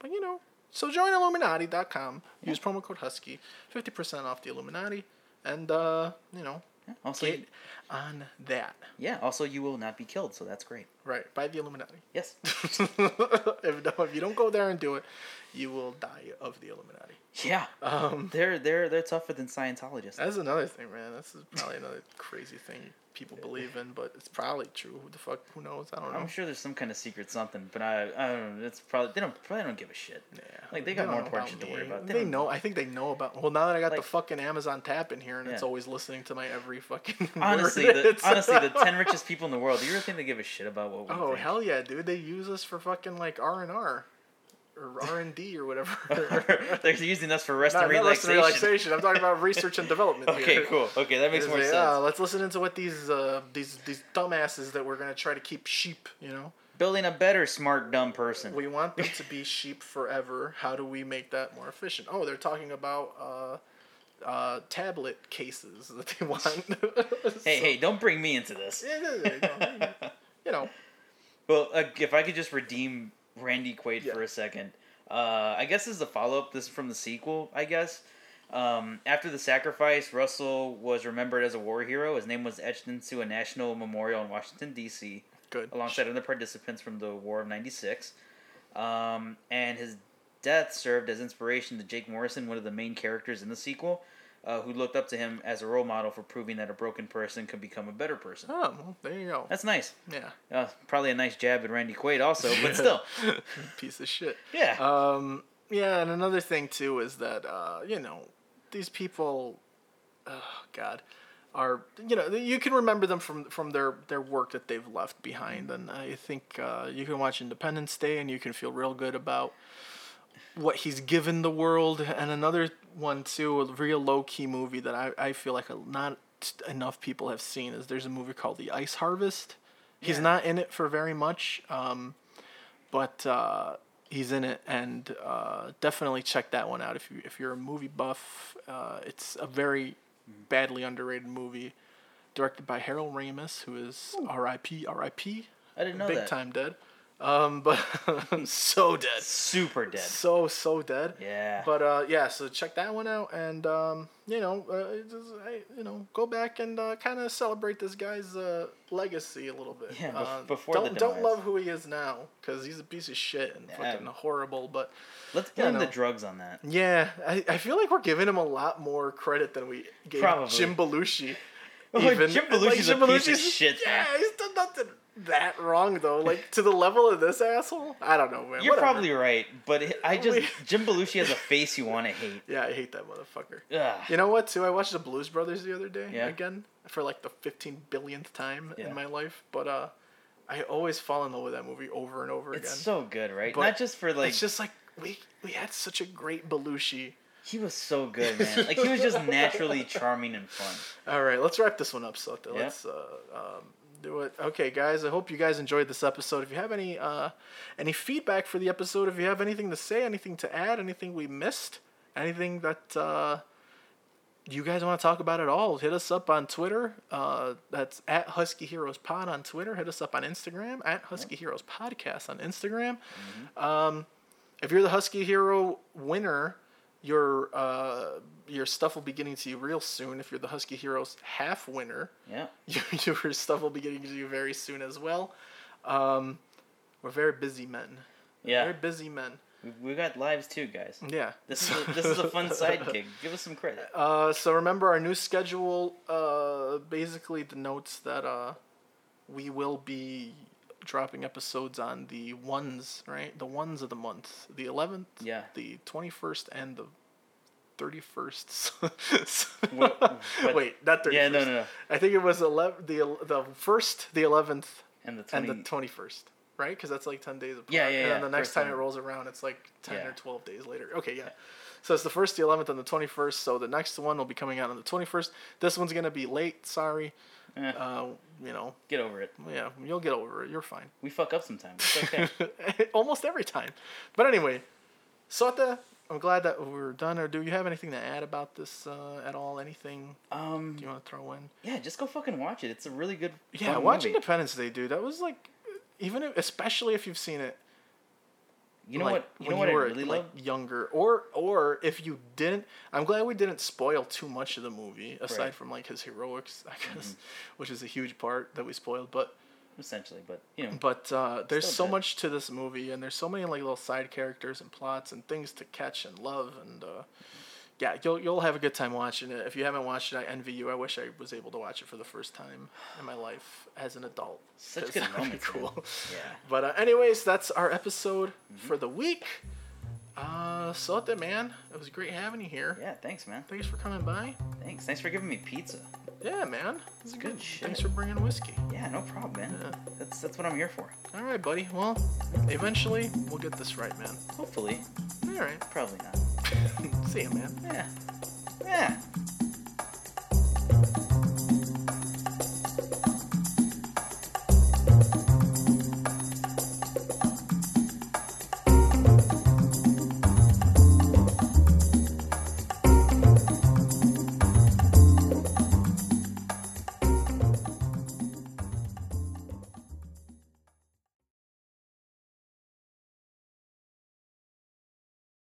[SPEAKER 1] but you know. So join Illuminati.com. Use promo code Husky, fifty percent off the Illuminati, and uh, you know,
[SPEAKER 2] Also,
[SPEAKER 1] get on that.
[SPEAKER 2] yeah. Also, you will not be killed, so that's great.
[SPEAKER 1] Right by the Illuminati.
[SPEAKER 2] Yes.
[SPEAKER 1] if, no, if you don't go there and do it, you will die of the Illuminati.
[SPEAKER 2] Yeah. Um. They're they're they're tougher than Scientologists.
[SPEAKER 1] That's another thing, man. This is probably another crazy thing people believe in, but it's probably true. Who the fuck? Who knows? I don't know.
[SPEAKER 2] I'm sure there's some kind of secret something, but I I don't know. It's probably they don't probably don't give a shit. Yeah. Like they got
[SPEAKER 1] don't
[SPEAKER 2] more
[SPEAKER 1] know
[SPEAKER 2] important shit
[SPEAKER 1] about
[SPEAKER 2] to worry
[SPEAKER 1] me.
[SPEAKER 2] about.
[SPEAKER 1] They,
[SPEAKER 2] don't-
[SPEAKER 1] know. I think they know about. Well, now that I got the
[SPEAKER 2] Like-
[SPEAKER 1] fucking Amazon tap in here, and it's
[SPEAKER 2] Yeah.
[SPEAKER 1] always listening to my every fucking. word.
[SPEAKER 2] Honestly, the,
[SPEAKER 1] It's-
[SPEAKER 2] honestly, the ten richest people in the world. Do you really think they give a shit about what we
[SPEAKER 1] oh
[SPEAKER 2] think?
[SPEAKER 1] hell yeah, dude! They use us for fucking like R and R, or R and D, or whatever. Not-
[SPEAKER 2] They're using us for rest
[SPEAKER 1] not
[SPEAKER 2] and
[SPEAKER 1] rest
[SPEAKER 2] relaxation.
[SPEAKER 1] and relaxation. I'm talking about research and development.
[SPEAKER 2] Okay,
[SPEAKER 1] here.
[SPEAKER 2] cool. Okay, that makes
[SPEAKER 1] It's
[SPEAKER 2] more
[SPEAKER 1] like,
[SPEAKER 2] sense.
[SPEAKER 1] "Ah, let's listen into what these uh, these these dumbasses that we're gonna try to keep sheep. You know,
[SPEAKER 2] Building a better smart dumb person.
[SPEAKER 1] we want them to be sheep forever. How do we make that more efficient? Oh, they're talking about uh, uh, tablet cases that they want.
[SPEAKER 2] hey, hey, don't bring me into this.
[SPEAKER 1] you know,
[SPEAKER 2] Well, uh, if I could just redeem Randy Quaid for
[SPEAKER 1] Yeah.
[SPEAKER 2] a second, uh, I guess this is a follow up. This is from the sequel, I guess. Um, after the sacrifice, Russell was remembered as a war hero. His name was etched into a national memorial in Washington D.C.
[SPEAKER 1] good.
[SPEAKER 2] alongside other participants from the War of '96. Um, and his death served as inspiration to Jake Morrison, one of the main characters in the sequel, uh, who looked up to him as a role model for proving that a broken person could become a better person.
[SPEAKER 1] Oh, well, there you go.
[SPEAKER 2] That's nice.
[SPEAKER 1] yeah,
[SPEAKER 2] Uh, probably a nice jab at Randy Quaid, also, but still,
[SPEAKER 1] piece of shit.
[SPEAKER 2] yeah.
[SPEAKER 1] Uh, Yeah, and another thing too is that uh, you know these people, oh God, are you know you can remember them from from their their work that they've left behind, and I think uh, you can watch Independence Day and you can feel real good about what he's given the world. And another one too, a real low key movie that I I feel like not enough people have seen is there's a movie called The Ice Harvest. He's not in it for very much. Um, but uh, he's in it, and uh, definitely check that one out if you if you're a movie buff. Uh, it's a very badly underrated movie, directed by Harold Ramis, who is R.I.P. R.I.P.
[SPEAKER 2] I didn't know
[SPEAKER 1] Big
[SPEAKER 2] that.
[SPEAKER 1] time dead, um, but so dead,
[SPEAKER 2] Super dead.
[SPEAKER 1] so so dead.
[SPEAKER 2] Yeah.
[SPEAKER 1] But uh, yeah, so check that one out, and um, you know, uh, it just, I, you know, go back and uh, kind of celebrate this guy's uh, legacy a little bit.
[SPEAKER 2] Yeah, bef-
[SPEAKER 1] Uh,
[SPEAKER 2] before the
[SPEAKER 1] don't don't
[SPEAKER 2] demise.
[SPEAKER 1] love who he is now because he's a piece of shit and
[SPEAKER 2] Yeah.
[SPEAKER 1] fucking horrible. But
[SPEAKER 2] Let's
[SPEAKER 1] Yeah,
[SPEAKER 2] blame
[SPEAKER 1] no.
[SPEAKER 2] the drugs on that.
[SPEAKER 1] yeah, I, I feel like we're giving him a lot more credit than we gave
[SPEAKER 2] Probably.
[SPEAKER 1] Jim Belushi.
[SPEAKER 2] Like, Jim Belushi's a piece of shit.
[SPEAKER 1] Yeah, he's done nothing that wrong though. Like to the level of this asshole, I don't know, man.
[SPEAKER 2] You're
[SPEAKER 1] whatever.
[SPEAKER 2] probably right, but it- I just
[SPEAKER 1] We-
[SPEAKER 2] Jim Belushi has a face you want to hate.
[SPEAKER 1] Yeah, I hate that motherfucker.
[SPEAKER 2] Ugh.
[SPEAKER 1] You know what? Too, I watched the Blues Brothers the other day
[SPEAKER 2] Yeah.
[SPEAKER 1] again for like the fifteen billionth time
[SPEAKER 2] Yeah.
[SPEAKER 1] in my life. But uh, I always fall in love with that movie over and over
[SPEAKER 2] It's
[SPEAKER 1] again.
[SPEAKER 2] so good, right?
[SPEAKER 1] But
[SPEAKER 2] Not just for like
[SPEAKER 1] it's just like we we had such a great Belushi.
[SPEAKER 2] He was so good, man. Like he was just naturally charming and fun.
[SPEAKER 1] All right, let's wrap this one up, Sota.
[SPEAKER 2] Yeah.
[SPEAKER 1] Let's uh, um, do it. Okay, guys, I hope you guys enjoyed this episode. If you have any uh, any feedback for the episode, if you have anything to say, anything to add, anything we missed, anything that uh, you guys want to talk about at all, hit us up on Twitter. Uh, that's at Husky Heroes Pod on Twitter. Hit us up on Instagram at Husky Heroes Podcast on Instagram. Um, if you're the Husky Hero winner, your uh, your stuff will be getting to you real soon. If you're the Husky Heroes half winner,
[SPEAKER 2] Yeah.
[SPEAKER 1] your, your stuff will be getting to you very soon as well. Um, we're very busy men.
[SPEAKER 2] Yeah.
[SPEAKER 1] Very busy men.
[SPEAKER 2] We, we got lives too, guys.
[SPEAKER 1] Yeah.
[SPEAKER 2] This is a, this is a fun side gig. Give us some credit.
[SPEAKER 1] Uh, so remember, our new schedule uh, basically denotes that uh, we will be dropping episodes on the ones, right? The ones of the month, the eleventh,
[SPEAKER 2] Yeah.
[SPEAKER 1] the twenty-first, and the thirty first.
[SPEAKER 2] What- what-
[SPEAKER 1] Wait, not thirty first.
[SPEAKER 2] Yeah, no, no, no.
[SPEAKER 1] I think it was eleven. The el- the first, the eleventh,
[SPEAKER 2] And the
[SPEAKER 1] and
[SPEAKER 2] twenty.
[SPEAKER 1] the twenty first. Right, because that's like ten days apart.
[SPEAKER 2] Yeah, yeah,
[SPEAKER 1] And then
[SPEAKER 2] yeah,
[SPEAKER 1] the next
[SPEAKER 2] first
[SPEAKER 1] time
[SPEAKER 2] time.
[SPEAKER 1] it rolls around, it's like ten
[SPEAKER 2] Yeah.
[SPEAKER 1] or twelve days later. Okay, yeah. So it's the first, the eleventh, and the twenty first. So the next one will be coming out on the twenty first. This one's gonna be late. Sorry.
[SPEAKER 2] Eh.
[SPEAKER 1] Uh, you know,
[SPEAKER 2] Get over it.
[SPEAKER 1] yeah, you'll get over it. You're fine.
[SPEAKER 2] We fuck up sometimes. It's okay.
[SPEAKER 1] Almost every time. But anyway, Sota, I'm glad that we were done. Or do you have anything to add about this uh, at all? Anything
[SPEAKER 2] um,
[SPEAKER 1] you want to throw in?
[SPEAKER 2] yeah, just go fucking watch it. It's a really good.
[SPEAKER 1] Yeah,
[SPEAKER 2] fun
[SPEAKER 1] watch
[SPEAKER 2] movie.
[SPEAKER 1] Independence Day, dude. That was like, even if, especially if you've seen it.
[SPEAKER 2] You know
[SPEAKER 1] like,
[SPEAKER 2] what? You know what I
[SPEAKER 1] were
[SPEAKER 2] really
[SPEAKER 1] like
[SPEAKER 2] love.
[SPEAKER 1] younger, or or if you didn't. I'm glad we didn't spoil too much of the movie, aside
[SPEAKER 2] Right. Mm-hmm.
[SPEAKER 1] from like his heroics, I guess, which is a huge part that we spoiled. But
[SPEAKER 2] essentially, but you know,
[SPEAKER 1] But uh, there's so
[SPEAKER 2] Still good.
[SPEAKER 1] much to this movie, and there's so many like little side characters and plots and things to catch and love, and uh, yeah, you'll you'll have a good time watching it. If you haven't watched it, I envy you. I wish I was able to watch it for the first time in my life as an adult.
[SPEAKER 2] such
[SPEAKER 1] 'cause
[SPEAKER 2] good
[SPEAKER 1] that'd be
[SPEAKER 2] moments. man.
[SPEAKER 1] cool.
[SPEAKER 2] Yeah. Mm-hmm.
[SPEAKER 1] But uh, anyways, that's our episode for the week. Uh, Sote, man, it was great having you here.
[SPEAKER 2] Yeah. Thanks, man.
[SPEAKER 1] Thanks for coming by.
[SPEAKER 2] Thanks. Thanks for giving me pizza.
[SPEAKER 1] Yeah, man, it's
[SPEAKER 2] good
[SPEAKER 1] good.
[SPEAKER 2] shit.
[SPEAKER 1] Thanks for bringing whiskey.
[SPEAKER 2] Yeah, no problem, man.
[SPEAKER 1] Yeah.
[SPEAKER 2] That's that's what I'm here for.
[SPEAKER 1] All right, buddy. Well, eventually we'll get this right, man.
[SPEAKER 2] Hopefully,
[SPEAKER 1] All right.
[SPEAKER 2] probably not.
[SPEAKER 1] See you, man.
[SPEAKER 2] Yeah. Yeah.